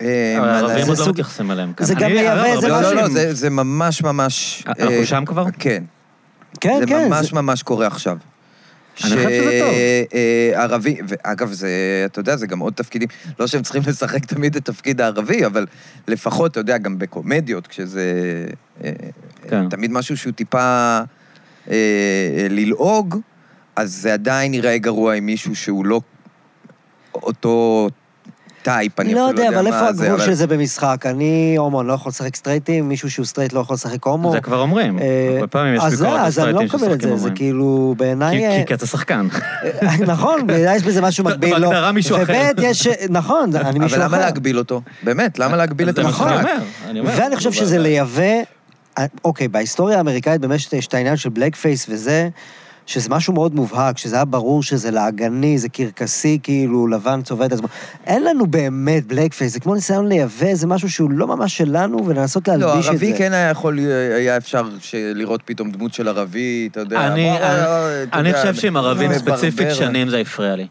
S2: אה,
S1: אבל
S2: מה
S1: הערבים
S2: לעשות?
S3: זה
S1: עוד לא
S3: סוג-
S1: מתייחסים אליהם כאן.
S3: זה לא גם
S1: אני-
S3: לייבא
S1: אבל לא,
S3: איזה
S1: הרבה
S2: לא,
S3: משהו.
S2: לא, לא, זה- זה ממש ממש...
S1: אה, אנחנו
S2: אה,
S1: שם כבר?
S2: כן.
S3: כן,
S2: זה
S3: כן,
S2: ממש
S3: זה-
S2: ממש קורה עכשיו.
S1: אני חושב שזה טוב.
S2: שערבי, ואגב, זה, אתה יודע, זה גם עוד תפקידים, לא שהם צריכים לשחק תמיד את תפקיד הערבי, אבל לפחות, אתה יודע, גם בקומדיות, כשזה... אה,
S1: כן.
S2: תמיד משהו שהוא טיפה אה, אה, ללעוג, אז זה עדיין ייראה גרוע עם מישהו שהוא לא אותו טייפ, אני
S3: לא
S2: אפילו
S3: יודע, אבל
S2: מה
S3: איפה הגבול
S2: אבל-
S3: של זה במשחק? אני הומו, אני לא יכול לשחק סטרייטים, מישהו שהוא סטרייט לא יכול לשחק הומו.
S1: זה כבר אומרים.
S3: אה,
S1: הרבה פעמים יש
S3: אז זה,
S1: ביקורת
S3: אז אני לא
S1: לסטרייטים
S3: מקבל את
S1: ששחקים
S3: זה, זה
S1: הומואים.
S3: כאילו, בעיניי...
S1: כי-
S3: אה,
S1: כי- כי אתה שחקן.
S3: *laughs* נכון, בעיניי יש
S1: *laughs*
S3: בזה משהו
S1: אתה-
S3: מקביל לו.
S1: בהגדרה מישהו אחר.
S3: וב' יש... נכון, אני מישהו אחר.
S2: אבל
S3: נכון.
S2: למה להגביל אותו? באמת, למה להגביל את
S1: זה מה שאני
S2: המשחק?
S1: אומר, אני אומר.
S3: ואני חושב שזה לייבא... אוקיי, בהיסטוריה האמריקאית באמת יש את העניין של בלק פייס וזה, שזה משהו מאוד מובהק, שזה היה ברור שזה לעגני, זה קרקסי, כאילו, לבן צובע את עצמו. אין לנו באמת בלק פייס, זה כמו ניסיון לייבא איזה משהו שהוא לא ממש שלנו, ולנסות
S2: לא,
S3: להלביש את זה.
S2: ערבי כן היה יכול, היה אפשר ש- לראות פתאום דמות של ערבי, אתה יודע.
S1: אני-
S2: וואו, וואו, אתה
S1: אני
S2: יודע,
S1: חושב שעם ערבים
S2: מברבר.
S1: ספציפית שנים זה הפריע לי.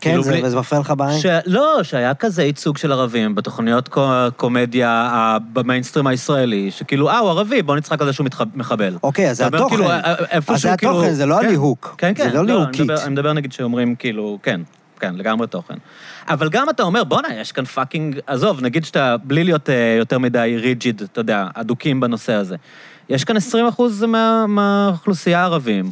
S3: כן,
S1: כאילו
S3: זה,
S1: בלי-
S3: וזה מפריע לך בעין?
S1: ש... לא, שהיה כזה ייצוג של ערבים בתוכניות קו- קומדיה ה- במיינסטרים הישראלי, שכאילו, אה, הוא ערבי, בוא נצחק על זה שהוא מתח- מחבל.
S3: אוקיי, אז זה
S1: אתה אומר,
S3: התוכן.
S1: כאילו, א- א- איפשהו,
S3: אז זה
S1: כאילו-
S3: התוכן, זה לא
S1: כן.
S3: הליהוק.
S1: כן, כן.
S3: זה לא
S1: אני
S3: ליהוקית.
S1: מדבר- אני מדבר נגיד שאומרים, כאילו, כן, כן, לגמרי תוכן. אבל גם אתה אומר, בואנה, יש כאן פאקינג, עזוב, נגיד שאתה, בלי להיות אה, יותר מדי ריג'יד, אתה יודע, אדוקים בנושא הזה. יש כאן 20 אחוז מהאוכלוסייה הערבים,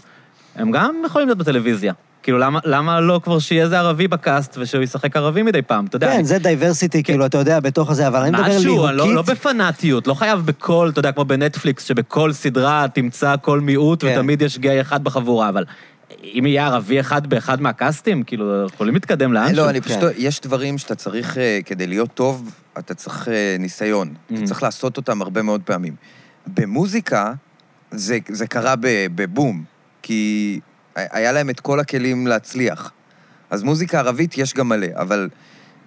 S1: הם גם יכולים להיות בטלוויזיה. כאילו, למה, למה לא כבר שיהיה איזה ערבי בקאסט ושהוא ישחק ערבי מדי פעם, אתה יודע?
S3: כן, זה דייברסיטי, כאילו, אתה יודע, בתוך הזה, אבל אני מדבר
S1: משהו, אני לא, לא
S3: ליהוקית.
S1: בפנאטיות, לא חייב בכל, אתה יודע, כמו בנטפליקס, שבכל סדרה תמצא כל מיעוט
S3: כן.
S1: ותמיד יש גיי אחד בחבורה, אבל אם יהיה ערבי אחד באחד מהקאסטים, כאילו, יכולים להתקדם לאן
S2: לא, אני פשוט,
S3: כן.
S2: יש דברים שאתה צריך, אה, כדי להיות טוב, אתה צריך אה, ניסיון. אתה
S3: Mm-hmm.
S1: Mhm.
S2: צריך לעשות אותם הרבה מאוד פעמים. במוזיקה, זה זה קרה ב- בבום, כי היה להם את כל הכלים להצליח. אז מוזיקה ערבית יש גם מלא, אבל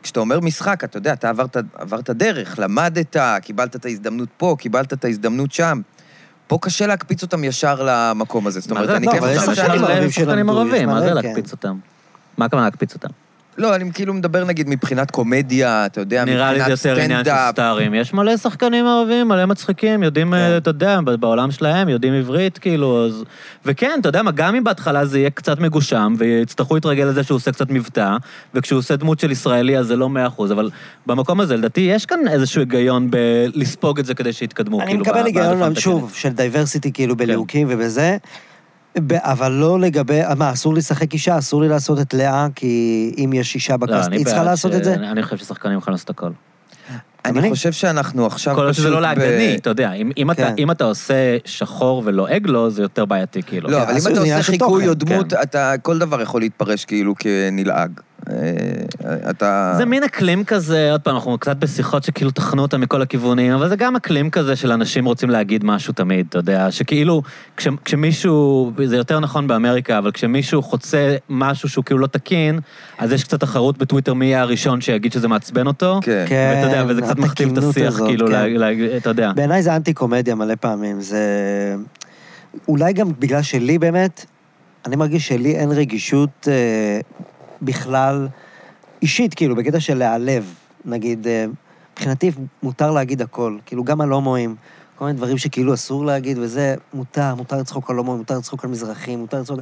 S2: כשאתה אומר משחק, אתה יודע, אתה עברת, עברת דרך, למדת, קיבלת את ההזדמנות פה, קיבלת את ההזדמנות שם. פה קשה להקפיץ אותם ישר למקום הזה. זאת אומרת, אני
S3: לא,
S2: כן
S3: אבל יש
S2: חושב
S3: שחקנים
S2: שאני-
S3: ערבים
S1: שחקנים
S3: שלמדו, יש
S1: ערבים, מה
S3: מלא,
S1: זה
S3: כן.
S1: להקפיץ אותם? מה הכוונה להקפיץ אותם?
S2: לא, אני כאילו מדבר נגיד מבחינת קומדיה, אתה יודע,
S1: נראה לי זה
S2: מבחינת
S1: יותר עניין של
S2: סטנדאפ.
S1: סטארים. יש מלא שחקנים ערבים, מלא מצחיקים,
S3: כן.
S1: יודעים, אה, אתה יודע, ב- בעולם שלהם, יודעים עברית, כאילו, אז... וכן, אתה יודע מה, גם אם בהתחלה זה יהיה קצת מגושם, ויצטרכו להתרגל לזה שהוא עושה קצת מבטא, וכשהוא עושה דמות של ישראלי אז זה לא מאה אחוז, אבל במקום הזה, לדעתי, יש כאן איזשהו היגיון בלספוג את זה כדי שיתקדמו,
S3: אני
S1: כאילו, ב-
S3: מקבל
S1: בהעדפה
S3: היגיון,
S1: מתקנת.
S3: שוב, של דייברסיטי,
S1: כן.
S3: כאילו, בליהוקים ובזה, ב- אבל לא לגבי... מה, אסור לי לשחק אישה? אסור לי לעשות את לאה, כי אם יש אישה
S1: לא,
S3: בקאסט,
S1: אני
S3: היא צריכה
S1: בעד
S3: לעשות
S1: ש-
S3: את זה?
S1: אני אני חושב ששחקנים יכולים לעשות הכל.
S3: גם אני.
S2: אני חושב שאנחנו עכשיו
S1: כל עוד שזה לא לעגני, אתה יודע, אם- אם אתה-
S3: כן.
S1: אם אתה עושה שחור ולא אגלו, זה יותר בעייתי, כאילו.
S2: לא,
S3: כן,
S2: אבל אם
S3: אז
S2: אתה
S3: זה עניין
S2: עושה
S3: של
S2: חיקוי
S3: תוכן,
S2: או דמות,
S1: כן.
S2: אתה, כל דבר יכול להתפרש כאילו כנלעג. אה, אתה...
S1: זה מין אקלים כזה, עוד פעם, אנחנו קצת בשיחות שכאילו טחנו אותה מכל הכיוונים, אבל זה גם אקלים כזה של אנשים רוצים להגיד משהו תמיד, אתה יודע, שכאילו, כש, כשמישהו, זה יותר נכון באמריקה, אבל כשמישהו חוצה משהו שהוא כאילו לא תקין, אז יש קצת תחרות בטוויטר מי יהיה הראשון שיגיד שזה מעצבן אותו.
S2: כן.
S3: כן.
S1: ואתה יודע, וזה קצת מכתיב את
S3: התקינות
S1: השיח,
S3: הזאת,
S1: כאילו,
S3: כן.
S1: לה- לה- אתה יודע.
S3: בעיניי זה אנטי קומדיה מלא פעמים, זה... אולי גם בגלל שלי באמת, אני מרגיש שלי אין רגישות אה, בכלל, אישית, כאילו, בקטע של להיעלב, נגיד, אה, מבחינתי מותר להגיד הכל, כאילו, גם על הומואים, כל מיני דברים שכאילו אסור להגיד, וזה, מותר, מותר לצחוק על הומואים, מותר לצחוק על מזרחים, מותר לצחוק...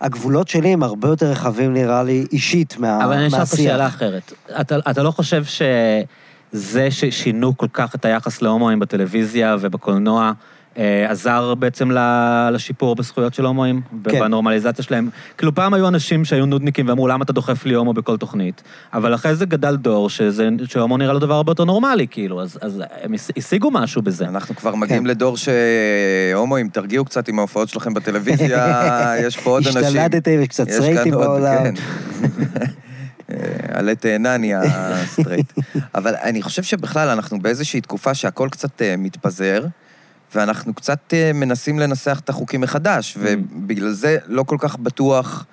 S3: הגבולות שלי הם הרבה יותר רחבים, נראה לי, אישית, מה...
S1: אבל אני אשאל אותך
S3: אה, מהשיח.
S1: שאלה אחרת. אתה, אתה לא חושב שזה ששינו כל כך את היחס להומואים בטלוויזיה ובקולנוע, אה, עזר בעצם ל- לשיפור בזכויות של הומואים?
S3: כן.
S1: בנורמליזציה שלהם? כאילו, פעם היו אנשים שהיו נודניקים ואמרו, למה אתה דוחף לי הומו בכל תוכנית? אבל אחרי זה גדל דור שזה, שהומו נראה לו דבר הרבה יותר נורמלי, כאילו, אז, אז הם הש- השיגו משהו בזה.
S2: אנחנו כבר
S3: כן.
S2: מגיעים לדור שהומואים, תרגיעו קצת עם ההופעות
S3: *laughs*
S2: שלכם בטלוויזיה, יש פה עוד אנשים.
S3: השתלטתם, יש קצת
S2: יש
S3: סרייטים
S2: כאן עוד,
S3: בעולם.
S2: כן. אה, עלה תאנה נהיה סטרייט. אבל אני חושב שבכלל אנחנו באיזושהי תקופה שהכל קצת אה, מתפזר, ואנחנו קצת אה, מנסים לנסח את החוקים
S3: Mm.
S2: מחדש, ובגלל זה לא כל כך בטוח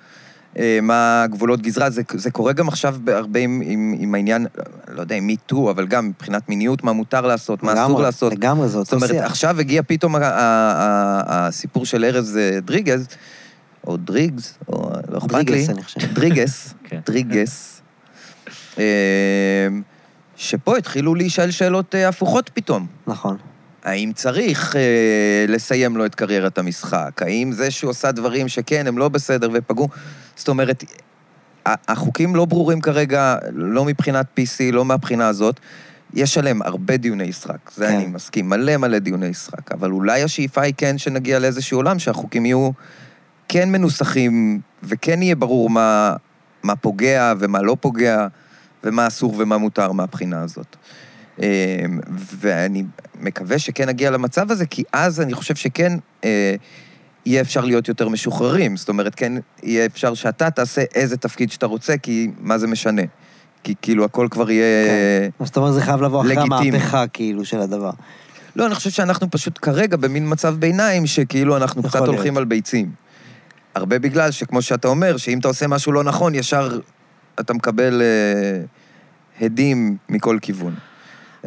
S2: אה, מה גבולות גזרה. זה, זה קורה גם עכשיו בהרבה עם, עם, עם העניין, לא יודע, עם מיטו, אבל גם מבחינת מיניות, מה מותר לעשות, מה אסור
S3: לגמרי,
S2: לעשות.
S3: לגמרי, זה
S2: זאת
S3: אותו
S2: אומרת,
S3: שיח.
S2: עכשיו הגיע פתאום ה- ה- ה- הסיפור של ארז אה, דריגז, או דריגס, או לא אכפת לי.
S3: דריגס, אני חושב.
S2: דריגס,
S1: כן.
S2: דריגס. אמ, שפה התחילו להישאל שאלות אה, הפוכות פתאום.
S3: נכון.
S2: האם צריך אה, לסיים לו את קריירת המשחק? האם זה שהוא עשה דברים שכן, הם לא בסדר ופגעו? זאת אומרת, ה- החוקים לא ברורים כרגע, לא מבחינת PC, לא מהבחינה הזאת. יש עליהם הרבה דיוני סרק, זה
S3: כן.
S2: אני מסכים, מלא מלא דיוני סרק, אבל אולי השאיפה היא כן שנגיע לאיזשהו עולם שהחוקים יהיו כן מנוסחים, וכן יהיה ברור מה, מה פוגע ומה לא פוגע, ומה אסור ומה מותר מהבחינה הזאת. אמ, ואני מקווה שכן נגיע למצב הזה, כי אז אני חושב שכן אה, יהיה אפשר להיות יותר משוחררים. זאת אומרת, כן יהיה אפשר שאתה תעשה איזה תפקיד שאתה רוצה, כי מה זה משנה? כי כאילו הכל כבר יהיה...
S3: כן. מה שאתה אומר, זה חייב לבוא אחרי
S2: לגיטימי.
S3: המהפכה, כאילו, של הדבר.
S2: לא, אני חושב שאנחנו פשוט כרגע במין מצב ביניים, שכאילו אנחנו
S3: יכול
S2: קצת
S3: להיות.
S2: הולכים על ביצים. הרבה בגלל שכמו שאתה אומר, שאם אתה עושה משהו לא נכון, ישר אתה מקבל אה, הדים מכל כיוון.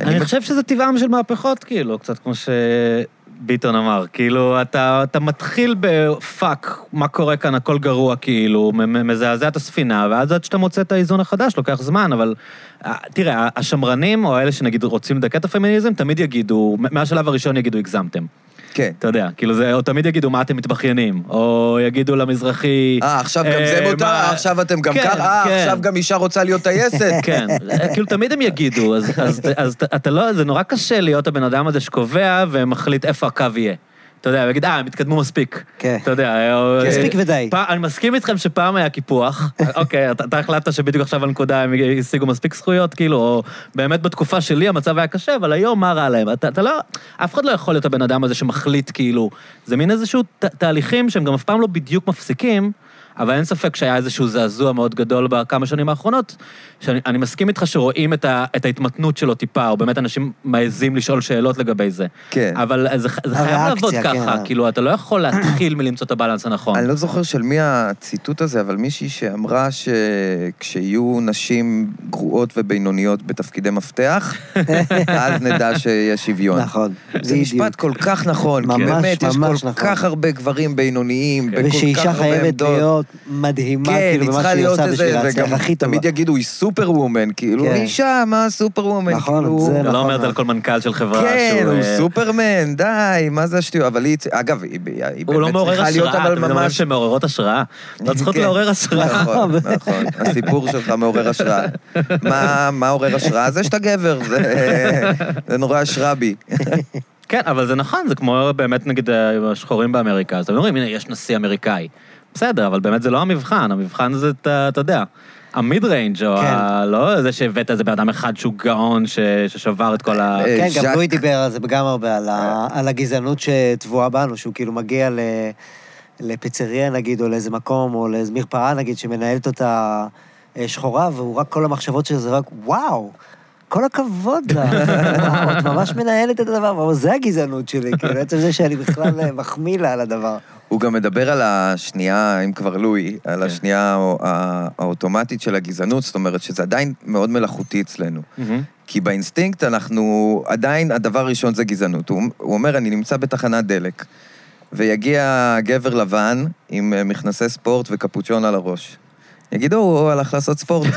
S1: אני חושב שזה טבעם של מהפכות, כאילו, קצת כמו שביטון אמר. כאילו, אתה, אתה מתחיל בפאק, מה קורה כאן, הכל גרוע, כאילו, מ- מ- מזעזע את הספינה, ואז עד שאתה מוצא את האיזון החדש, לוקח זמן, אבל... אה, תראה, השמרנים, או אלה שנגיד רוצים לדכא את הפמיניזם, תמיד יגידו, מ- מהשלב הראשון יגידו, הגזמתם.
S2: כן.
S1: אתה יודע, כאילו זה, או תמיד יגידו, מה אתם מתבכיינים? או יגידו למזרחי...
S2: אה, עכשיו גם
S1: אה,
S2: זה מותר?
S1: מה-
S2: עכשיו אתם גם
S1: כן,
S2: ככה? אה,
S1: כן.
S2: עכשיו גם אישה רוצה להיות
S3: *laughs*
S2: טייסת?
S1: כן, כאילו תמיד הם יגידו, אז, אז, אז אתה לא, זה נורא קשה להיות הבן אדם הזה שקובע ומחליט איפה הקו יהיה. אתה יודע, הוא יגיד, אה, הם התקדמו מספיק.
S3: כן.
S1: אתה יודע, אה, או-
S2: כן.
S3: מספיק ודי.
S1: פע- אני מסכים איתכם שפעם היה קיפוח. *laughs* אוקיי, אתה אתה החלטת שבדיוק עכשיו הנקודה הם השיגו מספיק זכויות, כאילו, או באמת בתקופה שלי המצב היה קשה, אבל היום מה רע להם? אתה אתה לא, אף אחד לא יכול להיות הבן אדם הזה שמחליט, כאילו, זה מין איזשהו ת- תהליכים שהם גם אף פעם לא בדיוק מפסיקים. אבל אין ספק שהיה איזשהו זעזוע מאוד גדול בכמה שנים האחרונות, שאני אני מסכים איתך שרואים את, ה, את ההתמתנות שלו טיפה, או באמת אנשים מעזים לשאול שאלות לגבי זה.
S2: כן.
S1: אבל זה, זה חייב
S3: הריאקציה,
S1: לעבוד
S3: כן,
S1: ככה,
S3: ה-
S1: כאילו, אתה לא יכול להתחיל מלמצוא את הבלנס הנכון.
S2: אני לא זוכר של מי הציטוט הזה, אבל מישהי שאמרה שכשיהיו נשים גרועות ובינוניות בתפקידי מפתח,
S3: *laughs*
S2: אז נדע שיש שוויון.
S3: נכון,
S2: זה משפט כל כך נכון, כי
S3: ממש,
S2: באמת, יש
S3: ממש
S2: כל
S3: נכון.
S2: כך הרבה גברים בינוניים,
S1: כן.
S2: בכל כך
S3: ושאישה
S2: הרבה
S3: חייבת
S2: עמדות.
S3: להיות מדהימה,
S2: כן,
S3: כאילו,
S2: היא
S3: במה
S2: צריכה
S3: שהיא
S2: להיות
S3: עושה בשביל
S2: איזה,
S3: להצליח
S2: וגם
S3: הכי טובה.
S2: תמיד יגידו, היא סופר וומן, כאילו,
S3: כן.
S2: אישה, מה סופר וומן?
S3: נכון,
S2: כאילו,
S3: זה
S1: אתה
S3: נכון
S1: לא אומר את זה
S3: מאוד.
S1: על כל מנכ"ל של חברה
S2: כן,
S1: שהוא...
S2: הוא
S1: אה,
S2: סופרמן, די, מה זה השטויות? אבל היא, אגב, היא היא
S1: הוא לא
S2: באמת
S1: מעורר
S2: צריכה
S1: השראה,
S2: להיות, אבל
S1: אתם אומרים
S2: ממש...
S1: שהן מעוררות
S2: *laughs*
S1: השראה. לא צריכות
S2: כן.
S1: לעורר השראה.
S2: נכון,
S1: *laughs*
S2: נכון. הסיפור שלך מעורר השראה. מה- מה עורר השראה? זה שאתה גבר, זה- זה נורא השראה בי.
S1: כן, אבל זה נכון, זה כמו באמת נגיד אה, השחורים באמריקה, אז אתם אומרים, הנה, יש נשיא אמריקאי. בסדר, אבל באמת זה לא המבחן, המבחן זה, אתה אתה יודע, המיד ריינג' או
S3: כן.
S1: ה... לא זה שהבאת איזה בן אדם אחד שהוא גאון, ש- ששבר את כל ה...
S2: אה,
S3: כן, גם
S2: ז'אק- אה.
S3: לואי דיבר על זה גם הרבה, על, ה... על הגזענות שטבועה בנו, שהוא כאילו מגיע ל... לפיצריה נגיד, או לאיזה מקום, או לאיזה מרפאה נגיד, שמנהלת אותה אה, שחורה, והוא רק, כל המחשבות שלו זה רק, וואו, כל הכבוד לה,
S2: *laughs*
S3: וואו, את ממש מנהלת את הדבר, אבל זה הגזענות שלי, כאילו, עצם זה שאני בכלל אה, מחמיא לה על הדבר.
S2: הוא גם מדבר על השנייה, אם כבר לואי, על
S1: כן.
S2: השנייה הא- הא- האוטומטית של הגזענות, זאת אומרת שזה עדיין מאוד מלאכותי אצלנו.
S1: מהמם.
S2: כי באינסטינקט אנחנו, עדיין הדבר הראשון זה גזענות. הוא, הוא אומר, אני נמצא בתחנת דלק, ויגיע גבר לבן עם אה, מכנסי ספורט וקפוצ'ון על הראש. יגידו, הוא הלך
S3: *laughs*
S2: לעשות ספורט.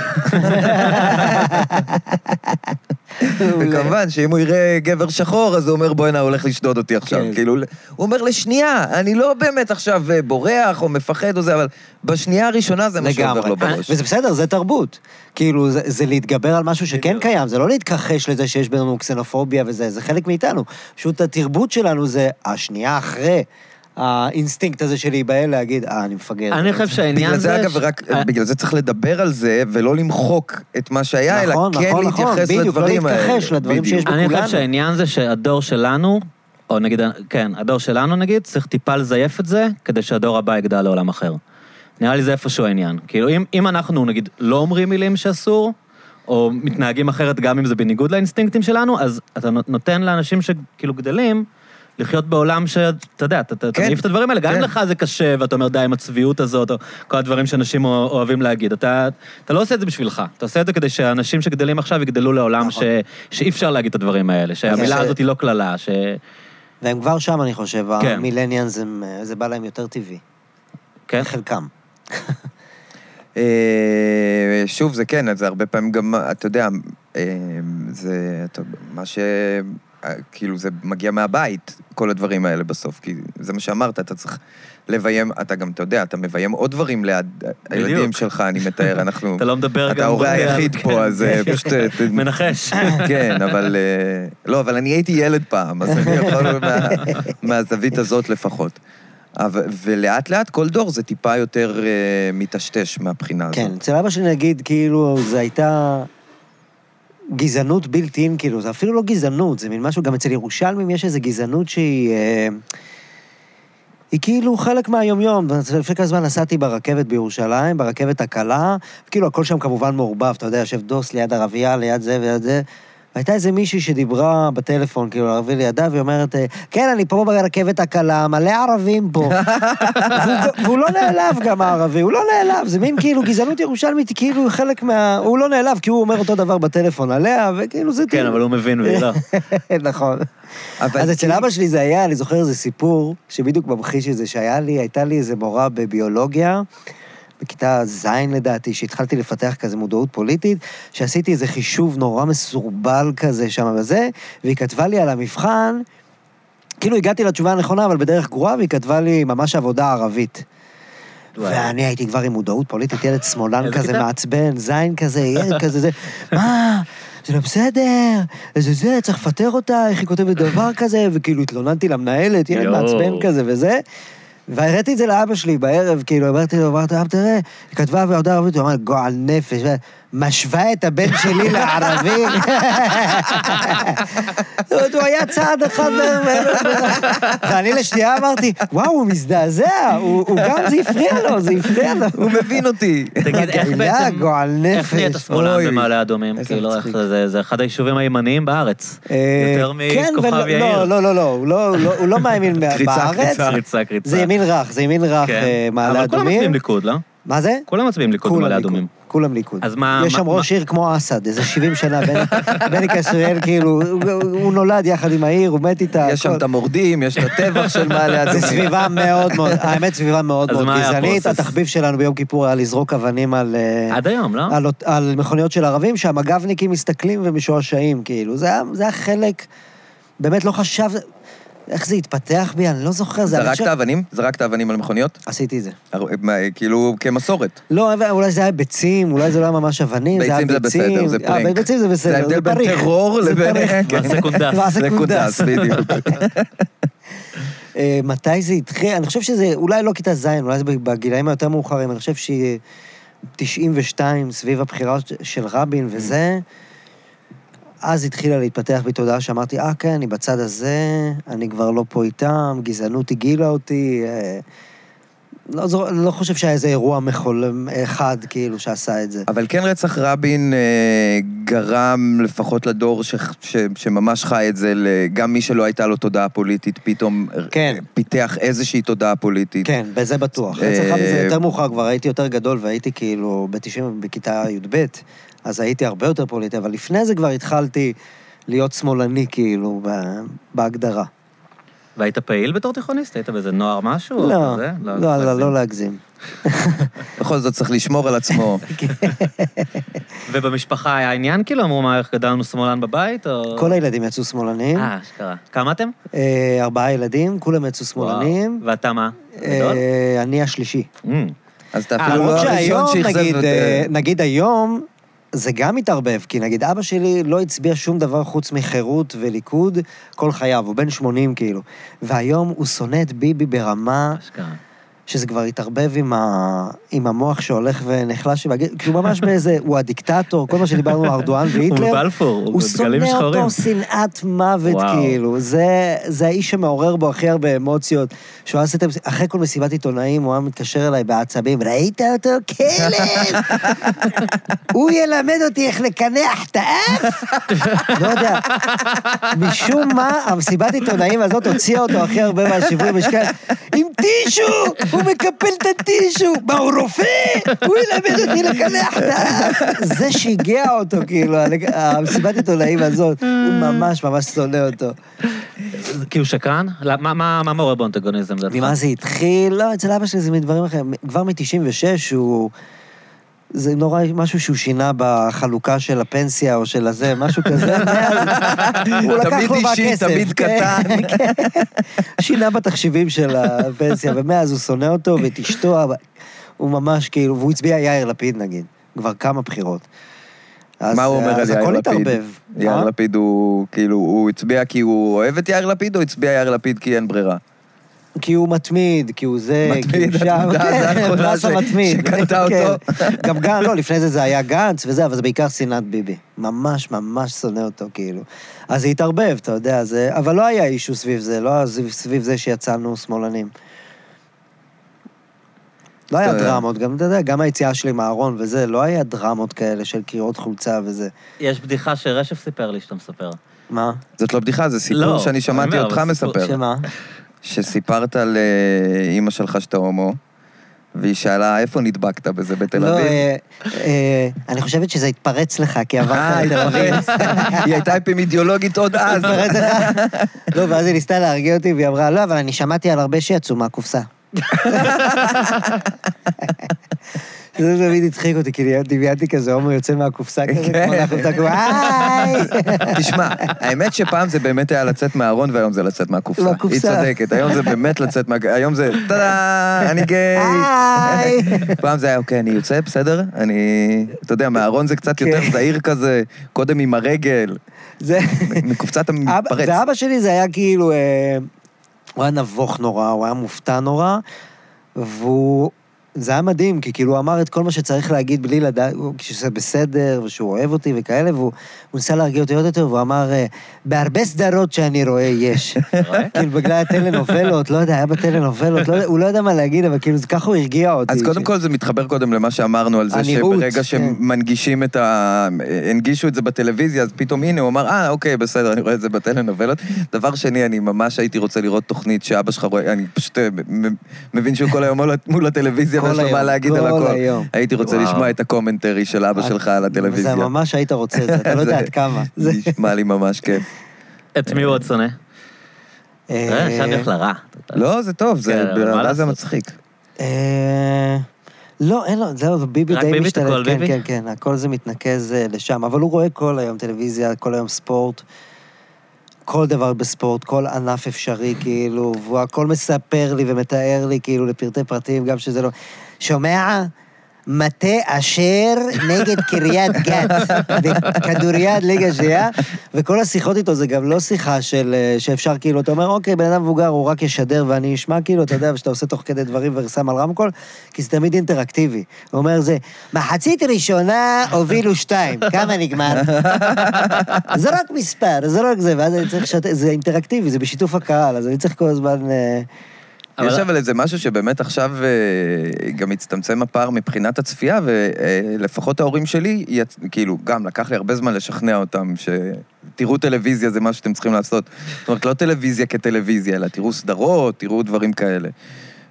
S2: וכמובן שאם הוא יראה גבר שחור, אז הוא אומר, בואנה, הוא הולך לשדוד אותי עכשיו.
S3: כן.
S2: כאילו, הוא אומר, לשנייה, אני לא באמת עכשיו אה, בורח או מפחד או זה, אבל בשנייה הראשונה זה מה שעובר
S3: לגמרי.
S2: לו בראש.
S3: וזה בסדר, זה תרבות. כאילו, זה, זה להתגבר על משהו שכן קיים, זה לא להתכחש לזה שיש בינינו קסנופוביה וזה, זה חלק מאיתנו. פשוט התרבות שלנו זה השנייה אחרי האינסטינקט הזה של להיבהל להגיד, אה, אני מפגר.
S1: אני חושב שהעניין
S2: בגלל
S1: זה...
S2: זה, אגב,
S1: ש- אה,
S2: רק,
S3: אה.
S2: בגלל זה צריך לדבר על זה, ולא למחוק את מה שהיה, אלא
S3: נכון,
S2: כן
S3: נכון, נכון,
S2: להתייחס
S3: בדיוק, לא
S2: לדברים האלה.
S3: להתכחש לדברים שיש
S2: בדיוק.
S1: אני חושב
S3: בכולנו.
S1: שהעניין זה שהדור שלנו, או נגיד, כן, הדור שלנו נגיד, צריך טיפה לזייף את זה, כדי שהדור הבא יגדל לעולם אחר. נראה לי זה איפשהו העניין. כאילו, אם, אם אנחנו נגיד לא אומרים מילים שאסור, או מתנהגים אחרת גם אם זה בניגוד לאינסטינקטים שלנו, אז אתה נו- נותן לאנשים שכאילו גדלים, לחיות בעולם שאתה יודע, אתה- אתה אתה
S2: כן,
S1: מעיף את הדברים האלה, גם אם
S2: כן.
S1: לך זה קשה, ואתה אומר די עם הצביעות הזאת, או כל הדברים שאנשים אוה- אוהבים להגיד. אתה אתה לא עושה את זה בשבילך, אתה עושה את זה כדי שהאנשים שגדלים עכשיו יגדלו
S2: נכון.
S1: לעולם ש- שאי אפשר להגיד את הדברים האלה, שהמילה
S2: ש-
S1: הזאת היא לא קללה, ש...
S3: והם כבר שם, אני חושב,
S1: כן.
S3: המילניאנס, הם, אה, זה בא להם יותר טבעי.
S2: *laughs*
S1: כן?
S3: חלקם.
S2: אה, שוב, זה כן, זה הרבה פעמים גם, אתה יודע, אה, זה אתה- מה ש... אה, כאילו זה מגיע מהבית, כל הדברים האלה בסוף, כי זה מה שאמרת, אתה צריך לביים, אתה גם, אתה יודע, אתה מביים עוד דברים ליד הילדים שלך, אני
S3: *laughs*
S2: מתאר, אנחנו...
S1: אתה לא מדבר גם...
S2: אתה ההורה
S1: בריאל,
S2: היחיד
S1: כן.
S2: פה,
S1: *laughs*
S2: אז אה, פשוט... אה, ת-
S1: מנחש.
S2: *laughs* כן, אבל... אה, לא, אבל אני הייתי ילד פעם, אז אני
S3: *laughs*
S2: יכול מה- מהזווית הזאת לפחות. אבל- ולאט לאט כל דור זה טיפה יותר אה, מיטשטש מהבחינה
S3: כן,
S2: הזאת.
S3: אצל אבא שלי נגיד, כאילו, זה הייתה גזענות בלתי אין, כאילו, זה אפילו לא גזענות, זה מין משהו, גם אצל ירושלמים יש איזו גזענות שהיא... אה, היא כאילו חלק מהיומיום, לפני כמה זמן נסעתי ברכבת בירושלים, ברכבת הקלה, כאילו הכל שם כמובן מעורבב, אתה יודע, יושב דוס ליד ערבייה, ליד זה וליד זה. והייתה איזה מישהי שדיברה בטלפון, כאילו, ערבי לידה, והיא אומרת, אה, כן, אני פה ברכבת הקלה, מלא ערבים פה. *laughs* והוא- והוא לא נעלב גם הערבי, הוא לא נעלב, זה מין כאילו גזענות ירושלמית, היא כאילו חלק מה... הוא לא נעלב, כי הוא אומר אותו דבר בטלפון עליה, וכאילו זה...
S1: כן, אבל הוא מבין והיא
S2: *laughs*
S1: לא.
S3: *laughs* נכון.
S2: אבל
S3: אז אצל
S2: כאילו-
S3: אבא שלי זה היה, אני זוכר איזה סיפור שבדיוק ממחיש את זה, שהיה לי, הייתה לי איזה מורה בביולוגיה, בכיתה ז' לדעתי, שהתחלתי לפתח כזה מודעות פוליטית, שעשיתי איזה חישוב נורא מסורבל כזה שם וזה, והיא כתבה לי על המבחן, כאילו הגעתי לתשובה הנכונה, אבל בדרך גרועה, והיא כתבה לי ממש עבודה ערבית.
S1: וואי.
S3: ואני הייתי כבר עם מודעות פוליטית, ילד שמאלן
S1: איזה
S3: כזה
S1: כיתה?
S3: מעצבן, זין כזה,
S1: *laughs*
S3: ילד כזה, זה, מה, זה לא בסדר, זה זה, צריך לפטר אותה, איך היא כותבת דבר כזה, וכאילו התלוננתי למנהלת, ילד
S1: יואו.
S3: מעצבן כזה וזה. והראיתי את זה לאבא שלי בערב, כאילו, אמרתי לו, אמרתי לו, אבא, תראה, היא כתבה בעבודה ערבית, הוא אמר, גועל נפש, אה, משווה את הבן
S1: *laughs*
S3: שלי לערבים. *laughs* זאת אומרת, הוא היה צעד אחד מעבר. ואני לשנייה אמרתי, וואו, הוא מזדעזע, הוא הוא גם, זה הפריע לו, זה הפריע לו.
S2: הוא
S3: *laughs*
S2: מבין אותי.
S1: תגיד, איך
S3: גאילה,
S1: בעצם...
S3: גועל נפש.
S1: איך נהיית שמאלן
S2: אוי.
S1: במעלה אדומים?
S2: איזה
S1: כאילו, איך
S2: מצחיק.
S1: זה... זה אחד היישובים הימניים בארץ. יותר
S3: אה, כן, ולא-
S1: מכוכב יאיר.
S3: לא, לא, לא, לא, הוא לא- הוא לא- הוא לא מהימין
S2: קריצה,
S3: בארץ.
S1: *laughs*
S2: קריצה.
S1: קריצה, קריצה.
S3: זה ימין רך, זה ימין
S2: לא,
S3: רך,
S1: כן.
S3: אה, מעלה
S1: אבל כולם מצביעים
S3: אדומים.
S1: ליכוד, לא?
S3: מה זה?
S1: כולם מצביעים ליכוד
S3: כולם
S1: במעלה
S3: ליכוד,
S1: אדומים.
S3: כולם ליכוד.
S1: אז מה-
S3: יש שם
S1: מה-
S3: ראש עיר כמו אסד, איזה 70 שנה, בני- בני כשריאל, כאילו, הוא- הוא נולד יחד עם העיר, הוא מת איתה.
S2: יש שם
S3: הכל.
S2: את המורדים, יש את הטבח של
S3: *laughs*
S2: מעלה
S3: זה
S2: אדומים.
S3: סביבה מאוד מאוד, האמת סביבה מאוד
S1: אז
S3: מאוד
S1: מה היה
S3: גזענית.
S1: הפרוסס?
S3: התחביב שלנו ביום כיפור היה לזרוק אבנים על... אה,
S1: עד היום, לא?
S3: על, אות- על מכוניות של ערבים, שהמג"בניקים מסתכלים ומשועשעים, כאילו. זה היה, זה היה חלק, באמת לא חשב, איך זה התפתח בי, אני לא זוכר. זה, אני
S2: זרקת
S3: חושב-
S2: אבנים? זרקת אבנים על מכוניות?
S3: עשיתי את זה.
S2: הר- מה, כאילו, כמסורת.
S3: לא, אבל אולי זה היה ביצים, אולי זה לא היה ממש אבנים, זה היה
S2: ביצים זה
S3: ביצים.
S2: בסדר, זה
S3: אה,
S2: פרנק.
S3: ביצים זה בסדר,
S2: זה ההבדל בין
S3: פריך, *laughs*
S2: טרור
S3: זה
S2: לבין-
S3: פריך.
S2: כן.
S1: מעשה קונדס.
S3: מעשה
S2: זה
S3: קונדס.
S2: קונדס, בדיוק.
S3: אה, מתי זה התחיל? אני חושב שזה אולי לא כיתה ז', אולי זה בגילאים היותר מאוחרים, אני חושב ש-92, סביב הבחירה ש- של רבין וזה, אז התחילה להתפתח בי תודעה שאמרתי, אה, כן, אני בצד הזה, אני כבר לא פה איתם, גזענות הגעילה אותי. אה, לא, זו- לא חושב שהיה איזה אירוע מחולם אחד, כאילו, שעשה את זה.
S2: אבל כן רצח רבין אה, גרם לפחות לדור ש, ש, שממש חי את זה, ל- גם מי שלא הייתה לו תודעה פוליטית, פתאום
S3: כן.
S2: אה, פיתח איזושהי תודעה פוליטית.
S3: כן, בזה בטוח.
S2: אה,
S3: רצח רבין זה יותר מאוחר, כבר הייתי יותר גדול והייתי כאילו ב-90 בכיתה י"ב, אז הייתי הרבה יותר פוליטי, אבל לפני זה כבר התחלתי להיות שמאלני כאילו ב- בהגדרה.
S1: והיית פעיל בתור תיכוניסט? היית באיזה נוער משהו? או
S3: לא,
S1: כזה?
S3: לא, לא, לא להגזים.
S2: בכל זאת צריך לשמור על
S3: *laughs*
S2: עצמו.
S3: כן. לא.
S1: ובמשפחה היה עניין כאילו? אמרו, מה, איך גדלנו שמאלן בבית? או...
S3: כל הילדים יצאו שמאלנים,
S1: אה, אשכרה. כמה אתם?
S3: אה, ארבעה ילדים, כולם יצאו שמאלנים.
S1: וואו. ואתה מה?
S3: אה,
S1: גדול?
S3: אני השלישי.
S1: אמ.
S2: אז אתה אפילו
S3: למרות
S2: לא הראשון
S3: שהיום,
S2: שאכזב
S3: נגיד,
S2: את...
S3: אה, נגיד היום, זה גם מתערבב, כי נגיד אבא שלי לא הצביע שום דבר חוץ מחירות וליכוד כל חייו, הוא בן 80 כאילו. והיום הוא שונא את ביבי ברמה
S1: אשכרה.
S3: שזה כבר התערבב עם, ה... עם המוח שהולך ונחלש, והגיל- כי הוא ממש באיזה, הוא הדיקטטור, כל מה שדיברנו, ארדואן והיטלר.
S1: הוא בבלפור, הוא
S3: הוא
S1: בדגלים
S3: שונא
S1: שחורים.
S3: אותו שנאת מוות,
S1: וואו.
S3: כאילו. זה, זה האיש שמעורר בו הכי הרבה אמוציות. שהוא עשה את המס... אחרי כל מסיבת עיתונאים, הוא היה מתקשר אליי בעצבים, ראית אותו?
S1: *laughs*
S3: כלב! הוא ילמד אותי איך לקנח את האף? לא יודע. משום מה, המסיבת עיתונאים הזאת הוציאה אותו הכי הרבה מהשיווי משקל. עם טישו! הוא מקפל את הטישו! מה, הוא רופא? הוא ילמד אותי לקנח את האף! זה שיגע אותו, כאילו, הלג- המסיבת עיתונאים הזאת. הוא ממש ממש שונא אותו.
S1: זה כאילו שקרן? לא, מה- מה מה מעורר באנטגוניזם? לדעתך?
S3: ממה זה התחיל? לא, אצל אבא שלי זה מדברים אחרים. כבר מ-96 הוא... זה נורא משהו שהוא שינה בחלוקה של הפנסיה או של הזה, משהו
S2: *laughs*
S3: כזה. הוא
S2: הוא
S3: לקח
S2: תמיד
S3: לו
S2: אישי,
S3: מהכסף,
S2: תמיד
S3: כן.
S2: קטן.
S3: *laughs* שינה בתחשיבים של הפנסיה, ומאז הוא שונא אותו ואת אשתו, אבל הוא ממש כאילו, והוא הצביע יאיר לפיד נגיד, כבר כמה בחירות. אז-
S2: מה הוא אומר על
S3: אז
S2: יאיר
S3: הכל
S2: לפיד?
S3: התערבב.
S2: יאיר
S3: מה?
S2: לפיד הוא, כאילו, הוא הצביע כי הוא אוהב את יאיר לפיד, או הצביע יאיר לפיד כי אין ברירה?
S3: כי הוא מתמיד, כי הוא זה, כי
S2: מתמיד,
S3: הוא שם,
S2: התמודה
S3: כן,
S2: האחרונה
S3: פרס
S2: ש-
S3: המתמיד.
S2: שקנתה
S3: כן.
S2: אותו.
S3: גם גן, לא, לפני זה זה היה גנץ וזה, אבל זה בעיקר שנאת ביבי. ממש ממש שונא אותו, כאילו. אז זה התערבב, אתה יודע, זה... אבל לא היה אישו סביב זה, לא היה סביב- סביב זה שיצאנו שמאלנים. לא היה
S2: אתה יודע.
S3: דרמות, גם, אתה יודע, גם היציאה שלי מהארון וזה, לא היה דרמות כאלה של קריאות חולצה וזה.
S1: יש בדיחה שרשף סיפר לי שאתה מספר.
S3: מה?
S2: זאת לא בדיחה, זה סיפור
S1: לא,
S2: שאני
S1: אני
S2: שמעתי
S1: אומר,
S2: אותך
S1: אבל סיפור-
S2: מספר.
S3: שמה?
S2: שסיפרת על אה, אימא שלך שאתה הומו, והיא שאלה, איפה נדבקת בזה, בתל
S3: לא,
S2: אביב?
S3: אה, אה, אני חושבת שזה התפרץ לך, כי
S2: אה,
S3: עברת לתל אביב. *laughs*
S2: התפרץ. היא הייתה אפידמיולוגית עוד *laughs* אז.
S3: התפרץ לך. לא, ואז היא ניסתה להרגיע אותי, והיא אמרה, לא, אבל אני שמעתי על הרבה שיצאו מהקופסה. זה תמיד הדחיק אותי, כאילו דמיינתי כזה הומו יוצא מהקופסה כזה,
S2: כן.
S3: כמו אנחנו תקו, היי!
S2: תשמע, האמת שפעם זה באמת היה לצאת מהארון, והיום זה לצאת מהקופסה.
S3: מהקופסה.
S2: היא צודקת, היום זה באמת לצאת מה... היום זה, טאדה, אני גיי.
S3: היי!
S2: *laughs* פעם זה היה, אוקיי, אני יוצא, בסדר? אני... אתה יודע, מהארון זה קצת יותר
S3: כן.
S2: זהיר כזה, קודם
S3: *laughs*
S2: עם הרגל,
S3: זה...
S2: *laughs* מקופסה אתה
S3: אבא-
S2: מתפרץ.
S3: ואבא שלי זה היה כאילו, אה, הוא היה נבוך נורא, הוא היה מופתע נורא, והוא... זה היה מדהים, כי כאילו הוא אמר את כל מה שצריך להגיד בלי לדעת, הוא- שזה בסדר, ושהוא אוהב אותי וכאלה, והוא הוא ניסה להרגיע אותי עוד יותר, והוא אמר, אה, בהרבה סדרות שאני רואה יש.
S2: *laughs*
S3: כאילו, בגלל הטלנובלות, לא יודע, היה בטלנובלות, לא יודע- הוא לא יודע מה להגיד, אבל כאילו, זה- ככה הוא הרגיע אותי.
S2: אז קודם
S3: ש-
S2: כל זה מתחבר קודם למה שאמרנו על זה,
S3: הנראות,
S2: שברגע
S3: כן.
S2: שמנגישים את ה... הנגישו את זה בטלוויזיה, אז פתאום הנה, הוא אמר, אה, אוקיי, בסדר, אני רואה את זה בטלנובלות. דבר שני, אני ממש הייתי רוצה לראות תוכנית שאבא שלך רואה, אני פשוט אה, מ- מבין שהוא כל היום מול- מול הטלוויזיה,
S3: כל
S2: ויש לו
S3: היום,
S2: מה להגיד על
S3: כל
S2: הכל.
S3: היום. אה,
S2: הייתי רוצה
S1: וואו.
S2: לשמוע את הקומנטרי של אבא שלך על הטלוויזיה.
S3: זה ממש היית רוצה את זה, אתה לא יודע עד כמה.
S2: *laughs* זה נשמע לי ממש כיף.
S1: את מי הוא עוד שונא? אה,
S3: *laughs* אה,
S1: עכשיו נלך לרע.
S2: לא, זה טוב, זה-
S1: כן, אבל מה
S2: אבל זה
S1: לעשות?
S2: מצחיק.
S3: אה, לא, אין לו, זהו, ביבי
S1: רק
S3: די
S1: ביבי?
S3: משתלט.
S1: הכל
S3: כן,
S1: ביבי?
S3: כן, כן, הכל זה מתנקז אה, לשם. אבל הוא רואה כל היום טלוויזיה, כל היום ספורט. כל דבר בספורט, כל ענף אפשרי, כאילו, והוא הכל מספר לי ומתאר לי, כאילו, לפרטי פרטים, גם שזה לא... שומע? מטה אשר נגד קריית גת, בכדוריד ליגה שנייה, וכל השיחות איתו זה גם לא שיחה של, אה, שאפשר כאילו, אתה אומר, אוקיי, בן אדם מבוגר, הוא רק ישדר ואני אשמע כאילו, אתה יודע, ושאתה עושה תוך כדי דברים ושם על רמקול, כי זה תמיד אינטראקטיבי. הוא אומר זה, מחצית ראשונה הובילו שתיים, כמה נגמר? זה רק מספר, זה לא רק זה, ואז אני צריך לשתף, זה אינטראקטיבי, זה בשיתוף הקהל, אז אני צריך כל הזמן... אה,
S1: אבל-
S2: יש אבל איזה משהו שבאמת עכשיו אה, גם הצטמצם הפער מבחינת הצפייה, ולפחות ההורים שלי, יצ- כאילו, גם לקח לי הרבה זמן לשכנע אותם ש... תראו טלוויזיה, זה מה שאתם צריכים לעשות. זאת אומרת, לא טלוויזיה כטלוויזיה, אלא תראו סדרות, תראו דברים כאלה.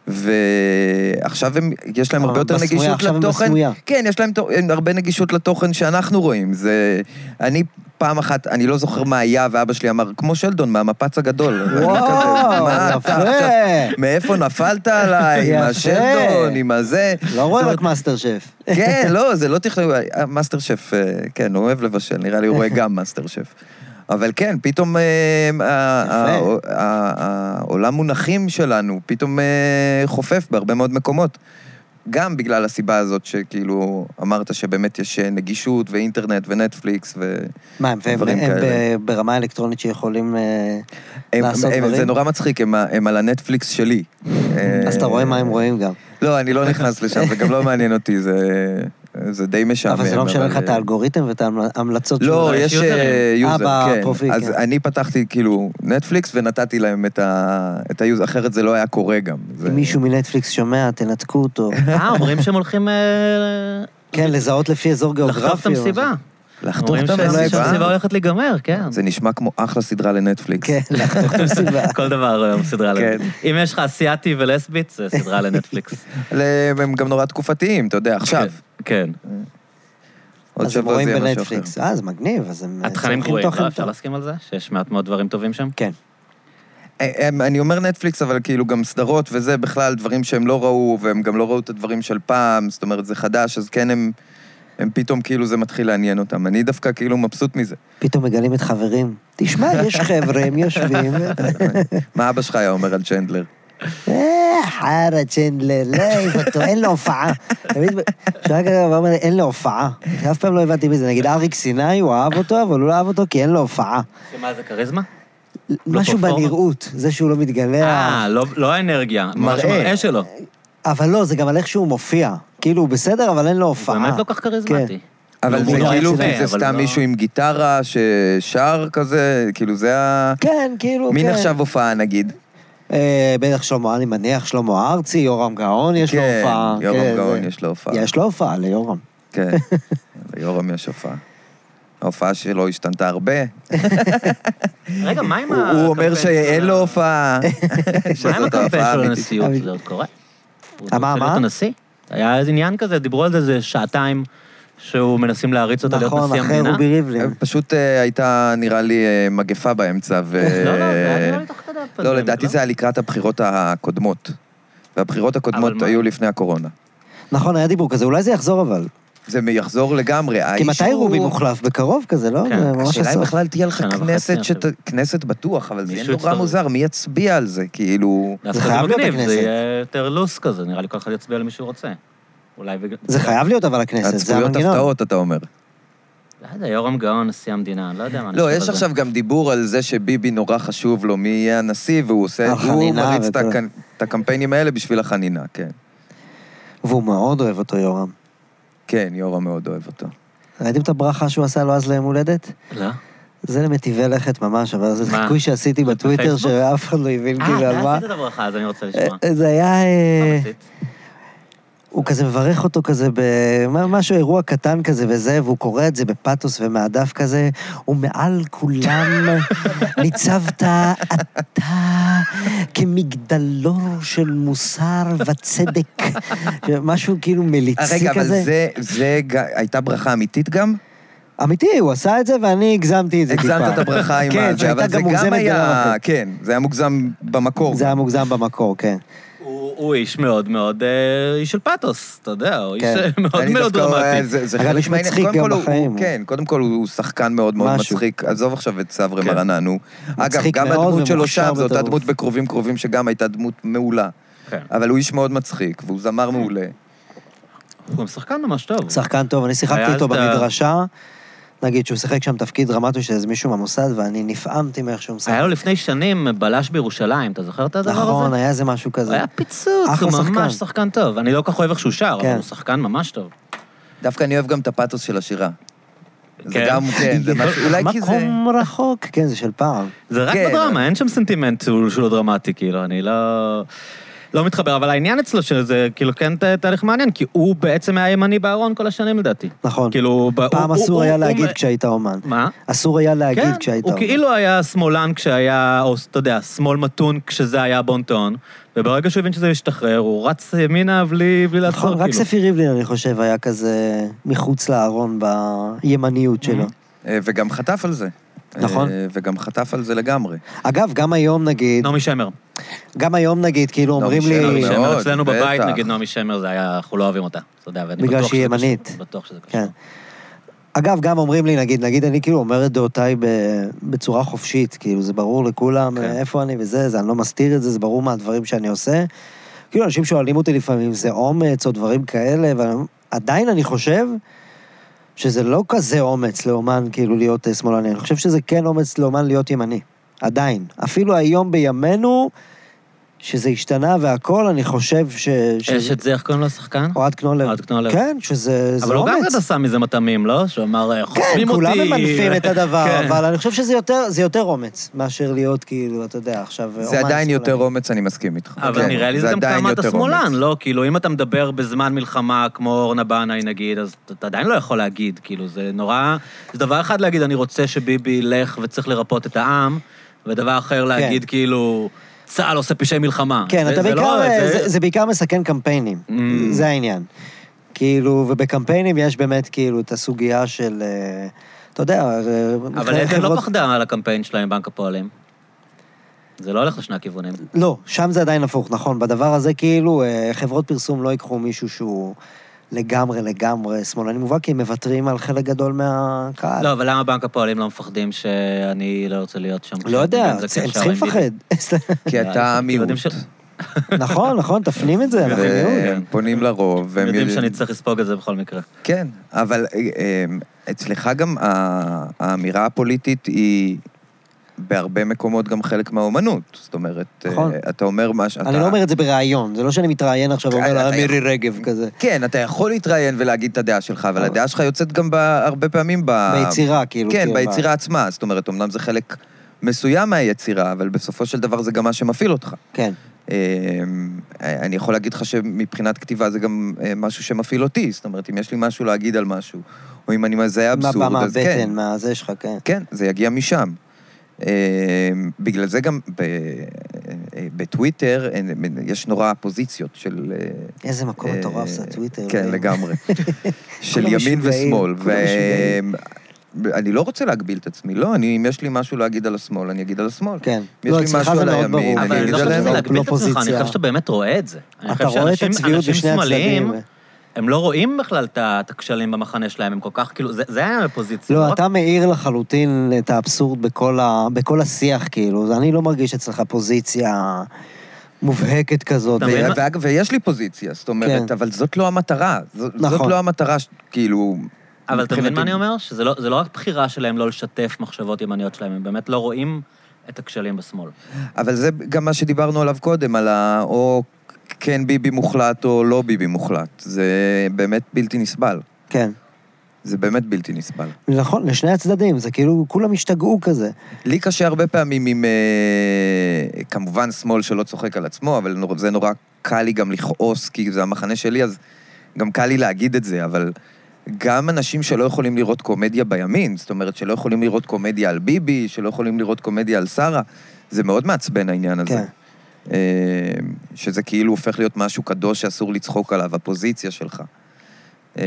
S2: ועכשיו הם, יש להם
S3: אבל
S2: הרבה יותר
S3: אה, בסמויה,
S2: נגישות
S3: עכשיו הם
S2: לתוכן.
S3: בסמויה.
S2: כן, יש להם תו- הם הרבה נגישות לתוכן שאנחנו רואים. זה... אני פעם אחת, אני לא זוכר מה היה, ואבא שלי אמר, כמו שלדון, מהמפץ הגדול. ואני כזה,
S3: וואו,
S2: "מה אתה עכשיו?"
S3: יפה.
S2: מאיפה נפלת עליי, עם
S3: יפה.
S2: השלדון, עם הזה.
S3: לא רואה
S2: זאת
S3: רק מאסטר שף.
S2: אומרת, כן, לא, זה לא תכנון, מאסטר שף, אה, כן, הוא אוהב לבשל, נראה לי הוא רואה גם מאסטר שף. אבל כן, פתאום אה, ה- ה- ה- ה- העולם מונחים שלנו פתאום אה, חופף בהרבה מאוד מקומות. גם בגלל הסיבה הזאת שכאילו אמרת שבאמת יש אה, נגישות ואינטרנט ונטפליקס ו...
S3: מה, הם, הם,
S2: דברים
S3: הם
S2: כאלה.
S3: ב- ברמה אלקטרונית שיכולים... אה,
S2: הם-
S3: לעשות
S2: הם- זה
S3: דברים.
S2: נורא מצחיק, הם ה- הם על הנטפליקס שלי. אה,
S3: אז אתה רואה מה הם רואים גם.
S2: לא, אני לא נכנס לשם, זה גם לא מעניין אותי, זה, זה די משעמם.
S3: אבל זה לא משנה לך את האלגוריתם ואת ההמלצות
S2: אה, לא,
S1: יש
S2: יש אה,
S1: יוזרים.
S2: יוזר,
S3: אה,
S2: כן.
S3: בפרופיל,
S2: אז
S3: כן.
S2: אני פתחתי כאילו נטפליקס ונתתי להם את ה- את היוזר, אחרת זה לא היה קורה גם. זה-
S3: אם מישהו מנטפליקס שומע, תנתקו
S2: *laughs*
S3: אותו.
S1: אה, אומרים שהם הולכים אה,
S3: כן, לזהות לפי אזור גיאוגרפי.
S1: לחטוף את
S3: או
S1: המסיבה.
S3: משהו.
S2: לחתוך
S1: אומרים לא
S2: את
S1: שהמסיבה
S2: המסיבה?
S1: הולכת להיגמר, כן.
S2: זה נשמע כמו אחלה סדרה לנטפליקס.
S3: כן, לחטוף את המסיבה.
S1: *laughs* כל דבר היום סדרה
S2: כן.
S1: לנטפליקס. אם יש לך אסיאתי ולסבית, זה סדרה לנטפליקס.
S2: אבל, אה, הם גם נורא תקופתיים, אתה יודע, עכשיו.
S1: כן.
S2: עוד
S3: אז הם
S2: שבוע זה
S3: רואים
S2: יהיה משהו אחר.
S3: בנטפליקס. אה, זה מגניב, אז הם...
S1: התכנים
S3: צורכים
S1: גרועים,
S3: תוכן
S1: לא
S3: טוב.
S1: אפשר להסכים על זה? שיש מעט מאוד דברים טובים שם?
S3: כן.
S2: הם- אני אומר נטפליקס, אבל כאילו גם סדרות וזה בכלל דברים שהם לא ראו, והם גם לא ראו את הדברים של פעם, זאת אומרת, זה חדש, אז כן הם... הם פתאום כאילו זה מתחיל לעניין אותם. אני דווקא כאילו מבסוט מזה.
S3: פתאום מגלים את חברים. תשמע, יש חבר'ה, הם יושבים.
S1: *laughs*
S2: מה אבא שלך היה אומר על צ'נדלר?
S3: אה, חרא צ'נדלר, לא העיף אותו, אין לו הופעה. תמיד, שרק אגב, אמר לי, אין לו הופעה. אף פעם לא הבנתי מי זה. נגיד אריק סיני, הוא אהב אותו, אבל הוא לא אהב אותו כי אין לו הופעה.
S1: מה זה, כריזמה?
S2: לא
S3: משהו
S1: פרפורמנס?
S3: בנראות, זה שהוא לא מתגלח.
S1: אה, לא- לא האנרגיה, ממש
S2: מראה.
S1: מראה שלו.
S3: אבל לא, זה גם על איך שהוא מופיע. כאילו, הוא בסדר, אבל אין לו
S1: הוא
S3: הופעה.
S1: באמת לא כל כך
S3: כן.
S1: כריזמטי.
S2: אבל
S1: לא,
S2: זה
S1: הוא לא
S2: כאילו,
S1: יפה,
S2: כי זה
S1: אבל
S2: סתם
S1: לא-
S2: מישהו עם גיטרה ששר כזה, כאילו זה ה...
S3: כן, כאילו,
S2: מי
S3: כן.
S2: נחשב הופעה נגיד?
S3: אה, בטח שלמה, אני מניח, שלמה ארצי, יורם גאון, יש לו
S2: כן,
S3: הופעה.
S2: יורם
S3: כן,
S2: גאון,
S3: זה-
S2: יש לו הופעה.
S3: יש לו הופעה ליורם.
S2: כן, ליורם יש הופעה. ההופעה שלו השתנתה הרבה.
S1: רגע, מה עם
S2: הוא הוא אומר שאין לו
S1: *laughs*
S2: הופעה.
S1: מה עם
S2: שזאת
S1: הקמפיין
S2: ההופעה
S1: של
S2: האמיתית.
S1: הנשיאות?
S3: אבל-
S1: זה עוד קורה?
S3: מה, מה?
S1: שאלות הנשיא? היה איזה עניין כזה, דיברו על זה איזה שעתיים, שהוא מנסים להריץ אותה להיות
S3: נכון,
S1: נשיא
S3: אחרי
S1: המדינה.
S3: רובי ריבלין.
S2: פשוט אה, הייתה, נראה לי, אה, מגפה באמצע, ו...
S1: לא, לא, זה היה נראה לי תוך כדי
S2: לא,
S1: הפנדמיה,
S2: לדעתי זה היה לקראת הבחירות הקודמות. והבחירות הקודמות
S1: מה?
S2: היו לפני הקורונה.
S3: נכון, היה דיבור כזה, אולי זה יחזור אבל.
S2: זה יחזור לגמרי.
S3: כי מתי
S2: האישור-
S3: רובי מוחלף? בקרוב כזה, לא?
S1: כן.
S3: זה ממש
S2: השאלה אם
S3: הסוף.
S2: בכלל תהיה לך
S1: שנה וחצי,
S2: כנסת,
S1: אני
S2: שת-
S1: חושב.
S2: כנסת בטוח, אבל זה יהיה
S1: מישהו
S2: נורא
S1: יצטרך.
S2: מוזר, מי יצביע על זה? כאילו...
S1: דווקא
S3: חייב להיות
S1: מגניב, זה
S3: בכנסת.
S1: יהיה יותר לוס כזה, נראה לי כל אחד יצביע למי שהוא רוצה. אולי... בגלל-
S3: זה חייב להיות אבל הכנסת, זה
S2: הצפויות
S3: המנגנון.
S2: הפתעות, אתה אומר.
S1: לא יודע, יורם גאון, נשיא המדינה, אני לא יודע מה אני
S2: לא,
S1: חושב על
S2: יש
S1: זה.
S2: עכשיו גם דיבור על זה שביבי נורא חשוב לו מי יהיה הנשיא, והוא עושה,
S3: החנינה
S2: הוא מריץ את
S3: וכל-
S2: הקנ- את הקמפיינים האלה בשביל החנינה, כן.
S3: והוא מאוד אוהב אותו, יורם.
S2: כן, יורם מאוד אוהב אותו.
S3: ראיתם את הברכה שהוא עשה לו אז ליום הולדת?
S1: לא?
S3: זה למטיבי לכת ממש, אבל זה
S1: מה?
S3: חיקוי שעשיתי בטוויטר
S1: בפייסבוק?
S3: שאף אחד לא הבין כאילו
S1: אה,
S3: על
S1: אתה
S3: מה.
S1: עשית את הברכה, אז אני רוצה לשמוע.
S3: אה, זה היה...
S1: מה
S3: אה,
S1: רצית?
S3: הוא כזה מברך אותו כזה במשהו, אירוע קטן כזה וזה, והוא קורא את זה בפתוס ומהדף כזה, ומעל כולם
S2: *laughs*
S3: ניצבת אתה כמגדלור של מוסר וצדק. משהו כאילו
S2: אה,
S3: מליצי
S2: רגע, אבל
S3: כזה.
S2: זה, זה ג- הייתה ברכה אמיתית גם?
S3: אמיתי, הוא עשה את זה ואני הגזמתי את זה טיפה.
S2: הגזמת את הברכה עם
S3: כן,
S2: הזה,
S3: שהייתה
S2: אבל זה
S3: גם
S2: גם
S3: מוגזמת ברמה
S2: היה...
S3: כזאת.
S2: כן, זה היה מוגזם במקור.
S3: זה היה מוגזם במקור, כן.
S1: הוא הוא איש מאוד מאוד, אה, איש של פאתוס, אתה יודע, הוא איש
S3: כן.
S1: אה, מאוד
S2: אני דווקא- אה,
S1: מלודרמטי.
S2: זה- זה
S3: אגב,
S2: חלק
S3: איש
S2: מהעניין.
S3: מצחיק
S2: קודם
S3: גם
S2: כל הוא-
S3: בחיים,
S2: הוא-
S3: הוא-
S2: כן, קודם כל הוא שחקן מאוד מאוד
S3: משהו.
S2: מצחיק. עזוב עכשיו את סברי
S1: כן.
S2: מרנן, הוא... אגב,
S3: מצחיק
S2: גם
S3: מאוד
S2: הדמות שלו
S3: ומוכשר
S2: שם, זו אותה
S3: בטירוף.
S2: דמות בקרובים קרובים, שגם הייתה דמות מעולה.
S1: כן.
S2: אבל הוא איש מאוד מצחיק, והוא זמר מעולה.
S1: הוא גם שחקן ממש טוב.
S3: שחקן טוב, אני שיחקתי
S1: היה
S3: איתו
S1: אז את ה-
S3: במדרשה, נגיד שהוא שיחק שם תפקיד דרמטי של איזה מישהו מהמוסד, ואני נפעמתי מאיך שהוא משחק.
S1: היה לו לפני שנים בלש בירושלים, אתה זוכר את הדבר הזה?
S3: נכון, היה איזה משהו
S1: הוא
S3: כזה.
S1: היה פיצוץ,
S3: אחלה
S1: הוא ממש
S3: שחקן.
S1: שחקן טוב. אני לא כל כך אוהב איך שהוא שר, אבל
S3: כן.
S1: הוא שחקן ממש טוב.
S2: דווקא אני אוהב גם את הפאתוס של השירה. זה
S1: כן.
S2: גם, כן, זה משהו,
S3: *laughs*
S2: אולי כי זה...
S3: מקום רחוק, כן, זה של פעם.
S1: זה רק
S2: כן.
S1: בדרמה, אין שם סנטימנט שהוא שהוא לא דרמטי, כאילו, אני לא... לא מתחבר, אבל העניין אצלו שזה כאילו כן ת- תהליך מעניין, כי הוא בעצם היה ימני בארון כל השנים לדעתי.
S3: נכון.
S1: כאילו, ב-
S3: פעם
S1: הוא- הוא-
S3: אסור
S1: הוא-
S3: היה
S1: הוא-
S3: להגיד
S1: הוא-
S3: כשהיית אומן.
S1: מה?
S3: אסור היה להגיד
S1: כן,
S3: כשהיית
S1: הוא
S3: אומן.
S1: כאילו היה שמאלן כשהיה, או אתה יודע, שמאל מתון כשזה היה בונטון, וברגע שהוא הבין שזה משתחרר, הוא רץ ימינה בלי בלי לעצור,
S3: נכון, רק
S1: כאילו.
S3: ספי ריבלין, אני חושב, היה כזה מחוץ לארון בימניות שלו.
S1: Mm-hmm.
S2: אה, וגם חטף על זה.
S3: נכון.
S2: אה, וגם חטף על זה לגמרי.
S3: אגב, גם היום נגיד,
S1: נעמי שמר.
S3: גם היום נגיד, כאילו
S2: נעמי
S3: אומרים לי...
S1: נעמי שמר
S2: מאוד,
S1: אצלנו בבית,
S2: בטח.
S1: נגיד נעמי שמר, זה היה, אנחנו לא אוהבים אותה. אתה יודע, ואני
S3: בגלל
S1: בטוח
S3: שהיא
S1: שזה קשור.
S3: ימנית.
S1: בטוח שזה קשור.
S3: כן. אגב, גם אומרים לי, נגיד, נגיד אני כאילו אומר את דעותיי ב- בצורה חופשית, כאילו, זה ברור לכולם
S1: כן.
S3: כן. איפה אני וזה, זה, אני לא מסתיר את זה, זה ברור מה הדברים שאני עושה. כאילו, אנשים שואלים אותי לפעמים, זה אומץ או דברים כאלה, ועדיין אני חושב שזה לא כזה אומץ לאומן, כאילו, להיות אה, שמאלני. אני חושב שזה כן אומץ לאומן להיות ימני. עדיין. אפילו היום בימינו, שזה השתנה והכל, אני חושב ש...
S1: יש
S3: שזה-
S1: את זה, איך קוראים לו השחקן?
S3: אוהד קנולר.
S1: אה, אוהד קנולר.
S3: כן, שזה זה אומץ.
S1: אבל הוא גם קצת עשה מזה מטעמים, לא? שהוא אמר, חוסמים
S3: כן,
S1: אותי.
S3: כולם ממנפים את הדבר,
S1: *laughs* כן.
S3: אבל אני חושב שזה יותר, זה יותר אומץ מאשר להיות כאילו, אתה יודע, עכשיו...
S2: זה
S3: אומן
S2: עדיין יותר
S3: שמאלני.
S2: אומץ, אני מסכים איתך.
S1: אבל
S2: כן,
S1: נראה לי זה גם
S2: עדיין
S1: כמה אתה
S2: יותר
S1: שמאלן,
S2: אומץ.
S1: לא? כאילו, אם אתה מדבר בזמן מלחמה, כמו אורנה בנאי נגיד, אז אתה עדיין לא יכול להגיד, כאילו, זה נורא... זה דבר אחד להגיד, אני רוצה שביבי ילך וצריך לרפות את העם, ודבר אחר להגיד, כאילו, צה"ל עושה פשעי מלחמה.
S3: כן,
S1: זה-
S3: אתה
S1: זה
S3: בעיקר,
S1: לא-
S3: זה, זה, בעיקר מסכן קמפיינים,
S1: Mm.
S3: זה העניין. כאילו, ובקמפיינים יש באמת כאילו את הסוגיה של, אה, אתה יודע, אה,
S1: אבל עדן לא
S3: חברות-
S1: פחדה על הקמפיין שלה עם בנק הפועלים. זה לא הולך לשני הכיוונים.
S3: לא, שם זה עדיין הפוך, נכון. בדבר הזה כאילו, אה, חברות פרסום לא ייקחו מישהו שהוא לגמרי לגמרי שמאלני מובהק, כי הם מוותרים על חלק גדול מהקהל.
S1: לא, אבל למה בנק הפועלים לא מפחדים שאני לא רוצה להיות שם?
S3: לא יודע,
S1: כשאני מזקק
S3: הם צריכים
S1: שערים
S3: לפחד.
S1: *laughs*
S2: כי אתה
S1: אתם אה, יודעים
S2: מיעוט.
S1: ש-
S3: נכון, נכון, תפנים את זה, אנחנו
S1: ו-
S3: מיעוט.
S1: כן.
S2: והם פונים לרוב,
S1: הם
S2: והם
S1: יודעים שאני צריך לספוג את זה בכל מקרה.
S2: כן, אבל אה, אה, אצלך גם ה- האמירה הפוליטית היא בהרבה מקומות גם חלק מהאומנות. זאת אומרת, אה,
S3: נכון.
S2: אתה אומר מה שאתה...
S3: אני לא אומר את זה בראיון, זה לא שאני מתראיין עכשיו ואומר
S2: אתה
S3: לה מירי
S2: יכול-
S3: רגב כזה.
S2: כן, אתה יכול להתראיין ולהגיד את הדעה שלך, אבל
S3: אבל-
S2: הדעה שלך יוצאת גם ב- הרבה פעמים ב...
S3: אה. ביצירה, כאילו.
S2: כן,
S3: כאילו,
S2: ביצירה עצמה. זאת אומרת, אמנם זה חלק מסוים מהיצירה, אבל בסופו של דבר זה גם מה שמפעיל אותך.
S3: כן.
S2: אה, אני יכול להגיד לך שמבחינת כתיבה זה גם אה, משהו שמפעיל אותי. זאת אומרת, אם יש לי משהו להגיד על משהו, או אם אני מזהה אבסורד,
S3: מהבמה,
S2: אז כן.
S3: הבטן, מהזה שלך, כן.
S2: כן, זה יגיע משם. אה, בגלל זה גם ב- אה, בטוויטר אה, יש נורא פוזיציות של... אה,
S3: איזה מקום
S2: אה,
S3: מטורף זה, טוויטר.
S2: כן,
S3: אלוהים. *laughs*
S2: לגמרי. של
S3: כולם משוגעים,
S2: ימין ושמאל.
S3: כולם משוגעים.
S2: ואני לא רוצה להגביל את עצמי, לא, אני, אם יש לי משהו להגיד על השמאל, אני אגיד על השמאל.
S3: כן.
S2: יש לי משהו על הימין, אני
S1: אבל אני
S2: אגיד
S1: לא חושב
S2: עליהם,
S1: שזה
S2: אבל
S1: להגביל את עצמך, אני
S3: פוזיציה.
S1: חושב שאתה באמת רואה את זה. אני
S3: לא אתה
S1: חושב
S3: רואה את
S1: שאנשים-
S3: הצביעות
S1: אנשים
S3: בשני הצדדים.
S1: שמאליים, הם לא רואים בכלל את ה- את הכשלים במחנה שלהם, הם כל כך, כאילו, זה- זה העניין בפוזיציה.
S3: לא,
S1: רק-
S3: אתה מאיר לחלוטין את האבסורד בכל, ה... בכל השיח, כאילו. אני לא מרגיש אצלך פוזיציה מובהקת כזאת.
S1: אתה
S2: ו-
S1: מבין מה-
S2: ואגב, ויש לי פוזיציה, זאת אומרת,
S3: כן.
S2: אבל זאת לא המטרה. ז- זאת
S3: נכון.
S2: לא המטרה, ש- כאילו...
S1: אבל אתה מבין
S2: מבחינתי-
S1: מה אני אומר? שזה לא- זה לא רק בחירה שלהם לא לשתף מחשבות ימניות שלהם, הם באמת לא רואים את הכשלים בשמאל.
S2: אבל זה גם מה שדיברנו עליו קודם, על ה... או כן ביבי מוחלט או לא ביבי מוחלט. זה באמת בלתי נסבל.
S3: כן.
S2: זה באמת בלתי נסבל.
S3: נכון, לשני הצדדים, זה כאילו, כולם השתגעו כזה.
S2: לי קשה הרבה פעמים עם... אה, כמובן שמאל שלא צוחק על עצמו, אבל נור- זה נורא קל לי גם לכעוס, כי זה המחנה שלי, אז גם קל לי להגיד את זה, אבל גם אנשים שלא יכולים לראות קומדיה בימין, זאת אומרת, שלא יכולים לראות קומדיה על ביבי, שלא יכולים לראות קומדיה על שרה, זה מאוד מעצבן העניין הזה.
S3: כן.
S2: אה, שזה כאילו הופך להיות משהו קדוש שאסור לצחוק עליו, הפוזיציה שלך. אה,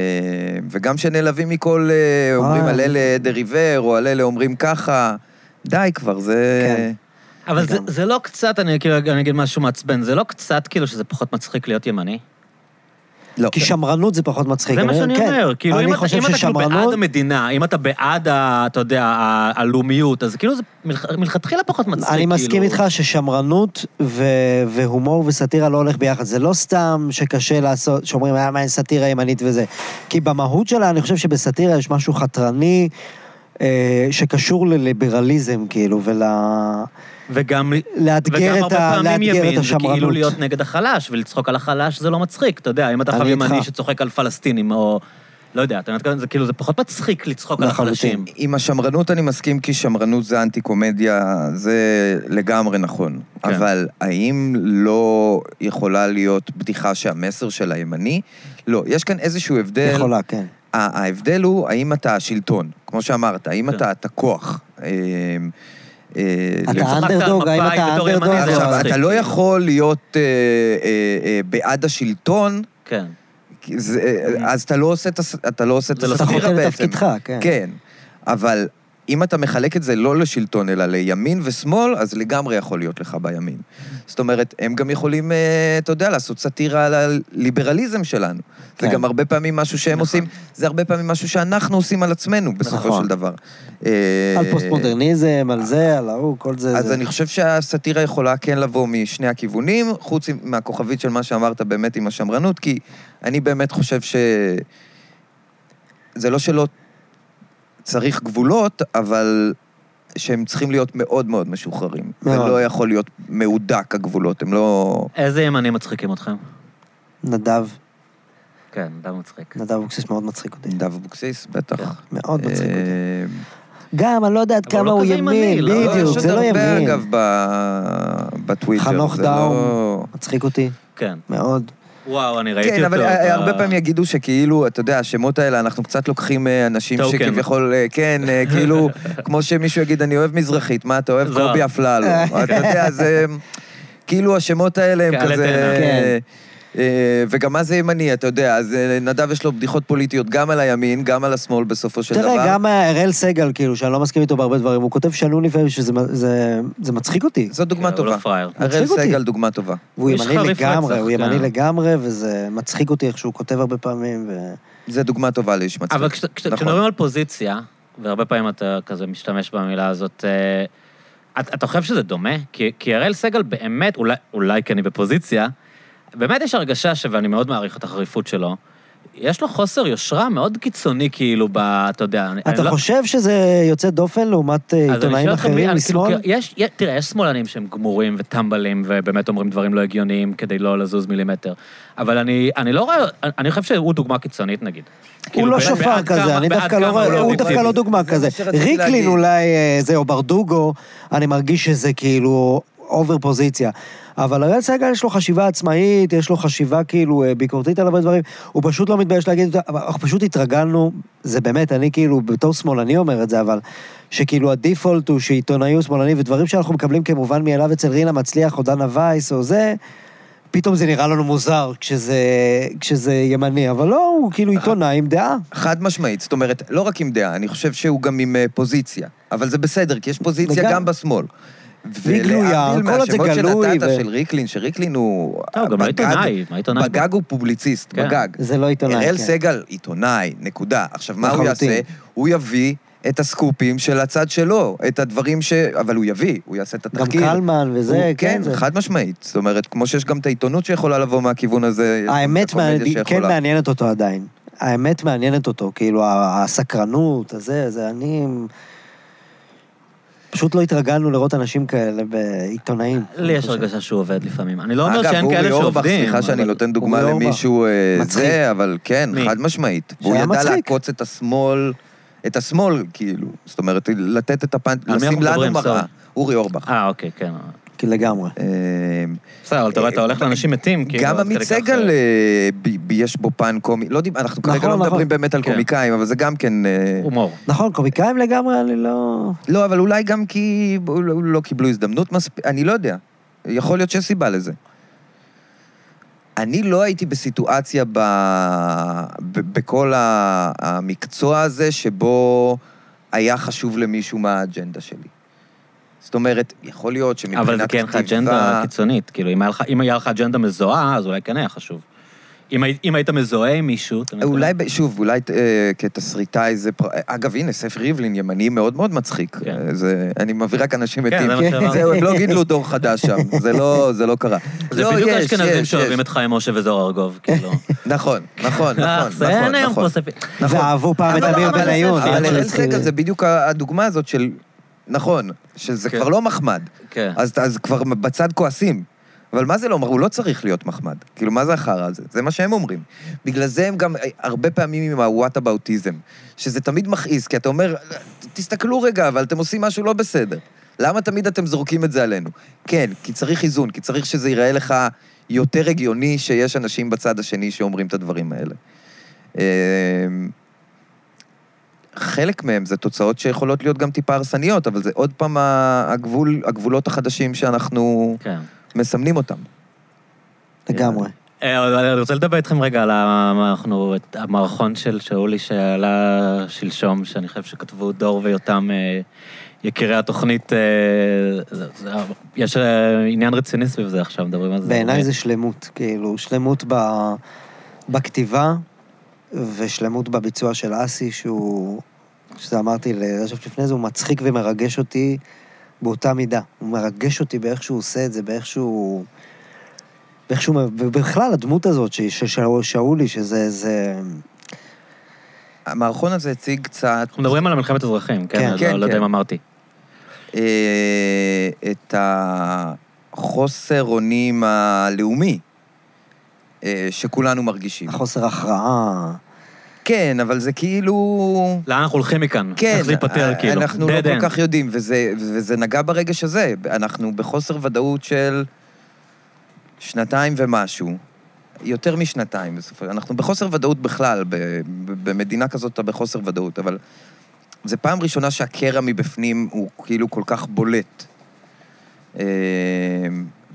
S2: וגם שנעלבים מכל, אה, אומרים
S3: וואי.
S2: על אלה עדר עיוור, או על אלה אומרים ככה, די כבר, זה...
S3: כן.
S1: אבל זה-
S3: לגמרי.
S1: זה לא קצת, אני כאילו אני אגיד משהו מעצבן, זה לא קצת כאילו שזה פחות מצחיק להיות ימני?
S2: לא.
S3: כי שמרנות זה פחות מצחיק.
S1: אוקיי. זה מה שאני
S3: כן.
S1: אומר, כאילו
S3: אני
S1: אם אתה
S3: חושב
S1: אם אתה כאילו בעד
S3: ששמרנות-
S1: המדינה, אם אתה בעד, ה- אתה יודע, ה- הלאומיות, אז כאילו זה מלכ- מלכתחילה פחות מצחיק,
S3: אני
S1: כאילו.
S3: מסכים איתך ששמרנות ו... והומור וסאטירה לא הולך ביחד. זה לא סתם שקשה לעשות, שאומרים, אה, מה, אין סאטירה ימנית וזה. כי במהות שלה, אני חושב שבסאטירה יש משהו חתרני אה, שקשור לליברליזם, כאילו, ול...
S1: וגם...
S3: לאתגר
S1: וגם
S3: את, ה...
S1: הרבה פעמים
S3: לאתגר את
S1: ימין זה
S3: השמרנות.
S1: כאילו להיות נגד החלש, ולצחוק על החלש זה לא מצחיק, אתה יודע, אם אתה
S3: אני
S1: חייב
S3: איתך.
S1: ימני שצוחק על פלסטינים, או... לא יודע, אתה מתכוון, זה כאילו, זה פחות מצחיק לצחוק על
S3: לחלוטין.
S1: החלשים.
S2: עם השמרנות אני מסכים, כי שמרנות זה אנטי-קומדיה, זה לגמרי נכון.
S1: כן.
S2: אבל האם לא יכולה להיות בדיחה שהמסר שלה ימני? לא. יש כאן איזשהו הבדל...
S3: יכולה, כן.
S2: ה- ההבדל הוא האם אתה השלטון, כמו שאמרת, האם
S1: כן.
S2: אתה את הכוח. אמ, אה,
S3: אתה
S2: לצורך-
S1: צחקת על
S3: אנדרדוג, האם
S1: מפא"י
S3: אתה
S1: בתור ימני,
S3: אנדרדוג?
S1: זה
S2: עכשיו,
S1: מצחיק.
S2: אתה לא יכול להיות אה, אה, אה, בעד השלטון,
S1: כן.
S2: כי זה-
S3: Mm.
S2: אה, אז אתה לא עושה את הס- אתה לא עושה את
S1: אתה לא
S3: אתה
S1: סאטירה
S3: חוטא
S2: הסאטירה בעצם.
S3: לתפקידך, כן.
S2: כן, אבל אם אתה מחלק את זה לא לשלטון, אלא לימין ושמאל, אז לגמרי יכול להיות לך בימין. זאת אומרת, הם גם יכולים, אה, אתה יודע, לעשות סאטירה על הליברליזם שלנו. זה
S3: כן.
S2: גם הרבה פעמים משהו שהם
S1: נכון.
S2: עושים, זה הרבה פעמים משהו שאנחנו עושים על עצמנו, בסופו
S3: נכון.
S2: של דבר. אה,
S3: על פוסט-מודרניזם, על זה, על ההוא, כל זה.
S2: אז
S3: זה...
S2: אני חושב שהסאטירה יכולה כן לבוא משני הכיוונים, חוץ מהכוכבית של מה שאמרת באמת עם השמרנות, כי אני באמת חושב ש... זה לא שלא צריך גבולות, אבל שהם צריכים להיות מאוד מאוד משוחררים. זה
S3: מאוד.
S2: לא יכול להיות מהודק, הגבולות, הם לא...
S1: איזה ימנים מצחיקים אתכם?
S3: נדב,
S1: כן, אדם מצחיק.
S3: נדב אבוקסיס מאוד מצחיק אותי.
S2: נדב אבוקסיס, בטח.
S3: כן, מאוד מצחיק אותי.
S2: אה,
S3: גם, אני לא יודעת
S1: אבל הוא לא
S3: כמה הוא
S1: כזה ימני,
S3: ימין,
S1: לא?
S2: לא,
S3: בדיוק,
S2: יש
S3: זה
S2: עוד
S3: לא
S2: הרבה,
S3: ימין.
S2: אגב, ב- בטוויטר.
S3: חנוך
S2: זה
S3: דאום.
S2: לא-
S3: מצחיק אותי,
S1: כן.
S3: מאוד.
S1: וואו, אני ראיתי
S2: כן,
S1: אותו.
S2: אבל
S1: אתה-
S2: הרבה פעמים יגידו שכאילו, אתה יודע, השמות האלה, אנחנו קצת לוקחים אה, אנשים
S1: טוקן.
S2: שכביכול, אה, כן, אה,
S1: *laughs*
S2: כאילו, כמו שמישהו יגיד, אני אוהב מזרחית, מה, אתה אוהב
S1: זוהר. *laughs*
S2: קובי אפללו. אתה יודע, זה... כאילו, השמות האלה הם
S1: קהלי
S2: כזה...
S1: תאנה.
S3: כן.
S2: אה, וגם מה זה ימני, אתה יודע, אז אה, נדב יש לו בדיחות פוליטיות גם על הימין, גם על השמאל בסופו של דבר.
S3: תראה, גם אראל סגל, כאילו, שאני לא מסכים איתו בהרבה דברים, הוא כותב שנון לפעמים שזה זה- זה מצחיק אותי.
S2: זו
S1: כן,
S2: דוגמה
S1: הוא
S2: טובה.
S1: לא פראייר.
S2: הראל
S3: מצחיק אותי.
S2: סגל דוגמה טובה.
S3: והוא
S1: איש
S3: ימני
S1: חריף
S3: לגמרי,
S1: רצח,
S3: הוא ימני
S1: כן.
S3: לגמרי, וזה מצחיק אותי איך שהוא כותב הרבה פעמים, ו...
S2: זו דוגמה טובה לאיש מצחיק.
S1: אבל כשאתה- כשאתה-
S2: נכון.
S1: כשמדברים על פוזיציה, והרבה פעמים אתה כזה משתמש במילה הזאת, אה, את- אתה חושב שזה דומה? כי- כי הראל סגל באמת, אולי- אולי כי אני בפוזיציה, באמת יש הרגשה, ש- ואני מאוד מעריך את החריפות שלו, יש לו חוסר יושרה מאוד קיצוני, כאילו, ב... אתה יודע... אני- אני
S3: אתה
S1: לא-
S3: חושב שזה יוצא דופן לעומת אה,
S1: אז אני
S3: עיתונאים
S1: שואל אותך בלי-
S3: אחרים
S1: אני כאילו-
S3: משמאל?
S1: יש, יש- תראה, יש שמאלנים שהם גמורים וטמבלים ובאמת אומרים דברים לא הגיוניים כדי לא לזוז מילימטר. אבל אני, אני לא רואה, אני- אני חושב שהוא דוגמה קיצונית נגיד.
S3: הוא
S1: כאילו,
S3: לא
S1: בעד-
S3: שופר
S1: בעד
S3: כזה,
S1: כמה-
S3: אני
S1: בעד
S3: דווקא
S1: כמה
S3: לא רואה,
S2: הוא
S3: הוא
S2: אובייקטיבי.
S3: דווקא לא דוגמה
S2: זה
S3: כזה.
S2: מה שרציתי להגיד.
S3: ריקלין אולי אה, זה, או ברדוגו, אני מרגיש שזה כאילו אובר פוזיציה. אבל אריאל סגל יש לו חשיבה עצמאית, יש לו חשיבה כאילו אה, ביקורתית על הרבה דברים, הוא פשוט לא מתבייש להגיד אותה, אבל אנחנו פשוט התרגלנו, זה באמת, אני כאילו, בתור שמאלני אומר את זה, אבל, שכאילו הדיפולט הוא שעיתונאי הוא שמאלני, ודברים שאנחנו מקבלים כמובן מאליו אצל רינה מצליח או דנה וייס או זה, פתאום זה נראה לנו מוזר כשזה, כשזה ימני, אבל לא, הוא כאילו עיתונאי עם דעה.
S2: חד משמעית, זאת אומרת, לא רק עם דעה, אני חושב שהוא גם עם אה, פוזיציה. אבל זה בסדר, כי יש פוזיציה
S3: לגמרי.
S2: גם בשמאל.
S3: והיא גלויה,
S2: ולהבדיל
S3: כל עוד זה
S2: מהשמות
S3: גלוי
S2: שנתת
S3: ו-
S2: של ריקלין, שריקלין הוא...
S1: לא, הוא גם לא
S2: בגג-
S1: עיתונאי, מה עיתונאי?
S2: בגג הוא פובליציסט,
S1: כן.
S2: בגג.
S3: זה לא עיתונאי.
S2: אראל
S3: כן.
S2: סגל עיתונאי, נקודה. עכשיו, מה הוא
S3: לחלוטין.
S2: יעשה? הוא יביא את הסקופים של הצד שלו, את הדברים ש... אבל הוא יביא, הוא יעשה את
S3: גם
S2: התחקיר.
S3: קלמן וזה,
S2: הוא-
S3: כן.
S2: כן,
S3: זה-
S2: חד משמעית. זאת אומרת, כמו שיש גם את העיתונות שיכולה לבוא מהכיוון הזה, יש גם את
S3: האמת
S2: הקומדיה
S3: מעניין- כן
S2: שיכולה.
S3: מעניינת אותו עדיין. האמת מעניינת אותו, כאילו ה- הסקרנות, הזה, זה אני... פשוט לא התרגלנו לראות אנשים כאלה בעיתונאים.
S1: לי יש
S3: אני חושב.
S1: הרגשה שהוא עובד לפעמים. אני לא אומר
S2: אגב,
S1: שאין
S2: אורי
S1: כאלה שעובדים.
S2: אורבך, סליחה שאני
S1: אבל-
S2: נותן דוגמה
S3: אורי אורבך.
S2: למישהו אה,
S3: מצחיק.
S2: זה, אבל כן,
S1: מי?
S2: חד משמעית.
S3: שהיה
S2: הוא ידע
S3: מצחיק.
S2: לעקוץ את השמאל, את השמאל, כאילו. זאת אומרת, לתת את הפן,
S1: על מי
S2: לשים
S1: אנחנו
S2: לנו
S1: מדברים,
S2: מראה.
S1: סורי?
S2: אורי אורבך.
S1: אה, אוקיי, כן.
S3: כי לגמרי.
S2: אה,
S1: בסדר, אבל אתה רואה, אתה הולך לאנשים מתים, כאילו.
S2: גם
S1: עד כדי
S2: עמית
S1: כך-
S2: סגל, אה, ב- ב- יש בו פן קומי. לא יודע, אנחנו כרגע
S3: נכון,
S2: לא
S3: נכון.
S2: מדברים באמת על
S1: כן.
S2: קומיקאים, אבל זה גם כן... אה,
S1: הומור.
S3: נכון, קומיקאים לגמרי, אני לא...
S2: לא, אבל אולי גם כי אולי לא קיבלו הזדמנות מספיק, אני לא יודע. יכול להיות שיש סיבה לזה. אני לא הייתי בסיטואציה ב... ב... בכל ה... המקצוע הזה שבו היה חשוב למישהו מה האג'נדה שלי. זאת אומרת, יכול להיות שמבחינת
S1: אבל זה כן לך אג'נדה קיצונית, כאילו, אם היה לך- אם היה לך אג'נדה מזוהה, אז אולי כן היה חשוב. אם היית- אם היית מזוהה עם מישהו... אתה מבין?
S2: אולי, ב- שוב, אולי אה, כתסריטאי זה... פר... אגב, הנה, סף ריבלין ימני מאוד מאוד מצחיק.
S1: כן.
S2: אה, זה... אני מביא רק אנשים
S1: כן,
S2: מתים.
S1: זה מה שאמרתי.
S2: זהו, הם לא גידלו דור חדש שם, זה לא, זה לא קרה.
S1: זה
S2: לא,
S1: בדיוק
S2: יש,
S1: האשכנזים
S2: יש,
S1: שאוהבים
S2: יש.
S1: את חיים משה וזוהר ארגוב, כאילו.
S2: *laughs* נכון, נכון,
S1: אה,
S2: נכון,
S1: זה אין
S2: נכון,
S1: היום
S2: נכון.
S1: פרוספים.
S2: נכון.
S3: ואהבו פעם את
S2: אבל-
S3: אמיר
S2: אבל-
S3: בניון.
S2: אבל
S3: עד
S2: אראל
S3: שהתחיל-
S2: סגל זה בדיוק הדוגמה הזאת של, נכון, שזה
S1: כן.
S2: כבר לא מחמד.
S1: כן.
S2: אז אז כבר בצד כועסים. אבל מה זה לא, הוא לא צריך להיות מחמד. כאילו, מה זה החרא הזה? זה מה שהם אומרים. בגלל זה הם גם אה, הרבה פעמים עם ה-what aboutism, שזה תמיד מכעיס, כי אתה אומר, תסתכלו רגע, אבל אתם עושים משהו לא בסדר. למה תמיד אתם זורקים את זה עלינו? כן, כי צריך איזון, כי צריך שזה ייראה לך יותר הגיוני שיש אנשים בצד השני שאומרים את הדברים האלה. אמ, חלק מהם זה תוצאות שיכולות להיות גם טיפה הרסניות, אבל זה עוד פעם ה- הגבול, הגבולות החדשים שאנחנו
S1: כן.
S2: מסמנים אותם.
S3: לגמרי.
S1: אה, אבל אני רוצה לדבר איתכם רגע על ה- אנחנו, את המערכון של שאולי שעלה שלשום, שאני חושב שכתבו דור ויותם אה, יקירי התוכנית. אה, זה- זה- יש אה, עניין רציני סביב זה עכשיו, מדברים על זה.
S3: בעיניי
S1: הרבה.
S3: זה שלמות, כאילו, שלמות ב... בכתיבה ושלמות בביצוע של אסי, שהוא, שזה אמרתי לרשף לפני זה, הוא מצחיק ומרגש אותי באותה מידה. הוא מרגש אותי באיך שהוא עושה את זה, באיך שהוא... באיך שהוא... ובכלל, הדמות הזאת ש- של שאול- שאולי, שזה... זה...
S2: המערכון הזה הציג קצת
S1: אנחנו מדברים על המלחמת אזרחים,
S3: כן,
S1: כן?
S2: כן,
S1: כן, לא יודע
S2: כן.
S1: אם אמרתי.
S2: אה, את החוסר אונים הלאומי אה, שכולנו מרגישים.
S1: נכון.
S3: החוסר הכרעה.
S2: כן, אבל זה כאילו...
S1: לאן אנחנו הולכים מכאן?
S2: כן,
S1: איך להיפטר, כאילו?
S2: אנחנו לא
S1: dead
S2: כל
S1: end.
S2: כך יודעים, וזה, וזה נגע ברגש הזה. אנחנו בחוסר ודאות של שנתיים ומשהו, יותר משנתיים בסופו של דבר. אנחנו בחוסר ודאות בכלל, ב, ב, במדינה כזאת אתה בחוסר ודאות, אבל זו פעם ראשונה שהקרע מבפנים הוא כאילו כל כך בולט. אה,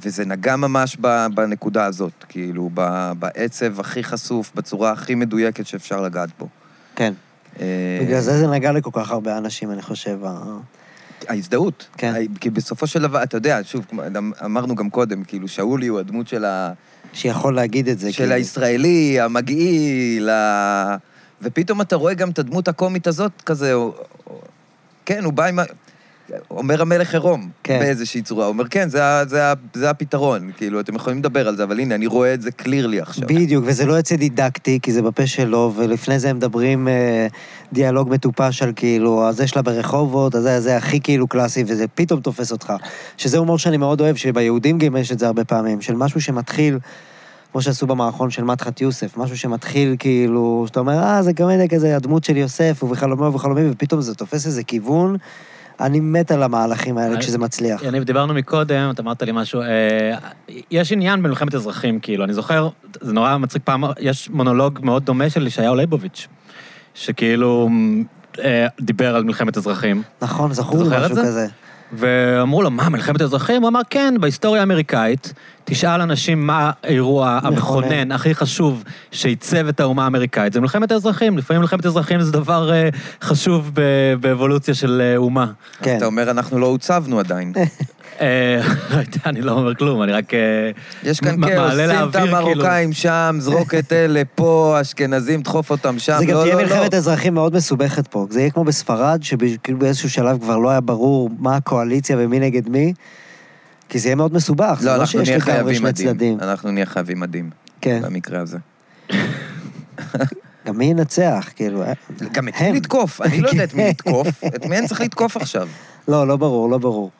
S2: וזה נגע ממש ב- בנקודה הזאת, כאילו, ב- בעצב הכי חשוף, בצורה הכי מדויקת שאפשר לגעת בו.
S3: כן.
S2: אה,
S3: בגלל זה זה נגע לכל כך הרבה אנשים, אני חושב. ה-
S2: ההזדהות.
S3: כן.
S2: ה- כי בסופו של דבר, אתה יודע, שוב, כמו- גם- אמרנו גם קודם, כאילו, שאולי הוא הדמות של, ה...
S3: שיכול להגיד את זה.
S2: של
S3: כאילו.
S2: הישראלי, המגעיל, ה... ופתאום אתה רואה גם את הדמות הקומית הזאת, כזה, או... או- כן, הוא בא עם... ה- אומר המלך עירום,
S3: כן.
S2: באיזושהי צורה. הוא אומר, כן, זה, ה- זה, ה- זה הפתרון, כאילו, אתם יכולים לדבר על זה, אבל הנה, אני רואה את זה קלירלי עכשיו.
S3: בדיוק, וזה לא יוצא דידקטי, כי זה בפה שלו, ולפני זה הם מדברים אה, דיאלוג מטופש על כאילו, הזה שלה ברחובות, הזה, הזה הכי כאילו קלאסי, וזה פתאום תופס אותך. שזה הומור שאני מאוד אוהב, שביהודים גם יש את זה הרבה פעמים, של משהו שמתחיל, כמו שעשו במערכון של מדחת יוסף, משהו שמתחיל כאילו, שאתה אומר, אה, זה קומדיה כזה, הדמות של יוסף, ובחלומו וחלומי, ופתאום זה תופס איזה כיוון. אני מת על המהלכים האלה
S1: אני- אה,
S3: כשזה מצליח.
S1: יניב, דיברנו מקודם, אתה אמרת לי משהו, אה, יש עניין במלחמת אזרחים, כאילו, אני זוכר, זה נורא מצחיק פעם, יש מונולוג מאוד דומה של ישעיהו ליבוביץ', שכאילו אה, דיבר על מלחמת אזרחים,
S3: נכון, זכור לי
S1: זוכר את
S3: משהו
S1: זה?
S3: כזה.
S1: ואמרו לו, מה, מלחמת אזרחים? הוא אמר, כן, בהיסטוריה האמריקאית, תשאל אנשים מה האירוע
S3: מכונן.
S1: המכונן הכי חשוב שעיצב את האומה האמריקאית, זה מלחמת האזרחים. לפעמים מלחמת אזרחים זה דבר אה, חשוב ב- באבולוציה של אה, אומה.
S3: כן.
S2: אתה אומר, אנחנו לא הוצבנו עדיין.
S3: *laughs*
S1: אה, *laughs* לא יודע, אני לא אומר כלום, אני רק... אה,
S2: יש כאן
S1: מ-
S2: כאוס,
S1: מעלה
S2: שים את
S1: לאוויר, כאילו.
S2: המרוקאים שם, זרוק את אלה פה, אשכנזים, דחוף אותם שם.
S3: זה גם
S2: לא,
S3: תהיה
S2: לא, לא.
S3: מלחמת אזרחים מאוד מסובכת פה. זה יהיה כמו בספרד, שכאילו באיזשהו שלב כבר לא היה ברור מה הקואליציה ומי נגד מי, כי זה יהיה מאוד מסובך. זה
S2: לא, אנחנו
S3: שיש
S2: נהיה
S3: לגמרי
S2: חייבים אה,
S3: שני
S2: מדהים.
S3: צדדים.
S2: אנחנו נהיה חייבים מדהים,
S3: כן.
S2: במקרה הזה.
S3: גם מי ינצח, כאילו... אה,
S2: גם את מי
S3: הם. כן.
S2: לתקוף, אני לא יודע את מי לתקוף, את מי אני צריך לתקוף עכשיו.
S3: לא, לא ברור, לא ברור.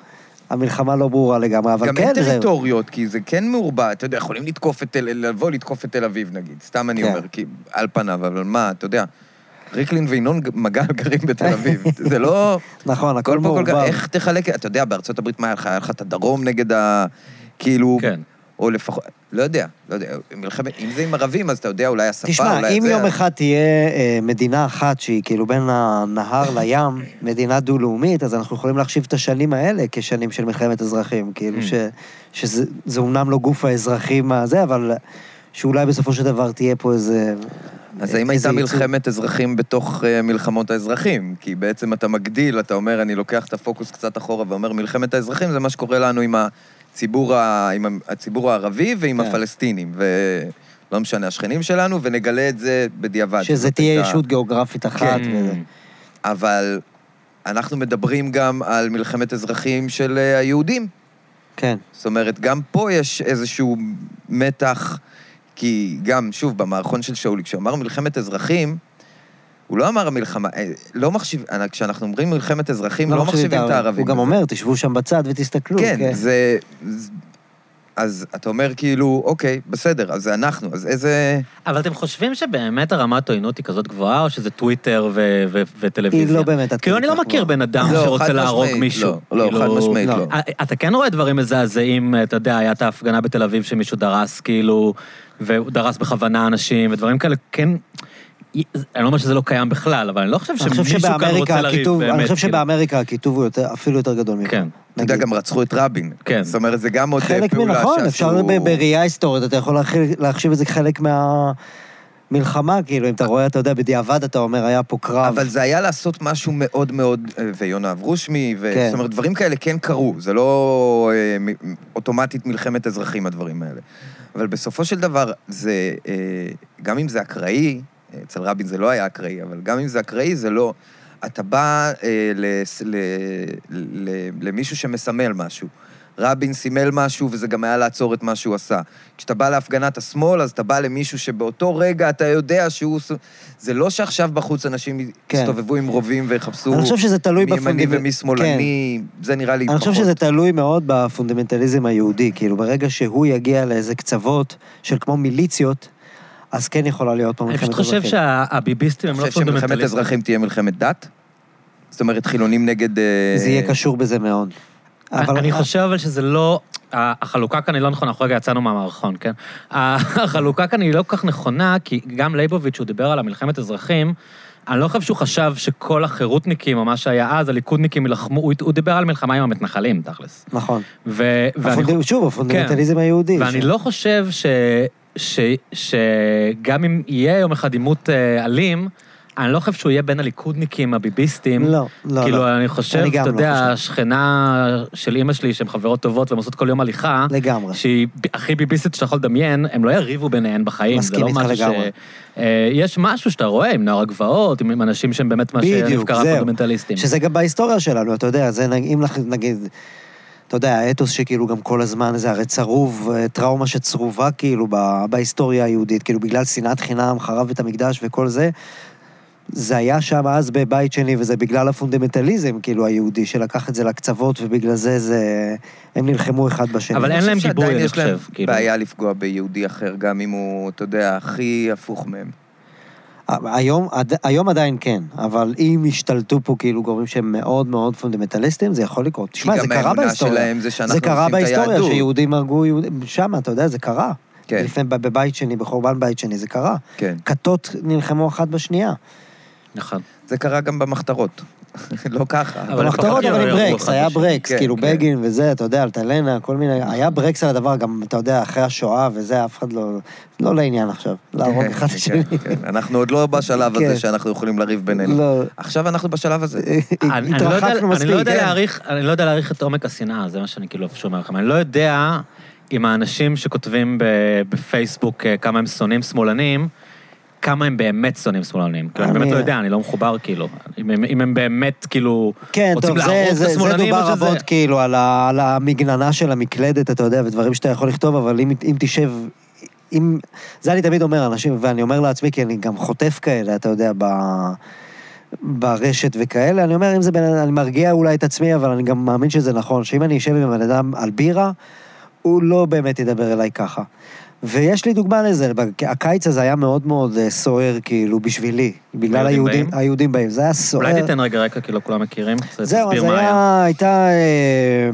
S3: המלחמה לא ברורה לגמרי, אבל
S2: גם
S3: כן,
S2: אין
S3: זה...
S2: טריטוריות, כי זה כן מעורבע, אתה יודע, יכולים לתקוף את תל אביב, לבוא לתקוף את תל אביב נגיד, סתם אני
S3: כן.
S2: אומר, כי על פניו, אבל מה, אתה יודע, ריקלין וינון מגל גרים בתל אביב, זה לא...
S3: נכון,
S2: הכל
S3: הכל
S2: פה כל כך,
S3: מעורבב.
S2: איך תחלק, אתה יודע, בארצות הברית, מה היה לך? היה לך את הדרום נגד ה... כאילו...
S1: כן.
S2: או לפחות, לא יודע, לא יודע, מלחמת, אם זה עם ערבים, אז אתה יודע, אולי השפה, אולי
S3: תשמע,
S2: זה...
S3: אם יום אחד תהיה אה, מדינה אחת שהיא כאילו בין
S2: *laughs*
S3: הנהר לים, מדינה דו-לאומית, אז אנחנו יכולים להחשיב את השנים האלה כשנים של מלחמת אזרחים. כאילו
S2: Mm.
S3: ש, שזה זה אומנם לא גוף האזרחים הזה, אבל שאולי בסופו של דבר תהיה פה איזה... אה,
S2: אז האם
S3: איזה
S2: הייתה
S3: ייצוג.
S2: מלחמת אזרחים בתוך אה, מלחמות האזרחים? כי בעצם אתה מגדיל, אתה אומר, אני לוקח את הפוקוס קצת אחורה ואומר, מלחמת האזרחים זה מה שקורה לנו עם הציבור, ה... עם ה- הציבור הערבי ועם
S3: כן.
S2: הפלסטינים, ולא משנה, השכנים שלנו, ונגלה את זה בדיעבד.
S3: שזה
S2: זאת
S3: תהיה
S2: הייתה- כן.
S3: ישות גיאוגרפית אחת. וזה.
S2: אבל אנחנו מדברים גם על מלחמת אזרחים של אה, היהודים.
S3: כן,
S2: זאת אומרת, גם פה יש איזשהו מתח, כי גם, שוב, במערכון של שאולי, כשהוא אמר מלחמת אזרחים, הוא לא אמר מלחמה, אה, לא מחשיב, אה, כשאנחנו אומרים מלחמת אזרחים, לא, מחשיבים את הערבים.
S3: הוא גם אומר, תשבו שם בצד ותסתכלו.
S2: כן, זה... זה- אז אתה אומר כאילו, אוקיי, בסדר, אז זה אנחנו, אז איזה...
S1: אבל אתם חושבים שבאמת הרמת עוינות היא כזאת גבוהה, או שזה טוויטר ו- ו- וטלוויזיה?
S3: היא לא באמת... עד
S1: כאילו,
S3: כדי
S1: אני לא
S3: כך
S1: מכיר
S3: גבוהה.
S1: בן אדם
S2: לא,
S1: שרוצה
S2: חד
S1: להרוג
S2: משמעית,
S1: מישהו.
S2: לא, לא,
S1: כאילו,
S2: חד משמעית, לא.
S1: אה, אתה כן רואה דברים מזעזעים, אתה יודע, היה את ההפגנה בתל אביב שמישהו דרס, כאילו, והוא דרס בכוונה אנשים, ודברים כאלה, כן... אני לא אומר שזה לא קיים בכלל, אבל אני לא חושב
S3: אני חושב
S1: שמישהו כאן
S3: שבאמריקה
S1: רוצה לריב,
S3: הכיתוב,
S1: באמת.
S3: אני חושב
S1: כאילו.
S3: שבאמריקה הכיתוב הוא יותר- אפילו יותר גדול ממך.
S1: כן.
S2: אתה יודע,
S3: נגיד.
S2: גם רצחו את רבין.
S1: כן.
S2: זאת אומרת, זה גם עוד אה, פעולה
S3: חלק
S2: שעשו...
S3: מנכון, אפשר ב- בראייה היסטורית, אתה יכול להחיל- להחשיב את זה כחלק מהמלחמה, כאילו, אם אתה רואה, אתה יודע, בדיעבד אתה אומר, היה פה קרב.
S2: אבל זה היה לעשות משהו מאוד מאוד, אה, ויונה אברושמי, ו...
S3: כן.
S2: זאת אומרת, דברים כאלה כן קרו, זה לא אה, מ- אוטומטית מלחמת אזרחים, הדברים האלה. אבל בסופו של דבר, זה, אה, גם אם זה אקראי, אצל רבין זה לא היה אקראי, אבל גם אם זה אקראי, זה לא... אתה בא אה, לס- ל, ל, ל, למישהו שמסמל משהו. רבין סימל משהו, וזה גם היה לעצור את מה שהוא עשה. כשאתה בא להפגנת השמאל, אז אתה בא למישהו שבאותו רגע אתה יודע שהוא... ס- זה לא שעכשיו בחוץ אנשים
S3: כן.
S2: יסתובבו עם רובים ויחפשו
S3: אני חושב שזה תלוי כן.
S2: מי ימני
S3: בפונדימנ-
S2: ומי שמאלני, זה נראה לי
S3: אני חושב
S2: פחות.
S3: שזה תלוי מאוד בפונדמנטליזם היהודי, כאילו, ברגע שהוא יגיע לאיזה קצוות של כמו מיליציות, אז כן יכולה להיות פה
S1: אני
S3: מלחמת כן.
S1: פשוט חושב
S3: אזרחים.
S1: שהביביסטים הם
S2: אני
S1: לא
S2: חושב שמלחמת
S1: פונדמנטליסטים.
S2: אזרחים תהיה מלחמת דת? זאת אומרת, חילונים נגד... אה,
S3: זה יהיה קשור בזה מאוד. אבל- אה,
S1: אבל... אה, אני חושב אבל שזה לא... ה- החלוקה כאן היא לא נכונה, אנחנו רגע יצאנו מהמערכון, כן? *laughs* ה- החלוקה כאן היא לא כל כך נכונה, כי גם ליבוביץ', הוא דיבר על המלחמת אזרחים, אני לא חושב שהוא חשב שכל החירותניקים, או מה שהיה אז, הליכודניקים ילחמו, הוא, הוא דיבר על מלחמה עם המתנחלים, תכלס.
S3: נכון.
S1: ו, ואני, כן.
S3: הפונד... שוב, הפונדמנטליזם היהודי.
S1: ואני
S3: ש-
S1: לא חושב ש, ש, שגם אם יהיה יום אחד עימות אה, אלים, אני לא חושב שהוא יהיה בין הליכודניקים הביביסטים.
S3: לא, לא,
S1: כאילו,
S3: לא.
S1: אני חושב,
S3: אני גם
S1: אתה
S3: לא
S1: יודע,
S3: חושב.
S1: השכנה של אימא שלי, שהן חברות טובות והן עושות כל יום הליכה,
S3: לגמרי.
S1: שהיא ב- הכי ביביסטית שאתה יכול לדמיין, הם לא יריבו ביניהן בחיים.
S3: מסכים
S1: זה
S3: איתך
S1: לא משהו
S3: לגמרי.
S1: ש... אה, יש משהו שאתה רואה עם נוער הגבעות, עם עם אנשים שהם באמת מה שאני
S3: בדיוק,
S1: קרא
S3: זהו.
S1: פונדמנטליסטים.
S3: שזה גם בהיסטוריה שלנו, אתה יודע, זה נג- אם לך- נגיד, אתה יודע, האתוס שכאילו גם כל הזמן, זה הרי צרוב, אה, טראומה שצרובה כאילו ב- בהיסטוריה היהודית, כאילו בגלל שנאת חינם, חרב את המקדש וכל זה. זה היה שם אז בבית שני, וזה בגלל הפונדמנטליזם, כאילו, היהודי, שלקח את זה לקצוות, ובגלל זה זה... הם נלחמו אחד בשני.
S1: אבל אין
S2: אני
S1: להם
S2: חושב
S1: גיבוי,
S2: שעדיין
S1: אני
S2: יש להם
S1: חושב, כאילו.
S2: בעיה לפגוע ביהודי אחר, גם אם הוא, אתה יודע, הכי הפוך מהם.
S3: היום, עד, היום עדיין כן, אבל אם השתלטו פה כאילו גורמים שהם מאוד מאוד פונדמנטליסטים, זה יכול לקרות. תשמע, זה
S2: גם
S3: קרה
S2: האמונה
S3: בהיסטוריה.
S2: שלהם זה שאנחנו
S3: זה קרה
S2: עושים את
S3: בהיסטוריה,
S2: היהדות.
S3: שיהודים הרגו יהודים, שם, אתה יודע, זה קרה.
S2: כן.
S3: לפני, ב- בבית שני, בחורבן בית שני, זה קרה.
S2: כן.
S3: כתות נלחמו אחת בשנייה.
S1: נכון.
S2: זה קרה גם במחתרות. *laughs* לא ככה.
S1: אבל לפחות
S3: במחתרות,
S1: כאילו
S3: אבל
S1: לא
S3: עם
S1: ירו
S3: ברקס,
S1: אחד
S3: היה
S1: בשני.
S3: ברקס,
S2: כן,
S3: כאילו
S2: כן.
S3: בגין וזה, אתה יודע, אלטלנה, כל מיני, היה ברקס על הדבר, גם, אתה יודע, אחרי השואה וזה, אף אחד לא, לא לעניין עכשיו, להרוג
S2: כן,
S3: אחד את
S2: כן,
S3: השני.
S2: כן. אנחנו עוד לא בשלב
S3: כן.
S2: הזה שאנחנו יכולים לריב בינינו.
S3: לא.
S2: עכשיו אנחנו בשלב הזה.
S1: אני- אני לא יודע-
S3: התרחקנו
S1: אני לא
S3: מספיק.
S1: יודע
S2: כן.
S1: להעריך- אני לא יודע להעריך את עומק השנאה, זה מה שאני כאילו שומע לכם. אני לא יודע אם האנשים שכותבים ב- בפייסבוק אה, כמה הם שונאים שמאלנים, כמה הם באמת שונאים שמאלנים. כאילו, אני
S3: אני-
S1: באמת לא יודע, אני לא מחובר כאילו. אם הם- אם הם באמת כאילו
S3: כן,
S1: רוצים
S3: טוב, זה,
S1: להרוג את
S3: זה, זה
S1: השמאלנים,
S3: דובר
S1: או שזה...
S3: רבות כאילו על, ה, על המגננה של המקלדת, אתה יודע, ודברים שאתה יכול לכתוב, אבל אם, אם תשב... אם... זה אני תמיד אומר לאנשים, ואני אומר לעצמי, כי אני גם חוטף כאלה, אתה יודע, ב... ברשת וכאלה, אני אומר, אם זה בן אדם, אני מרגיע אולי את עצמי, אבל אני גם מאמין שזה נכון, שאם אני אשב עם בן אדם על בירה, הוא לא באמת ידבר אליי ככה. ויש לי דוגמה לזה, בק- הקיץ הזה היה מאוד מאוד אה, סוער, כאילו, בשבילי, בגלל
S1: היהודים
S3: היהודים,
S1: באים?
S3: היהודים באים, זה היה סוער.
S1: אולי תיתן רגע רקע, כי לא כולם מכירים. זה
S3: כאילו. זהו, אז
S1: תסביר מה היה.
S3: היה, הייתה אה,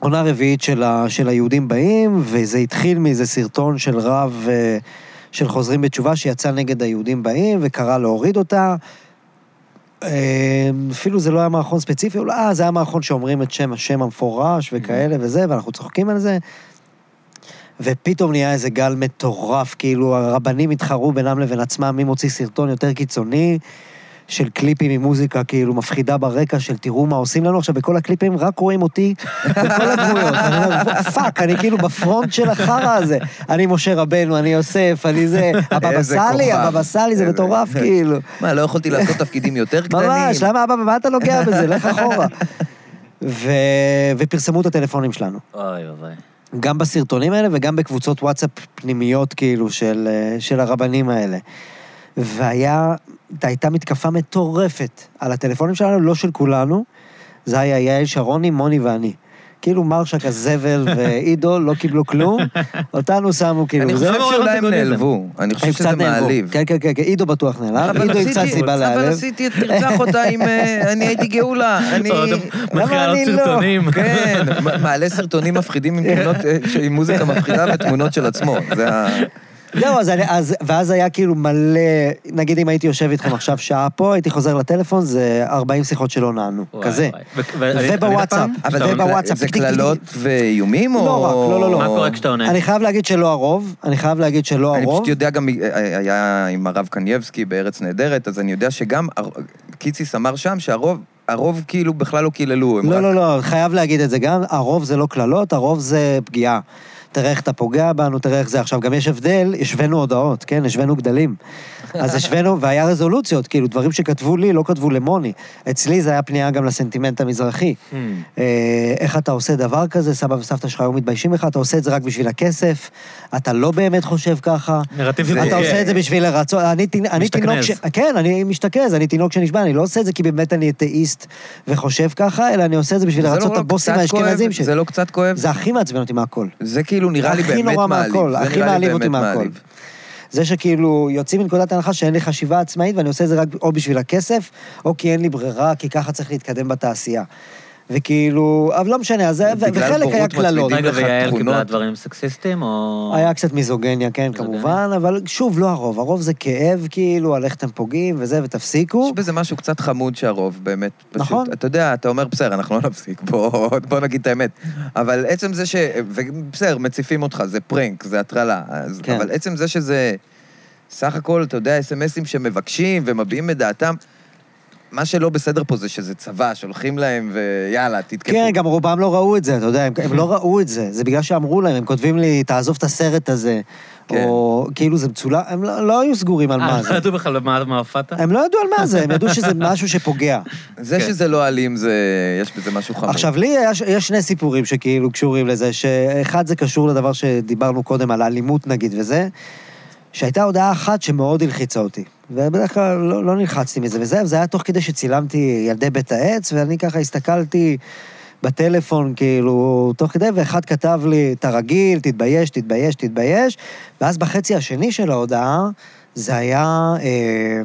S3: עונה רביעית של, ה, של היהודים באים, וזה התחיל מאיזה סרטון של רב, אה, של חוזרים בתשובה, שיצא נגד היהודים באים, וקרא להוריד אותה. אה, אפילו זה לא היה מערכון ספציפי, אולי אה, זה היה מערכון שאומרים את שם השם המפורש
S1: Mm.
S3: וכאלה וזה, ואנחנו צוחקים על זה. ופתאום נהיה איזה גל מטורף, כאילו הרבנים התחרו בינם לבין עצמם מי מוציא סרטון יותר קיצוני של קליפים עם מוזיקה כאילו מפחידה ברקע של תראו מה עושים לנו עכשיו, בכל הקליפים רק רואים אותי בכל הדמויות. אני אומר, פאק, אני כאילו בפרונט של החרא הזה. אני משה רבנו, אני יוסף, אני זה, הבבא
S2: *laughs* איזה
S3: סאלי,
S2: כוכב.
S3: הבבא סאלי, זה
S2: איזה-
S3: מטורף כאילו.
S2: מה, לא
S3: *laughs*
S2: יכולתי לעשות תפקידים יותר קטנים?
S3: ממש, למה אבא, במה אתה נוגע
S2: *laughs*
S3: בזה? לך אחורה. ו... ופרסמו את הטלפונים שלנו.
S1: אוי אוי.
S3: גם בסרטונים האלה וגם בקבוצות וואטסאפ פנימיות כאילו של, אה, של הרבנים האלה. והיה, הייתה מתקפה מטורפת על הטלפונים שלנו, לא של כולנו. זה היה יעל שרוני, מוני ואני. כאילו מרשק
S2: *laughs*
S3: הזבל ועידו לא קיבלו כלום, אותנו שמו כאילו...
S2: אני
S3: זה-
S2: חושב
S1: מעורר
S2: שאולי הם
S1: אנטגוניזם.
S2: נעלבו. אני חושב
S3: הם קצת
S2: שזה
S3: נעלבו.
S2: מעליב.
S3: כן, כן, כן, כן, עידו בטוח נעלב, עידו ימצא
S2: עשיתי-
S3: סיבה
S2: אבל
S3: להיעלב.
S2: עשיתי, תרצח אותה עם... אה, אני הייתי גאולה. אני...
S3: לא,
S1: עוד מכירה
S3: אני
S1: עוד
S3: לא?
S1: סרטונים.
S3: *laughs*
S2: כן, מ- מעלה סרטונים מפחידים עם
S3: כן.
S2: תמונות, אה, עם מוזיקה מפחידה ותמונות של עצמו. זה ה...
S3: זהו, לא, אז, אני- אז, ואז היה כאילו מלא, נגיד אם הייתי יושב איתכם עכשיו שעה פה, הייתי חוזר לטלפון, זה 40 שיחות שלא נענו,
S1: וואי,
S3: כזה.
S1: וואי. ו- ואני- אני
S3: ובוואטסאפ.
S1: הפעם-
S2: אבל
S1: טוב,
S2: זה-
S3: אה, בוואטסאפ,
S2: זה
S3: טיק, טיק, טיק.
S2: קללות ואיומים או...
S3: לא רק, לא, לא, לא.
S1: מה קורה כשאתה עונה?
S3: אני חייב להגיד שלא הרוב, אני חייב להגיד שלא
S2: אני
S3: הרוב.
S2: פשוט יודע גם, אה, היה עם הרב קנייבסקי בארץ נהדרת, אז אני יודע שגם, הר- קיציס אמר שם שהרוב, הרוב כאילו בכלל לא קיללו, הם
S3: לא,
S2: רק...
S3: לא, לא, חייב להגיד את זה גם, הרוב זה לא קללות, הרוב זה פגיעה. תראה איך אתה פוגע בנו, תראה איך זה. עכשיו, גם יש הבדל, השווינו הודעות, כן? השווינו גדלים.
S2: *laughs*
S3: אז השווינו, והיה רזולוציות, כאילו, דברים שכתבו לי, לא כתבו למוני. אצלי זה היה פנייה גם לסנטימנט המזרחי.
S1: Hmm.
S3: אה, איך אתה עושה דבר כזה, סבא וסבתא שלך היו מתביישים לך, אתה עושה את זה רק בשביל הכסף, אתה לא באמת חושב ככה.
S1: *laughs* נרטיב
S2: זה-
S1: זה...
S3: אתה עושה את זה בשביל לרצות, אני תינ- אני
S1: משתכנז.
S3: תינוק ש... כן, אני משתכז, אני תינוק שנשבע, אני לא עושה את זה כי באמת אני אתאיסט וחושב ככה, אלא אני עושה את זה בשביל
S2: זה
S3: לרצות
S2: לא
S3: את הבוסים
S2: קצת
S3: האשכנזים
S2: כואב?
S3: שלי.
S2: זה לא קצת כואב?
S3: זה הכי מעצבן אותי מהכל.
S2: זה כאילו נראה לי
S3: הכי
S2: באמת
S3: נורא
S2: מעליב.
S3: מהכל,
S2: זה
S3: הכי
S2: נראה לי
S3: מעליב אותי
S2: באמת
S3: מהכל.
S2: מעליב.
S3: זה שכאילו יוצאים מנקודת הנחה שאין לי חשיבה עצמאית ואני עושה את זה רק או בשביל הכסף, או כי אין לי ברירה, כי ככה צריך להתקדם בתעשייה. וכאילו, אבל לא משנה, אז, ו-
S2: בגלל
S3: וחלק היה
S2: בורות
S3: קללות.
S2: מצמידים.
S1: רגע,
S2: לך
S1: ויעל קיבלה
S2: תכונות?
S1: דברים סקסיסטים, או...
S3: היה קצת מיזוגניה, כן,
S1: מיזוגניה.
S3: כמובן, אבל שוב, לא הרוב. הרוב זה כאב, כאילו, על איך אתם פוגעים וזה, ותפסיקו.
S2: יש בזה משהו קצת חמוד שהרוב באמת פשוט...
S3: נכון.
S2: אתה יודע, אתה אומר, בסדר, אנחנו לא נפסיק, בוא, *laughs* בוא נגיד את האמת. אבל עצם זה ש... בסדר, מציפים אותך, זה פרנק, זה הטרלה. אז,
S3: כן.
S2: כן. אבל עצם זה שזה... סך הכל, אתה יודע, אס.אם.אסים שמבקשים ומביעים את דעתם, מה שלא בסדר פה זה שזה צבא, שולחים להם ויאללה, תתקפו.
S3: כן, גם רובם לא ראו את זה, אתה יודע, הם, הם לא ראו את זה. זה בגלל שאמרו להם, הם כותבים לי, תעזוב את הסרט הזה.
S2: כן.
S3: או כאילו זה מצולם, הם לא, לא היו סגורים על מה
S1: אה,
S3: זה.
S1: לא ידעו בכלל מה מה הופעת?
S3: הם לא ידעו על מה זה, הם ידעו שזה משהו שפוגע.
S2: זה
S1: כן.
S2: שזה לא אלים, זה... יש בזה משהו חמור.
S3: עכשיו, לי יש, יש שני סיפורים שכאילו קשורים לזה, שאחד זה קשור לדבר שדיברנו קודם, על אלימות נגיד וזה, שהייתה הודעה אחת שמאוד הלחיצה אותי. ובדרך כלל לא, לא נלחצתי מזה וזה, וזה היה תוך כדי שצילמתי ילדי בית העץ, ואני ככה הסתכלתי בטלפון, כאילו, תוך כדי, ואחד כתב לי, אתה רגיל, תתבייש, תתבייש, תתבייש, ואז בחצי השני של ההודעה, זה היה... אה,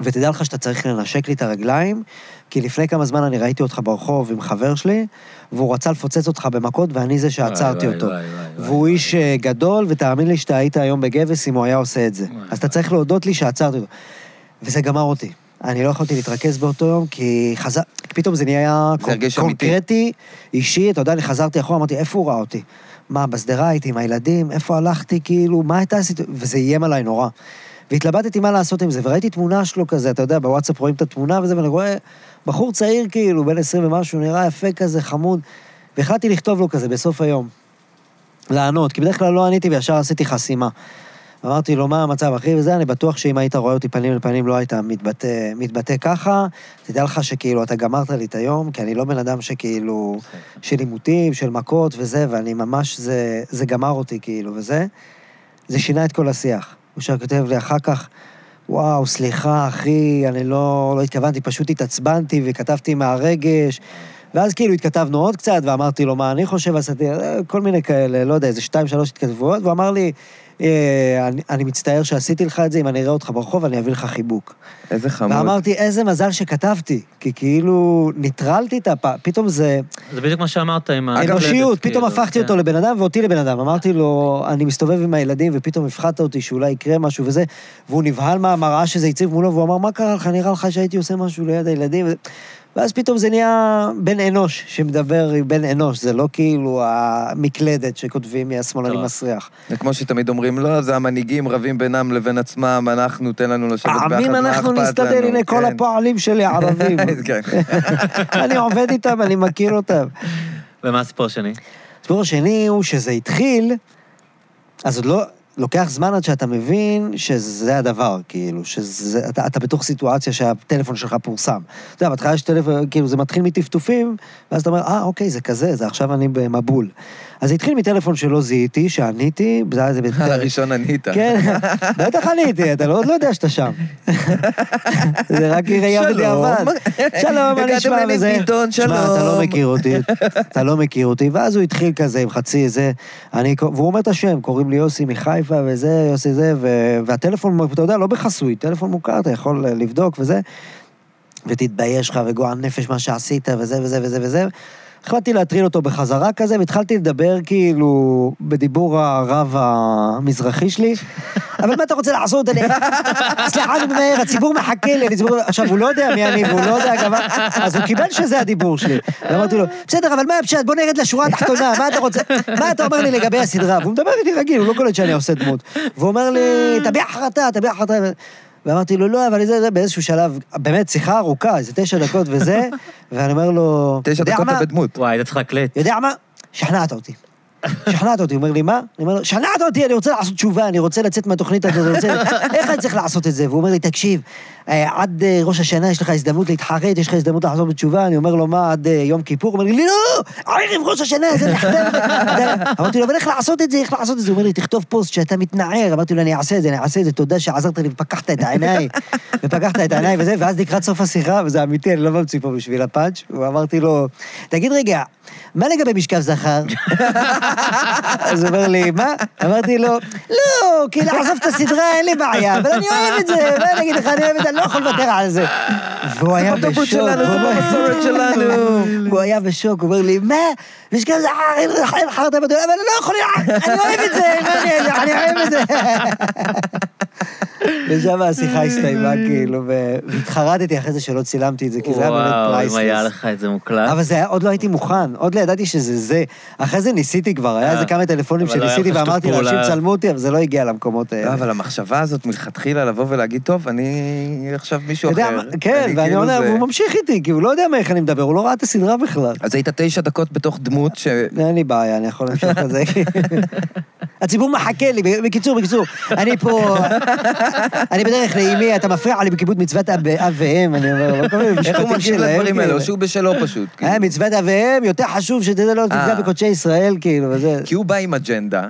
S3: ותדע לך שאתה צריך לנשק לי את הרגליים, כי לפני כמה זמן אני ראיתי אותך ברחוב עם חבר שלי, והוא רצה לפוצץ אותך במכות, ואני זה שעצרתי
S1: וואי,
S3: אותו.
S1: וואי, וואי, וואי,
S3: והוא
S1: וואי.
S3: איש אה, גדול, ותאמין לי שאתה היית היום בגבס אם הוא היה עושה את זה.
S1: וואי,
S3: אז אתה צריך להודות לי שעצרתי אותו. וזה גמר אותי. אני לא יכולתי להתרכז באותו יום, כי חזר... פתאום זה נהיה
S2: זה
S3: קונ-
S2: הרגיש אמיתי.
S3: קונקרטי, אישי, אתה יודע, אני חזרתי אחורה, אמרתי, איפה הוא ראה אותי? מה, בשדרה הייתי עם הילדים? איפה הלכתי? כאילו, מה הייתה הסיטואציה? וזה איים עליי נורא. והתלבטתי מה לעשות עם זה, וראיתי תמונה שלו כזה, אתה יודע, בוואטסאפ רואים את התמונה וזה, ואני רואה בחור צעיר כאילו, בן 20 ומשהו, נראה יפה כזה, חמוד. והחלטתי לכתוב לו כזה בסוף היום. לענות, כי בדרך כלל לא עניתי וישר עשיתי חסימה. אמרתי לו, מה המצב, אחי, וזה, אני בטוח שאם היית רואה אותי פנים אל פנים לא היית מתבטא, מתבטא ככה. תדע לך שכאילו, אתה גמרת לי את היום, כי אני לא בן אדם שכאילו, של עימותים, של מכות וזה, ואני ממש, זה, זה גמר אותי כאילו, וזה. זה שינה את כל השיח. הוא שם כותב לי אחר כך, וואו, סליחה, אחי, אני לא, לא התכוונתי, פשוט התעצבנתי וכתבתי מהרגש. ואז כאילו התכתבנו עוד קצת, ואמרתי לו מה אני חושב, עשיתי אה, כל מיני כאלה, לא יודע, איזה שתיים, שלוש התכתבויות, והוא אמר לי, אה, אני, אני מצטער שעשיתי לך את זה, אם אני אראה אותך ברחוב, אני אביא לך חיבוק.
S2: איזה חמוד.
S3: ואמרתי, איזה מזל שכתבתי, כי כאילו ניטרלתי את הפ... פתאגב זה...
S1: זה בדיוק מה שאמרת עם
S2: אה,
S1: ה... כאילו, כן.
S3: אנושיות,
S2: כן,
S3: פתאום
S2: כאילו,
S3: הפכתי אותו לבן אדם ואותי לבן אדם. אמרתי לו, אני מסתובב עם הילדים ופתאום הפחדת אותי שאולי יקרה משהו וזה, והוא נבהל מהמראה שזה הציב מולו, והוא אמר, מה קרה לך, נראה לך שהייתי עושה משהו ליד הילדים? וזה- ואז פתאום זה נהיה בן אנוש שמדבר עם בן אנוש, זה לא כאילו המקלדת שכותבים מהשמאלני
S1: טוב.
S2: *laughs*
S3: מסריח.
S2: זה כמו שתמיד אומרים, לא, זה המנהיגים רבים בינם לבין עצמם, אנחנו, תן לנו לשבת ביחד, מה אכפת
S3: פעמים
S2: לנו.
S3: אנחנו נסתדר, הנה כל
S2: כן.
S3: הפועלים שלי ערבים.
S2: *laughs* כן.
S3: *laughs* אני עובד איתם, אני מכיר אותם.
S1: ומה הסיפור השני?
S3: הסיפור השני הוא שזה התחיל, אז עוד לא... לוקח זמן עד שאתה מבין שזה הדבר, כאילו, שזה... אתה, אתה בתוך סיטואציה שהטלפון שלך פורסם. אתה יודע, בהתחלה יש טלפון, כאילו, זה מתחיל מטפטופים, ואז אתה אומר, אה, אוקיי, זה כזה, זה עכשיו אני במבול. אז זה התחיל מטלפון שלא זיהיתי, שעניתי, זה היה איזה... בטל-
S2: על הראשון ענית.
S3: כן, בטח עניתי, אתה לא- עוד לא יודע שאתה שם. זה רק ראייה
S2: שלום.
S3: בדיעבד. שלום, מה
S2: הגעתם
S3: נשמע
S2: לעניינים,
S3: וזה?
S2: ביטון,
S3: שמע, אתה
S2: שלום."
S3: לא מכיר אותי, אתה לא מכיר אותי. ואז הוא התחיל כזה עם חצי זה, אני, קו- והוא אומר את השם, קוראים לי יוסי מחיפה וזה, יוסי זה, ו- והטלפון, אתה יודע, לא בחסוי, טלפון מוכר, אתה יכול אה, לבדוק וזה. ותתבייש לך וגועל נפש מה שעשית וזה וזה וזה וזה. החלטתי להטריל אותו בחזרה כזה, והתחלתי לדבר כאילו בדיבור הרב המזרחי שלי, *laughs* אבל מה אתה רוצה לעשות? אני... *laughs* סליחה, אני ממהר, הציבור מחכה לי, אני ציבור... עכשיו, הוא לא יודע מי אני והוא לא יודע גם... מה- אז הוא קיבל שזה הדיבור שלי. ואמרתי לו, בסדר, אבל מה הפשט, בוא נרד לשורה התחתונה, מה אתה רוצה? מה אתה אומר לי לגבי הסדרה? והוא מדבר איתי רגיל, הוא לא קולט שאני עושה דמות. והוא אומר לי, תביע החלטה, תביע החלטה. ואמרתי לו, לא, אבל זה, זה, באיזשהו שלב, באמת, שיחה ארוכה, איזה תשע דקות
S2: *laughs*
S3: וזה, ואני אומר לו,
S2: תשע
S3: "יודע
S2: דקות
S3: מה?
S2: אתה בדמות.
S1: וואי, היית צריך להקליט.
S3: יודע מה? שכנעת אותי. שכנעת אותי, הוא אומר לי, מה? אני אומר לו, שכנעת אותי, אני רוצה לעשות תשובה, אני רוצה לצאת מהתוכנית הזאת, אני רוצה... *laughs* איך אני צריך לעשות את זה? והוא אומר לי, תקשיב, אה, עד אה, ראש השנה יש לך הזדמנות להתחרט, יש לך הזדמנות לעשות בתשובה, אני אומר לו, מה, עד אה, יום כיפור? הוא אומר לי, לא, ערב ראש השנה, *laughs* זה נחתם. אמרתי לו, אבל איך לעשות את זה, איך לעשות את זה? הוא אומר לי, תכתוב פוסט שאתה מתנער. אמרתי לו, אני אעשה את זה, אני אעשה את זה, תודה שעזרת לי ופקחת את העיניים. ופקחת את העיניים וזה, ואז לקראת סוף השיחה, וזה אמיתי, אני לא ממציא פה בשביל הפאנץ', ואמרתי לו, תגיד רגע, מה לגבי משכב זכר? אז הוא אומר לי, מה? אמרתי לו, לא, כאילו, עזוב את הסדרה, אין לי בעיה, אבל אני אוהב את זה, מה אני אגיד לך, אני אוהב את זה, אני לא יכול לוותר על זה. והוא היה
S2: בתרבות
S3: בשוק.
S2: שלנו, זה
S3: הוא אומר- "לא,
S2: במסורת שלנו.
S3: הוא היה בשוק, הוא אומר לי, מה? ויש כאלה, אה, אין לך- אין לך הרבה בדולר, אבל אני לא יכול, אה, אני אוהב את זה, מה אני אגיד לך, אני אוהב את זה. ושם השיחה הסתיימה, כאילו, ו- והתחרטתי אחרי זה שלא צילמתי את זה, כי זה היה באמת
S1: וואו, אם היה
S3: פרייסלס.
S1: לך את זה
S2: אה?
S1: מוקלט. *laughs*
S3: אבל זה היה, עוד לא הייתי מוכן, עוד לא ידעתי שזה זה. אחרי זה ניסיתי כבר, היה
S1: אה.
S3: איזה כמה טלפונים
S1: אבל לא היה
S3: שניסיתי
S1: לך שיתוף
S3: ואמרתי לאנשים,
S1: פעולה.
S3: צלמו אותי, אבל זה לא הגיע למקומות
S2: לא,
S3: האלה.
S2: אבל המחשבה הזאת מלכתחילה לבוא ולהגיד, טוב, אני עכשיו מישהו
S3: אתה יודע,
S2: אחר.
S3: כן,
S2: אני
S3: ואני
S2: כאילו
S3: אומר,
S2: זה-
S3: הוא ממשיך איתי, כי הוא לא יודע מה איך אני מדבר, הוא לא ראה את הסדרה בכלל.
S2: אז היית תשע דקות בתוך דמות ש...
S3: אין לי בעיה, אני יכול להמשיך את זה. *laughs* הציבור מחכה לי, בקיצור, בקיצור, אני פה, אני בדרך לאימי, אתה מפריע לי בכיבוד מצוות אב אב ואם, אני אומר, אבל כל מיני
S2: איך הוא
S3: משפטים
S2: מגיב
S3: שלהם,
S2: לדברים האלה,
S3: כאילו.
S2: או שהוא בשלו פשוט.
S3: *laughs*
S2: כאילו.
S3: אה, מצוות אב ואם, יותר חשוב שתדע לא תפגע
S2: אה.
S3: בקודשי ישראל, כאילו, וזה.
S2: כי הוא בא עם אג'נדה.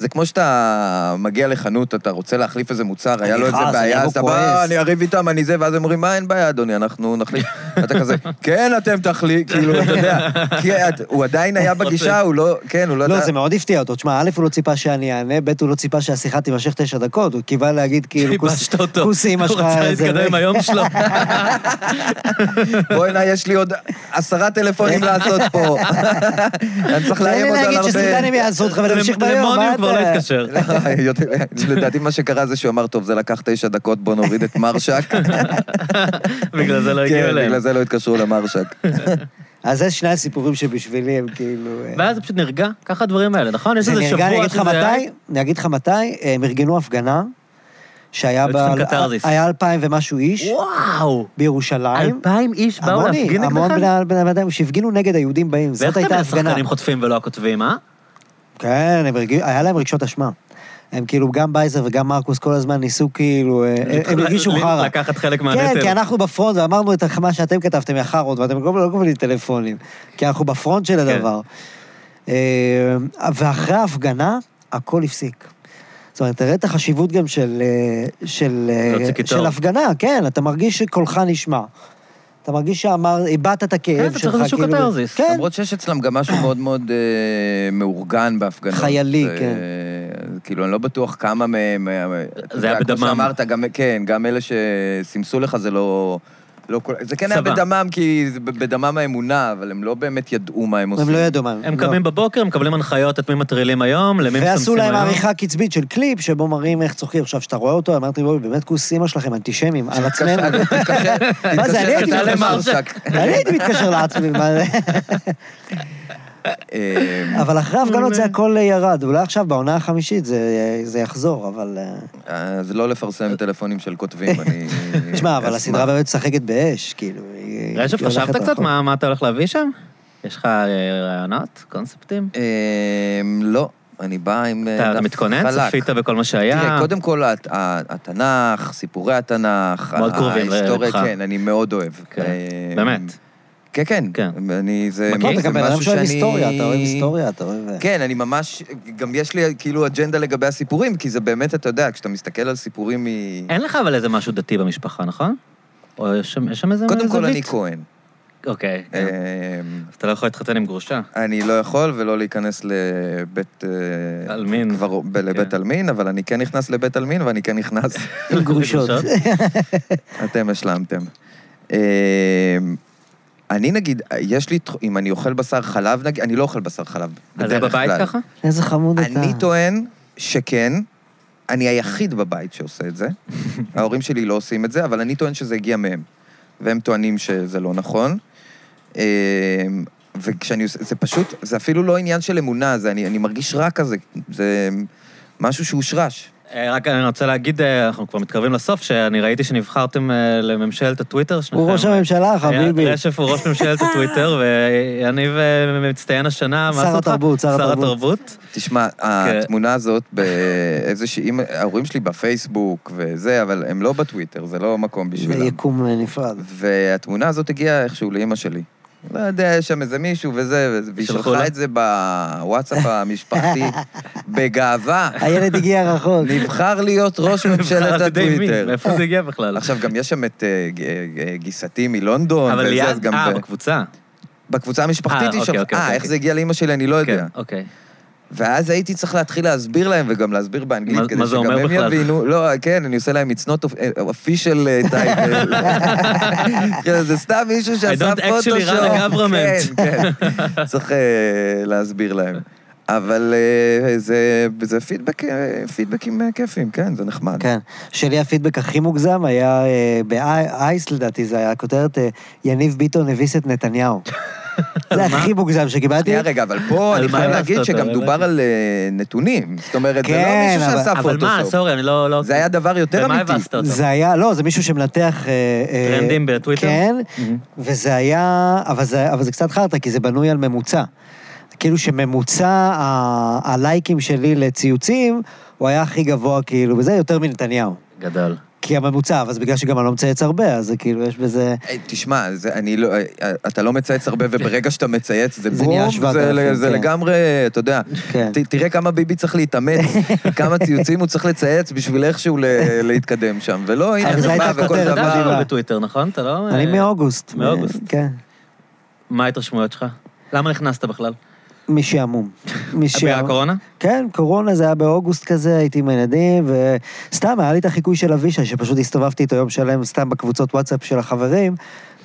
S2: זה כמו שאתה מגיע לחנות, אתה רוצה להחליף איזה מוצר, היה לו איזה
S3: נכעס,
S2: בעיה,
S3: אני לא
S2: אז אתה
S3: כועס.
S2: בא, אני אריב איתם, אני זה, ואז הם אומרים, מה, אין בעיה, אדוני, אנחנו נחליף. *laughs* אתה כזה, כן, אתם תחליף, כאילו, אתה יודע. כי את- הוא
S1: *laughs*
S2: עדיין היה בגישה, הוא לא, כן, הוא לא
S3: לא,
S2: יודע.
S3: זה מאוד הפתיע אותו. תשמע, א', הוא לא ציפה שאני אענה, ב', הוא לא ציפה שהשיחה תימשך תשע דקות, הוא קיווה להגיד כאילו, כוס
S1: ייבשת אותו.
S3: כוס אימא שלך,
S1: הוא רצה
S3: זה-
S1: להתקדם עם
S3: *laughs*
S1: היום שלו.
S2: בואי הנה, יש לי עוד עשרה
S3: *laughs*
S2: טלפונים לעשות פה. *laughs* אני צריך
S3: תן לי
S2: לאיים עוד על
S3: להגיד
S2: *laughs*
S3: שסודנים
S2: הרבה.
S3: יעשו אותך ונמשיך ביום, מה
S1: למוני
S3: אתה...
S1: הוא כבר לא התקשר.
S2: יותר- לדעתי מה שקרה זה שהוא אמר, טוב, זה לקח תשע דקות, בוא נוריד את מרשק.
S1: *laughs* בגלל זה לא הגיעו
S2: כן,
S1: אליהם.
S2: בגלל זה לא התקשרו למרשק.
S3: אז זה שני הסיפורים שבשבילי הם כאילו... אה,
S1: ואז זה פשוט נרגע, ככה הדברים האלה, נכון? יש איזה
S3: זה
S1: שבוע
S3: נרגע, אני אגיד לך
S1: שזה היה-
S3: מתי, אני אגיד לך מתי, הם ארגנו הפגנה, שהיה
S1: היו צריכים קתרזיס.
S3: היה אלפיים ומשהו איש
S1: וואו!
S3: בירושלים.
S1: אלפיים איש באו
S3: המוני,
S1: להפגין נגדך?
S3: המון בני- בני אדם שהפגינו נגד היהודים באים, זאת
S1: ואיך
S3: הייתה
S1: תמיד
S3: הפגנה.
S1: השחקנים חוטפים ולא הכותבים, אה?
S3: כן, הם הרגיעו, היה להם רגשות אשמה. הם כאילו, גם בייזר וגם מרקוס כל הזמן ניסו כאילו, אה, הם
S1: ל-
S3: הרגישו
S1: ל-
S3: חרא.
S1: לקחת חלק
S3: כן,
S1: מהנטל.
S3: כי אנחנו בפרונט, ואמרנו את מה שאתם כתבתם, יא חארות, ואתם כל הזמן לא קובלים טלפונים, כי אנחנו בפרונט של
S1: כן.
S3: הדבר. אה, ואחרי ההפגנה, הכל הפסיק. זאת אומרת, תראה את החשיבות גם של, אה, של, אה,
S1: להוציא קיטור.
S3: של הפגנה, כן, אתה מרגיש שקולך נשמע. אתה מרגיש שאמר, הבעת את הכאב
S1: כן,
S3: שלך,
S1: אתה צריך איזשהו
S3: כאילו-
S1: קתרזיס.
S3: כן,
S2: למרות שיש אצלם גם משהו מאוד מאוד אה, מאורגן בהפגנות.
S3: חיילי,
S2: אה,
S3: כן.
S2: כאילו, אני לא בטוח כמה מהם... אה, אתה
S1: זה היה
S2: יודע,
S1: בדמם.
S2: כמו שאמרת, גם, כן, גם אלה שסימסו לך זה לא... לא כל... זה כן היה
S1: צבא.
S2: בדמם, כי זה ב- בדמם האמונה, אבל הם לא באמת ידעו מה הם עושים.
S3: הם לא ידעו מה הם.
S1: הם
S3: לא.
S1: קמים בבוקר, מקבלים הנחיות את מי מטרילים היום, למי מסמסים היום.
S3: ועשו להם עריכה קצבית של קליפ, שבו מראים איך צוחקים. עכשיו, כשאתה רואה אותו, אמרתי, בואי, באמת כוס אימא שלכם, אנטישמים, על עצמנו.
S2: תתקשר,
S3: מה זה, אני הייתי
S2: תתקשר
S3: מתקשר-
S2: למרשק.
S3: *laughs* אני הייתי מתקשר לעצמי, מה זה?
S2: אה,
S3: אבל אחרי ההפגנות זה הכל ירד. אולי עכשיו, בעונה החמישית, זה- זה יחזור, אבל... אה,
S2: אז לא לפרסם טלפונים של כותבים, אני...
S3: *laughs* תשמע, אבל
S2: אשמח.
S3: הסדרה באמת משחקת באש, כאילו. היא-
S1: רשף,
S3: היא הולכת
S1: חשבת קצת
S3: רחוק.
S1: מה מה אתה הולך להביא שם? יש לך אה, רעיונות? קונספטים?
S2: אה, לא, אני בא עם... אה,
S1: אתה אתה
S2: דף
S1: מתכונן?
S2: חלק.
S1: צפית בכל מה שהיה?
S2: תראה, קודם כל, הת- ה- התנ"ך, סיפורי התנ"ך,
S1: מאוד קרובים
S2: ההיסטוריה,
S1: ללבך.
S2: כן, אני מאוד אוהב.
S1: כן,
S2: אה,
S1: באמת.
S2: כן, כן.
S1: כן.
S2: אני, זה
S1: מכיר?
S3: אתה
S2: זה
S3: גם בן אדם
S2: משהו
S3: שאוהב
S2: שאני-
S3: היסטוריה, אתה אוהב היסטוריה, אתה אוהב... אה,
S2: כן, אני ממש, גם יש לי כאילו אג'נדה לגבי הסיפורים, כי זה באמת, אתה יודע, כשאתה מסתכל על סיפורים מ...
S1: אין לך אבל איזה משהו דתי במשפחה, נכון? או יש שם יש שם איזה
S2: קודם כל,
S1: זווית?
S2: אני כהן.
S1: אוקיי. כן.
S2: אה,
S1: אז אתה לא יכול להתחתן עם *laughs* גרושה.
S2: אני לא יכול ולא להיכנס לבית... אה,
S1: עלמין.
S2: כבר ב- לבית
S1: כן.
S2: עלמין, אבל אני כן נכנס לבית עלמין ואני כן נכנס.
S1: *laughs*
S3: עם גרושות.
S2: *laughs* אתם השלמתם. אה, אני נגיד, יש לי, תח- אם אני אוכל בשר חלב, נגיד, אני לא אוכל בשר חלב.
S1: אז זה
S2: בדרך
S1: בבית
S2: כלל.
S1: ככה?
S3: איזה חמוד אתה.
S2: אני טוען שכן. אני היחיד בבית שעושה את
S1: *laughs*
S2: זה. ההורים שלי לא עושים את זה, אבל אני טוען שזה הגיע מהם. והם טוענים שזה לא נכון. אמ, וכשאני עושה, זה פשוט, זה אפילו לא עניין של אמונה, זה אני, אני מרגיש רע כזה. זה משהו שהושרש.
S1: אה, רק אני רוצה להגיד, אה, אנחנו כבר מתקרבים לסוף, שאני ראיתי שנבחרתם אה, לממשלת הטוויטר אה, שלכם.
S3: הוא ראש הממשלה,
S1: היה-
S3: חביבי.
S1: רשף הוא ראש ממשלת
S3: *laughs*
S1: הטוויטר, ואני ו- מצטיין השנה, מה
S3: שר
S1: עשו אותך?
S3: התרבות, שר
S1: שר
S3: התרבות.
S1: התרבות.
S2: תשמע,
S1: כן.
S2: התמונה הזאת באיזושהי... אם- ההורים שלי בפייסבוק וזה, אבל הם לא בטוויטר, זה לא מקום
S3: זה
S2: בשבילם.
S3: יקום אה, נפרד.
S2: והתמונה הזאת הגיעה איכשהו לאימא שלי. לא יודע, יש שם איזה מישהו וזה, וזה- והיא
S1: שלחו
S2: שלחה
S1: לה?
S2: את זה
S1: *laughs*
S2: בוואטסאפ המשפחתי, בגאווה.
S3: הילד הגיע רחוק.
S2: נבחר
S1: *laughs*
S2: להיות ראש ממשלת
S1: על ידי מי?
S2: הטוויטר.
S1: מאיפה זה הגיע בכלל?
S2: עכשיו, גם יש שם את אה, ג- אה, גיסתי מלונדון,
S1: אבל
S2: וזה, אז
S1: ליד,
S2: גם
S1: אה,
S2: ב- לא
S1: בקבוצה.
S2: בקבוצה המשפחתית
S1: אה,
S2: היא שם.
S1: אוקיי, אוקיי,
S2: אה, איך
S1: אוקיי.
S2: זה הגיע לאימא שלי, אני לא
S1: כן,
S2: יודע.
S1: אוקיי.
S2: ואז הייתי צריך להתחיל להסביר להם, וגם להסביר באנגלית,
S1: מה-
S2: כדי
S1: מה זה
S2: שגם
S1: אומר
S2: הם
S1: בכלל?
S2: יבינו. לא, כן, אני עושה להם, it's not eh, official
S1: *laughs*
S2: title. *laughs* כן, זה סתם מישהו שעשה
S1: don't actually
S2: פוטושופ.
S1: run a government.
S2: כן,
S1: *laughs*
S2: כן. צריך אה, להסביר להם. אבל אה, זה- זה פידבק, אה, פידבקים אה, כיפיים, כן, זה נחמד.
S3: כן. שלי הפידבק הכי מוגזם היה אה, באייס, לדעתי, זה היה הכותרת, אה, יניב ביטון הביס
S1: *laughs*
S3: את נתניהו. זה הכי מוגזם שקיבלתי.
S2: שנייה רגע, אבל פה
S1: על
S2: אני
S1: מה
S2: חייב
S1: הרסת
S2: להגיד
S1: אותו?
S2: שגם
S1: לא
S2: דובר
S1: הבנתי.
S2: על אה, נתונים. זאת אומרת, זה לא
S3: כן,
S2: מישהו
S3: אבל-
S2: שעשה
S1: אבל מה,
S2: פוטושופ.
S1: סורי, אני לא... לא-
S2: זה היה דבר יותר
S1: במה
S2: אמיתי.
S1: הבסת אותו?
S3: זה היה, לא, זה מישהו שמנתח... אה, אה,
S1: טרנדים בטוויטר? Mm-hmm.
S3: כן,
S2: מהמם.
S3: וזה היה, אבל זה, אבל זה קצת חרטא, כי זה בנוי על ממוצע. כאילו שממוצע ה- הלייקים שלי לציוצים, הוא היה הכי גבוה, כאילו, וזה יותר מנתניהו.
S1: גדול.
S3: כי הממוצע, אבל זה בגלל שגם אני לא מצייץ הרבה, אז זה כאילו, יש בזה...
S2: אה, תשמע, זה, אני לא, אה, אתה לא מצייץ הרבה, וברגע שאתה מצייץ זה
S3: כן. זה
S2: בום,
S3: נהיה
S2: זה,
S3: 7,000,
S2: זה, זה
S3: כן.
S2: לגמרי, אתה יודע,
S3: כן.
S2: ת, תראה כמה ביבי צריך
S3: *laughs*
S2: להתאמץ, כמה ציוצים הוא צריך לצייץ בשביל איכשהו ל, להתקדם שם, ולא, הנה,
S3: אבל
S2: זה
S3: זו
S2: בא
S3: הייתה
S2: וכל
S3: כותרת
S1: אתה
S2: דבר...
S3: מדהימה.
S1: לא בטוויטר, נכון? אתה לא...
S3: אני
S1: אה,
S3: מאוגוסט.
S1: מאוגוסט.
S3: אה, כן.
S1: מה ההתרשמויות שלך? למה נכנסת בכלל?
S3: משעמום. משעמום.
S1: בקורונה?
S3: כן, קורונה זה היה באוגוסט כזה, הייתי עם הילדים, וסתם היה לי את החיקוי של אבישי, שפשוט הסתובבתי איתו יום שלם סתם בקבוצות וואטסאפ של החברים,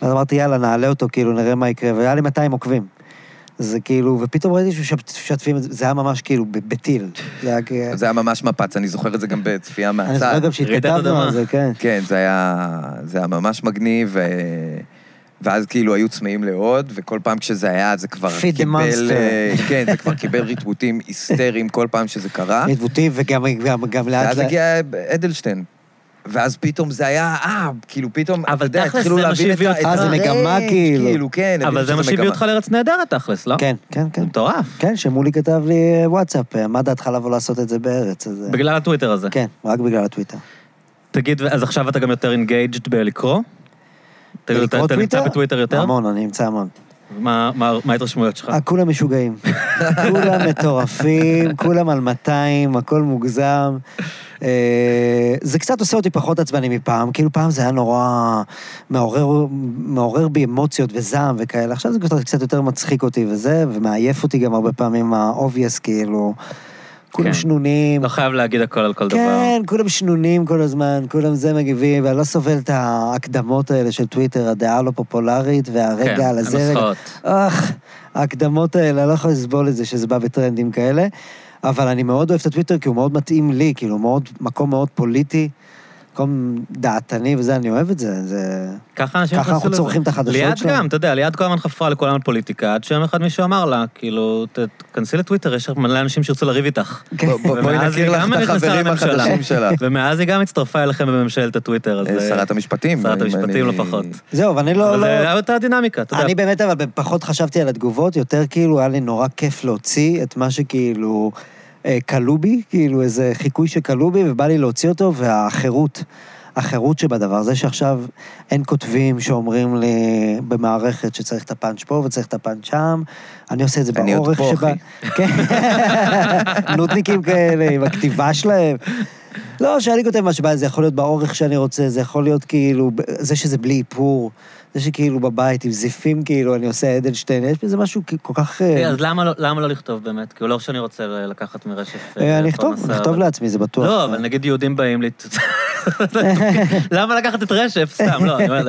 S3: אז אמרתי, יאללה, נעלה אותו, כאילו, נראה מה יקרה, והיה לי 200 עוקבים. זה כאילו, ופתאום ראיתי שמשתפים את זה, זה היה ממש כאילו ב- בטיל. זה היה כאילו...
S2: זה היה ממש מפץ, אני זוכר את זה גם בצפייה
S3: אני זוכר
S2: מהצד.
S3: גם
S1: רעידת
S3: שהתכתבנו
S1: אדמה.
S3: על זה, כן.
S2: כן, זה היה, זה היה ממש מגניב, ו... ואז כאילו היו צמאים לעוד, וכל פעם כשזה היה, זה כבר
S3: Feed the
S2: קיבל...
S3: monster.
S2: אה, כן, זה כבר קיבל ריטווטים היסטריים כל פעם
S3: *laughs*
S2: שזה
S1: אה?
S2: קרה.
S3: התבוטים, וגם גם- גם לאט
S2: ואז
S3: לאט.
S2: הגיע אדלשטיין. ואז פתאום זה היה, אה, כאילו פתאום,
S1: אבל
S2: אתה יודע,
S1: תכלס
S2: התחילו
S1: זה מה
S2: להבין את
S1: שהביא
S2: ה-
S1: אותך.
S2: את
S1: אה, זה
S2: הריינג',
S3: מגמה, כאילו.
S2: כן,
S1: אבל
S2: הבינו
S1: זה
S2: שזה
S1: מה שהביא
S2: מגמה.
S1: אותך לארץ נהדרת, תכלס, לא?
S3: כן, כן, כן.
S1: זה מטורף.
S3: כן, שמולי כתב לי אה, וואטסאפ, אה, מה דעתך לבוא לעשות את זה בארץ? אז, אה,
S1: בגלל הטוויטר הזה.
S3: כן, רק בגלל הטוויטר.
S1: תגיד, אז עכשיו אתה גם יותר אינגייג'ד בלקרוא? אתה-
S3: ולקרוא
S1: אתה- אתה נמצא
S3: טוויטר?
S1: בטוויטר יותר? נכון.
S3: המון, אני נמצא המון.
S1: מה מה- מה ההתרשמויות שלך?
S3: אה,
S1: *laughs*
S3: כולם משוגעים. כולם מטורפים, כולם על 200, הכל מוגזם. אה, זה קצת עושה אותי פחות עצבני מפעם, כאילו פעם זה היה נורא מעורר, מעורר בי אמוציות וזעם וכאלה, עכשיו זה קצת, קצת יותר מצחיק אותי וזה, ומעייף אותי גם הרבה פעמים ה-obvious, כאילו, כולם
S1: כן.
S3: שנונים,
S1: לא חייב להגיד הכל על כל דבר.
S3: כן, כולם שנונים כל הזמן, כולם זה מגיבים, ואני לא סובל את ההקדמות האלה של טוויטר, הדעה הלא פופולרית, והרגע
S1: כן,
S3: על הזה. רגע-
S1: הנוסחאות.
S3: אך, ההקדמות האלה, אני לא יכול לסבול את זה שזה בא בטרנדים כאלה, אבל אני מאוד אוהב את הטוויטר, כי הוא מאוד מתאים לי, כאילו, מאוד, מקום מאוד פוליטי, מקום דעתני וזה, אני אוהב את זה, זה...
S1: ככה אנשים
S3: ככה אנחנו
S1: נכנסו לזה.
S3: צורכים את החדשות
S1: ליעד
S3: שלהם.
S1: גם, אתה יודע, ליעד כל הזמן חפרה לכולם על פוליטיקה, עד שיום אחד מישהו אמר לה, כאילו, "ת- תכנסי לטוויטר, יש מלא אנשים שירצו לריב איתך.
S3: כן.
S2: בוא- בוא- בואי
S1: ומאז היא
S2: נכיר לך
S1: גם
S2: את
S1: נכנסה
S2: החברים
S1: לממשלה.
S2: החדשים שלך.
S1: *laughs* ומאז היא גם הצטרפה אליכם בממשלת הטוויטר, אז...
S2: אה,
S1: אה,
S2: שרת המשפטים.
S1: שרת
S2: אם
S1: המשפטים
S2: אני-
S1: לא פחות.
S3: זהו, אבל אני לא...
S1: אבל
S3: לא...
S1: זה היה אותה דינמיקה, אתה
S3: אני
S1: יודע.
S3: באמת, אבל פחות חשבתי על התגובות, יותר כאילו היה לי נורא כיף להוציא את מה שכאילו אה, כלוא בי, כאילו איזה חיקוי שכלוא בי, ובא לי להוציא אותו, והחירות, החירות שבדבר, זה שעכשיו אין כותבים שאומרים לי במערכת שצריך את הפאנץ' פה וצריך את הפאנץ' שם, אני עושה את זה
S2: אני עוד
S3: באורך
S2: פה,
S3: שבה... כן, נודניקים כאלה, עם הכתיבה שלהם. לא, שאני כותב מה שבא, זה יכול להיות באורך שאני רוצה, זה יכול להיות כאילו, ב- זה שזה בלי איפור, זה שכאילו בבית עם זיפים, כאילו, אני עושה אדלשטיין, יש בזה משהו כ- כל כך... אה,
S1: אה, אז למה לא- למה לא לכתוב באמת? כאילו, לא שאני רוצה ל- לקחת מרשף...
S3: אה,
S1: אה,
S3: אני אכתוב,
S1: פרנסה,
S3: נכתוב
S1: אבל-
S3: לעצמי, זה בטוח.
S1: לא, אבל נגיד יהודים באים
S3: *laughs*
S1: לי... למה לקחת את רשף? סתם, לא, אני אומר...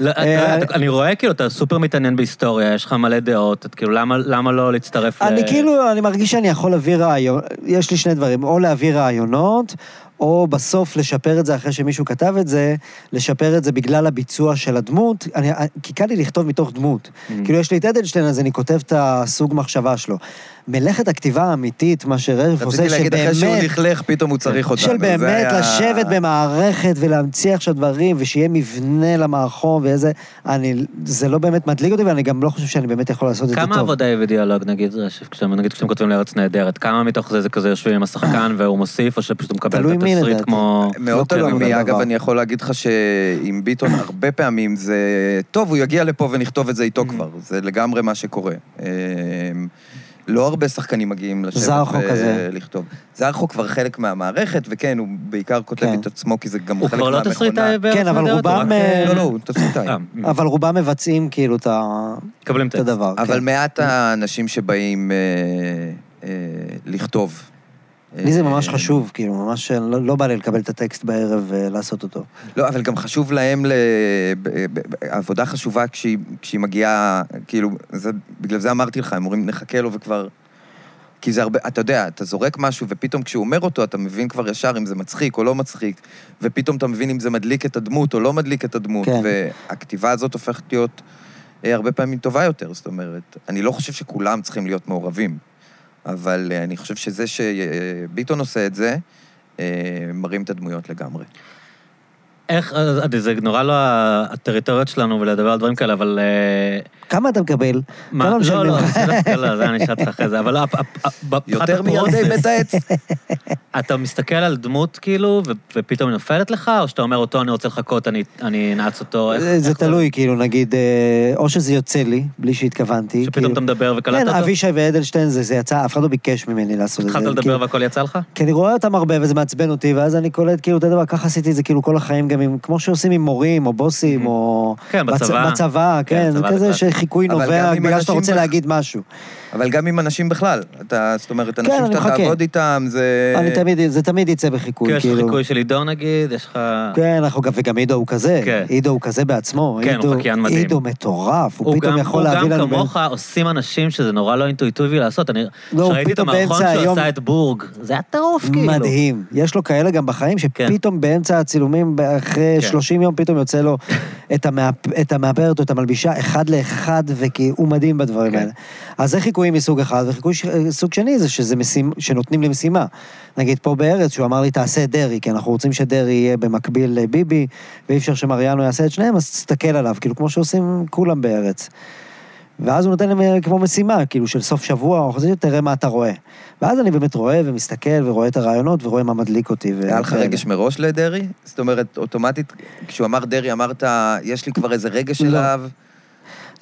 S1: לא, אתה
S3: אה,
S1: יודע, אתה- אני רואה כאילו, אתה סופר מתעניין בהיסטוריה, יש לך מלא דעות, את כאילו, למה- למה לא להצטרף ל...
S3: אני כאילו, אני מרגיש שאני יכול להביא רעיון, יש לי שני דברים, או להביא רעיונות, או בסוף לשפר את זה אחרי שמישהו כתב את זה, לשפר את זה בגלל הביצוע של הדמות, אני, אה, כי קל לי לכתוב מתוך דמות.
S2: Mm.
S3: כאילו, יש לי את אדלשטיין, אז אני כותב את הסוג מחשבה שלו. מלאכת הכתיבה האמיתית, מה שרף עושה,
S2: רציתי להגיד, אחרי שהוא
S3: שבאמת...
S2: לכלך, פתאום הוא צריך אותנו.
S3: של
S2: זה
S3: באמת
S2: היה-
S3: לשבת במערכת ולהמציא עכשיו דברים, ושיהיה מבנה למערכון ואיזה... אני... זה לא באמת מדליק אותי, ואני גם לא חושב שאני באמת יכול לעשות את זה טוב.
S1: כמה עבודה היא בדיאלוג, נגיד, רשף, כשאתם- נגיד כשאתם כותבים לארץ נהדרת, כמה מתוך זה זה כזה יושבים עם השחקן והוא מוסיף, או שפשוט הוא מקבל
S3: תלוי
S1: את
S3: מי,
S1: התסריט
S3: לדעתי.
S1: כמו...
S2: מאוד
S3: לא
S2: תלוי
S3: כולם,
S2: מי,
S3: אבל
S2: אגב,
S3: דבר.
S2: אני יכול להגיד לך שעם ביטון הרבה פעמים זה... טוב, הוא יגיע לפה ונכתוב את זה
S3: Mm.
S2: איתו כבר, זה לגמרי מה שקורה. אה, לא הרבה שחקנים מגיעים לשבת אה,
S3: זרחו כזה.
S2: ולכתוב. זרחו כבר חלק מהמערכת, וכן, הוא בעיקר כותב
S3: כן.
S2: את עצמו, כי זה גם
S1: הוא
S2: חלק
S1: כבר
S2: מהמכונה.
S1: לא תסריט בארץ נהדרת?
S3: כן, אבל
S1: הוא
S3: רובם,
S1: רק, אה,
S3: אה,
S2: לא, לא, הוא תסריטאי.
S1: אה,
S3: אבל רובם מבצעים כאילו את ה-
S1: מקבלים
S3: את
S1: טקסט.
S3: הדבר.
S2: אבל
S3: כן.
S2: מעט האנשים שבאים אה, אה, לכתוב.
S3: לי זה ממש
S2: אה,
S3: חשוב, כאילו, ממש לא לא בא לי לקבל את הטקסט בערב ולעשות אותו.
S2: לא, אבל גם חשוב להם, ל... ב- ב- עבודה חשובה כשהיא, כשהיא מגיעה, כאילו, זה, בגלל זה אמרתי לך, הם אומרים, נחכה לו וכבר... כי זה הרבה, אתה יודע, אתה זורק משהו, ופתאום כשהוא אומר אותו, אתה מבין כבר ישר אם זה מצחיק או לא מצחיק, ופתאום אתה מבין אם זה מדליק את הדמות או לא מדליק את הדמות,
S3: כן.
S2: והכתיבה הזאת הופכת להיות אה, הרבה פעמים טובה יותר, זאת אומרת, אני לא חושב שכולם צריכים להיות מעורבים, אבל אה, אני חושב שזה שביטון עושה את זה, אה, מרים את הדמויות לגמרי.
S1: איך, אה, זה נורא לא הטריטוריות שלנו ולדבר על דברים כאלה, אבל... אה,
S3: כמה אתה מקבל?
S1: מה-
S3: כמה משלמים
S1: לא, לא,
S3: לך? *laughs*
S1: זה דווקא לא, זה אני אשאל אותך אחרי זה, אבל הפ- הפ- הפ- בפחת
S2: יותר מילדי
S1: הפרוסס,
S3: *laughs*
S2: בית העץ.
S1: אתה מסתכל על דמות כאילו, ו- ופתאום היא נופלת לך, או שאתה אומר אותו אני רוצה לחכות, אני- אני אנעץ אותו, איך-
S3: זה- זה
S1: איך
S3: תלוי, כאילו, נגיד, אה, או שזה יוצא לי, בלי שהתכוונתי.
S1: שפתאום אתה
S3: כאילו.
S1: מדבר וקלטת
S3: כן,
S1: אותו? לא
S3: אבישי ואדלשטיין זה, זה יצא, אף אחד לא ביקש ממני לעשות את זה.
S1: התחלת
S3: כאילו,
S1: לדבר והכל יצא לך?
S3: כי אני רואה אותם הרבה וזה מעצבן אותי, ואז אני קולט, כאילו, אתה יודע מה, ככה עשיתי את זה כאילו כל החיים, גם עם, כמו שעושים עם מורים או בוסים או...
S1: כן, בצבא.
S3: בצבא,
S1: כן,
S3: כן, זה
S1: בצבא זה
S3: כזה
S1: קלאסי.
S3: שחיקוי
S2: אבל גם
S3: נובע
S2: עם
S3: בגלל שאתה
S2: אנשים
S3: רוצה
S2: בח-
S3: להגיד משהו.
S2: אבל גם עם אנשים בכלל. אתה, זאת אומרת, אנשים
S3: כן, אני
S2: שאתה
S3: מחכה.
S2: תעבוד איתם, זה...
S3: אני תמיד, זה תמיד יצא בחיקוי,
S1: כאילו, יש לך
S3: כאילו.
S1: חיקוי של עידו נגיד, יש לך...
S3: כן, אנחנו גם, וגם עידו הוא כזה,
S1: כן.
S3: עידו הוא כזה בעצמו,
S1: כן, הוא
S3: עידו-
S1: חקיין מדהים.
S3: עידו מטורף, הוא
S1: הוא גם,
S3: פתאום יכול
S1: הוא
S3: להביא
S1: גם
S3: לנו...
S1: כמוך עושים אנשים שזה נורא לא אינטואיטיבי לעשות. אני
S3: לא, הוא
S1: ראיתי את
S3: פתאום
S1: המערכון
S3: באמצע
S1: שהוא
S3: היום-
S1: עשה את בורג, זה היה טירוף כאילו.
S3: מדהים. יש לו כאלה גם בחיים, שפתאום באמצע הצילומים, אחרי
S1: כן.
S3: 30 יום, פתאום יוצא
S2: *laughs*
S3: לו את המאפ- את המאפרת או את המלבישה אחד לאחד, וכי הוא מדהים בדברים
S1: כן.
S3: האלה. אז זה חיקויים מסוג אחד, וחיקוי ש- סוג שני זה שזה משימ- שנותנים לי משימה. נגיד פה בארץ, שהוא אמר לי, תעשה דרעי, כי אנחנו רוצים שדרעי יהיה במקביל לביבי, ואי אפשר שמריאנו יעשה את שניהם, אז תסתכל עליו, כאילו כמו שעושים כולם בארץ. ואז הוא נותן להם אה, כמו משימה, כאילו של סוף שבוע, או כזה, תראה מה אתה רואה. ואז אני באמת רואה ומסתכל ורואה את הרעיונות ורואה מה מדליק אותי. ו-
S2: היה לך רגש מראש לדרעי? זאת אומרת, אוטומטית, כשהוא אמר דרעי, אמרת, יש לי כבר איזה רגש
S3: לא.
S2: אליו.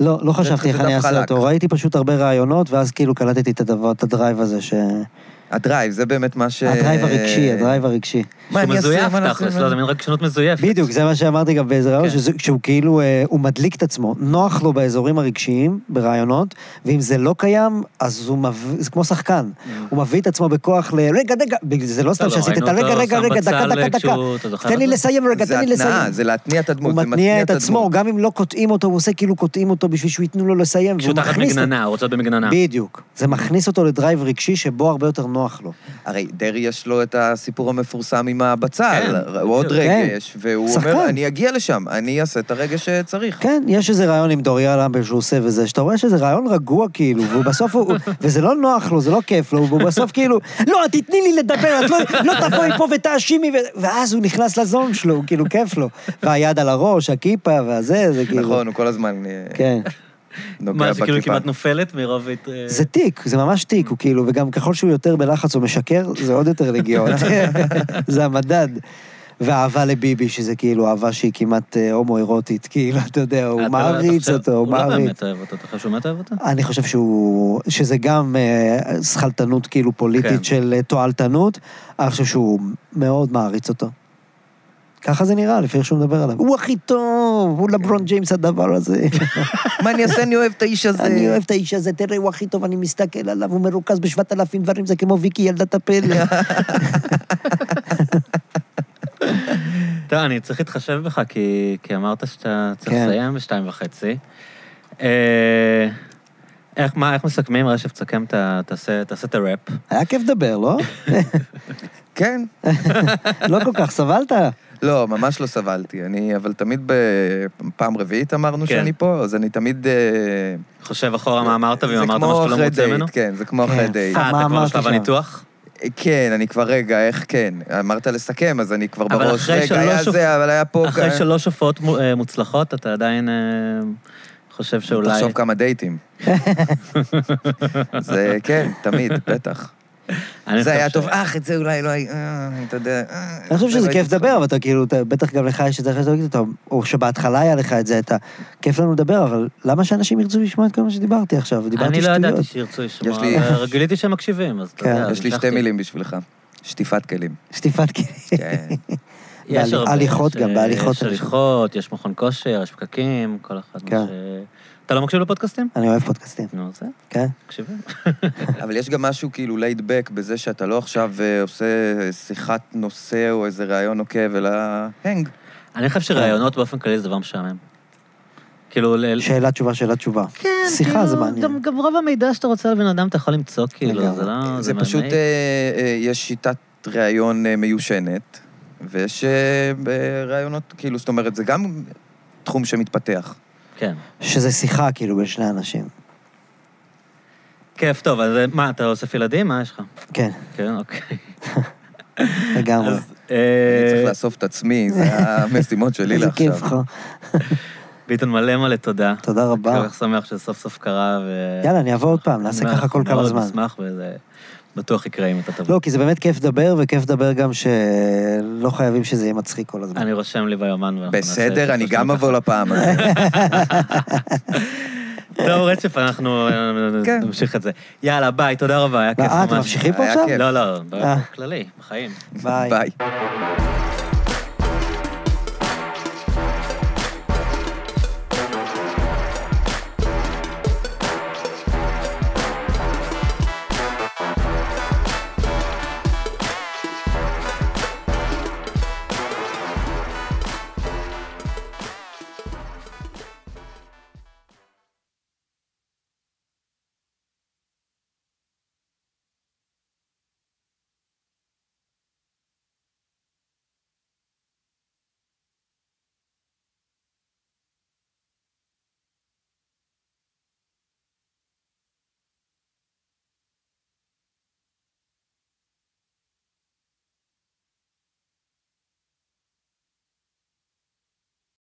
S3: לא, לא
S2: זה
S3: חשבתי איך אני
S2: דף
S3: אעשה
S2: חלק.
S3: אותו, ראיתי פשוט הרבה רעיונות, ואז כאילו קלטתי את הדבר, את הדרייב הזה, ש...
S2: הדרייב, זה באמת מה ש...
S3: הדרייב הרגשי, הדרייב הרגשי.
S2: מה,
S1: שהוא
S2: אני אעשה?
S1: מזויף
S2: מה אני
S1: תכלס,
S2: אעשה?
S1: לא, זה מין רגשנות מזויפת.
S3: בדיוק, זה מה שאמרתי גם באיזה רעיון,
S1: כן.
S3: שזה- שהוא כאילו, אה, הוא מדליק את עצמו, נוח לו באזורים הרגשיים, ברעיונות, ואם זה לא קיים, אז הוא מביא, זה כמו שחקן, הוא מביא את עצמו בכוח ל... רגע, רגע, בגלל זה לא סתם
S1: לא,
S3: שעשית
S1: ראינו
S3: את הרגע,
S1: אותו
S3: רגע,
S1: שם
S3: רגע, דקה,
S1: בצל
S3: דקה, דקה,
S1: כשהוא- אתה זוכר
S3: תן
S1: את
S3: לי
S1: זה?
S3: לסיים רגע,
S2: זה
S3: תן לי
S2: התנעה,
S3: לסיים.
S2: זה להתניע את הדמות.
S3: הוא
S2: זה
S3: מתניע את עצמו,
S2: הדמות.
S3: גם אם לא קוטעים אותו, הוא עושה כאילו קוטעים אותו בשביל שייתנו לו לסיים,
S1: כשהוא
S3: והוא
S1: תחת
S3: מכניס...
S1: מגננה, הוא רוצה להיות במגננה.
S3: בדיוק. זה מכניס אותו לדרייב רגשי שבו הרבה יותר נוח לו.
S2: הרי דרעי יש לו את הסיפור המפורסם עם הבצל,
S1: כן,
S2: הוא עוד
S1: בדיוק.
S2: רגש, והוא
S3: שחקן.
S2: אומר, אני אגיע לשם, אני אעשה את הרגש שצריך.
S3: כן, יש איזה רעיון עם דוריה למבל שהוא עושה וזה, שאתה רואה שזה רעיון רגוע כאילו, והוא בסוף הוא... וזה לא נוח לו, זה לא כיף לו, והוא בסוף כאילו, לא, את תתני לי לדבר, את לא, לא תבואי פה ותאשימי, ו... ואז הוא נכנס לזון שלו, הוא כאילו כיף לו. והיד על הראש, הכיפה, והזה, זה כאילו...
S2: נכון, הוא כל הזמן אה,
S3: כן.
S2: נוגע
S1: מה שכאילו
S2: בכיפה.
S1: כמעט נופלת מרוב... הת- אה,
S3: זה תיק, זה ממש תיק, הוא כאילו, וגם ככל שהוא יותר בלחץ או משקר, זה עוד יותר
S1: *laughs*
S3: לגיאות. זה המדד. והאהבה לביבי, שזה כאילו אהבה שהיא כמעט אה, הומואירוטית, כאילו, אתה יודע, הוא
S1: אה, אתה- אתה
S3: מעריץ
S1: חושב-
S3: אותו, הוא
S1: הוא לא
S3: מעריץ.
S1: באמת אוהב אותו, אתה חושב שהוא באמת אוהב אותו?
S3: אני חושב שהוא, שזה גם אה, שכלתנות כאילו
S1: כן.
S3: פוליטית של אה, תועלתנות, אני חושב שהוא מאוד מעריץ אותו. ככה זה נראה, לפי איך שהוא מדבר עליו. הוא הכי טוב,
S1: כן.
S3: הוא לברון ג'יימס הדבר
S1: *laughs*
S3: הזה.
S2: מה אני אעשה? אני אוהב את האיש הזה.
S3: אני אוהב את האיש הזה, תראה, הוא הכי טוב, אני מסתכל עליו, הוא מרוכז בשבעת אלפים דברים, זה כמו ויקי
S1: *laughs*
S3: ילדת הפלא.
S1: טוב, אני צריך להתחשב בך, כי, כי אמרת שאתה צריך
S3: כן.
S1: לסיים בשתיים וחצי. אה, איך, מה, איך מסכמים? רשף, תסכם, את ה- תעשה תעשה את הראפ.
S3: היה כיף לדבר, לא?
S2: כן.
S3: לא כל כך סבלת?
S2: לא, ממש לא סבלתי. אני, אבל תמיד בפעם רביעית
S1: כן.
S2: אמרנו שאני פה, אז אני תמיד... אה,
S1: חושב אחורה מה אמרת, ואם
S2: זה
S1: אמרת
S2: כמו
S1: משהו שאתה לא
S2: אחרי
S1: מרוצה
S2: דייט,
S1: ממנו?
S2: כן, זה כמו אחרי
S3: כן.
S2: דייט.
S1: אה,
S3: מה
S1: אתה כבר
S3: אמרתי
S1: בשלב
S3: שם?
S1: הניתוח?
S2: כן, אני כבר, רגע, איך כן? אמרת לסכם, אז אני כבר
S1: אבל
S2: בראש.
S1: אחרי
S2: רגע,
S1: שלוש
S2: היה
S1: הופ-
S2: זה, אבל היה פה...
S1: אחרי
S2: כ-
S1: שלוש הופעות מו- אה, מוצלחות, אתה עדיין אה, חושב שאולי...
S2: תחשוב כמה
S1: *laughs*
S2: דייטים. זה, כן, תמיד, בטח.
S1: אני
S2: זה
S1: חושב
S2: היה
S1: ש-
S2: טוב, אך, את זה אולי לא היה... אה, אתה יודע... אה,
S3: אני חושב
S2: זה
S3: שזה
S2: לא
S3: כיף
S2: הייתי
S3: לדבר,
S2: צריך.
S3: אבל אתה כאילו, אתה- בטח גם לך יש את זה אחרי שאתה אוהב אותו, או שבהתחלה היה לך את זה, אתה... כיף לנו לדבר, אבל למה שאנשים ירצו לשמוע את כל מה שדיברתי עכשיו? דיברתי
S1: אני לא
S3: שטויות.
S1: ידעתי שירצו לשמוע,
S2: יש לי-
S1: אבל רגיליתי שהם מקשיבים, אז אתה
S3: כן.
S1: יודע.
S2: יש לי שתי
S1: המשכתי.
S2: מילים בשבילך. שטיפת
S3: *laughs*
S2: כלים.
S3: שטיפת כלים.
S2: כן.
S1: יש
S3: בהלי-
S1: הרבה,
S3: הליכות
S1: יש,
S3: גם,
S1: אה,
S3: בהליכות
S1: יש
S3: אני-
S1: הליכות, יש מכון כושר, יש פקקים, כל אחד מה
S3: כן.
S1: ש... אתה לא מקשיב לפודקאסטים?
S3: *laughs* אני אוהב פודקאסטים,
S1: נו, זה,
S3: כן?
S1: תקשיבי.
S2: אבל יש גם משהו כאילו laid back בזה שאתה לא עכשיו אה, עושה שיחת נושא או איזה ראיון עוקב, אלא הנג.
S1: *laughs* אני חושב
S3: כן.
S1: שראיונות באופן כללי זה דבר משעמם. כאילו, ל-
S3: שאלה תשובה, שאלה תשובה.
S1: כן,
S3: שיחה
S1: כאילו,
S3: זה מעניין.
S1: גם, גם רוב המידע שאתה רוצה על בן אדם אתה יכול למצוא, כאילו,
S3: לגמרי.
S1: זה לא...
S2: זה פשוט,
S1: מעניין.
S2: אה, אה, יש שיטת ראיון אה, מיושנת, ויש אה, ב- ראיונות, כאילו, זאת אומרת, זה גם תחום שמתפתח.
S1: כן.
S3: שזה שיחה כאילו בין שני אנשים.
S1: כיף, טוב, אז אה, מה, אתה אוסף ילדים? מה יש לך?
S3: כן,
S1: כן, אוקיי.
S3: לגמרי.
S1: אז... אה,
S2: אני צריך לאסוף את עצמי,
S1: *laughs*
S2: זה המשימות שלי
S3: איזה
S2: לעכשיו.
S3: כיף לך.
S1: ביטון מלא מלא תודה.
S3: תודה
S1: כל
S3: רבה.
S1: כך שמח שסוף סוף קרה, ו...
S3: יאללה, אני אבוא עוד פעם, נעשה ככה כל כמה זמן.
S1: מאוד נשמח, וזה בטוח יקרה אם אתה תבוא.
S3: לא, כי זה באמת כיף לדבר, וכיף לדבר גם שלא חייבים שזה יהיה מצחיק כל הזמן.
S1: אני רושם לי ביומן. ואנחנו נעשה את
S2: בסדר,
S1: זה
S2: אני
S1: שלושתם
S2: גם
S1: ככה.
S2: אבוא
S1: *laughs*
S2: לפעם הזאת.
S1: טוב, רצף, אנחנו אה,
S2: כן.
S1: נמשיך את זה. יאללה, ביי, תודה רבה, היה כיף ממש.
S3: אה, אתם ממשיכים פה
S2: היה
S3: עכשיו?
S2: כיף.
S1: לא, לא,
S3: אה.
S1: בכללי, בחיים.
S3: ביי.
S2: ביי.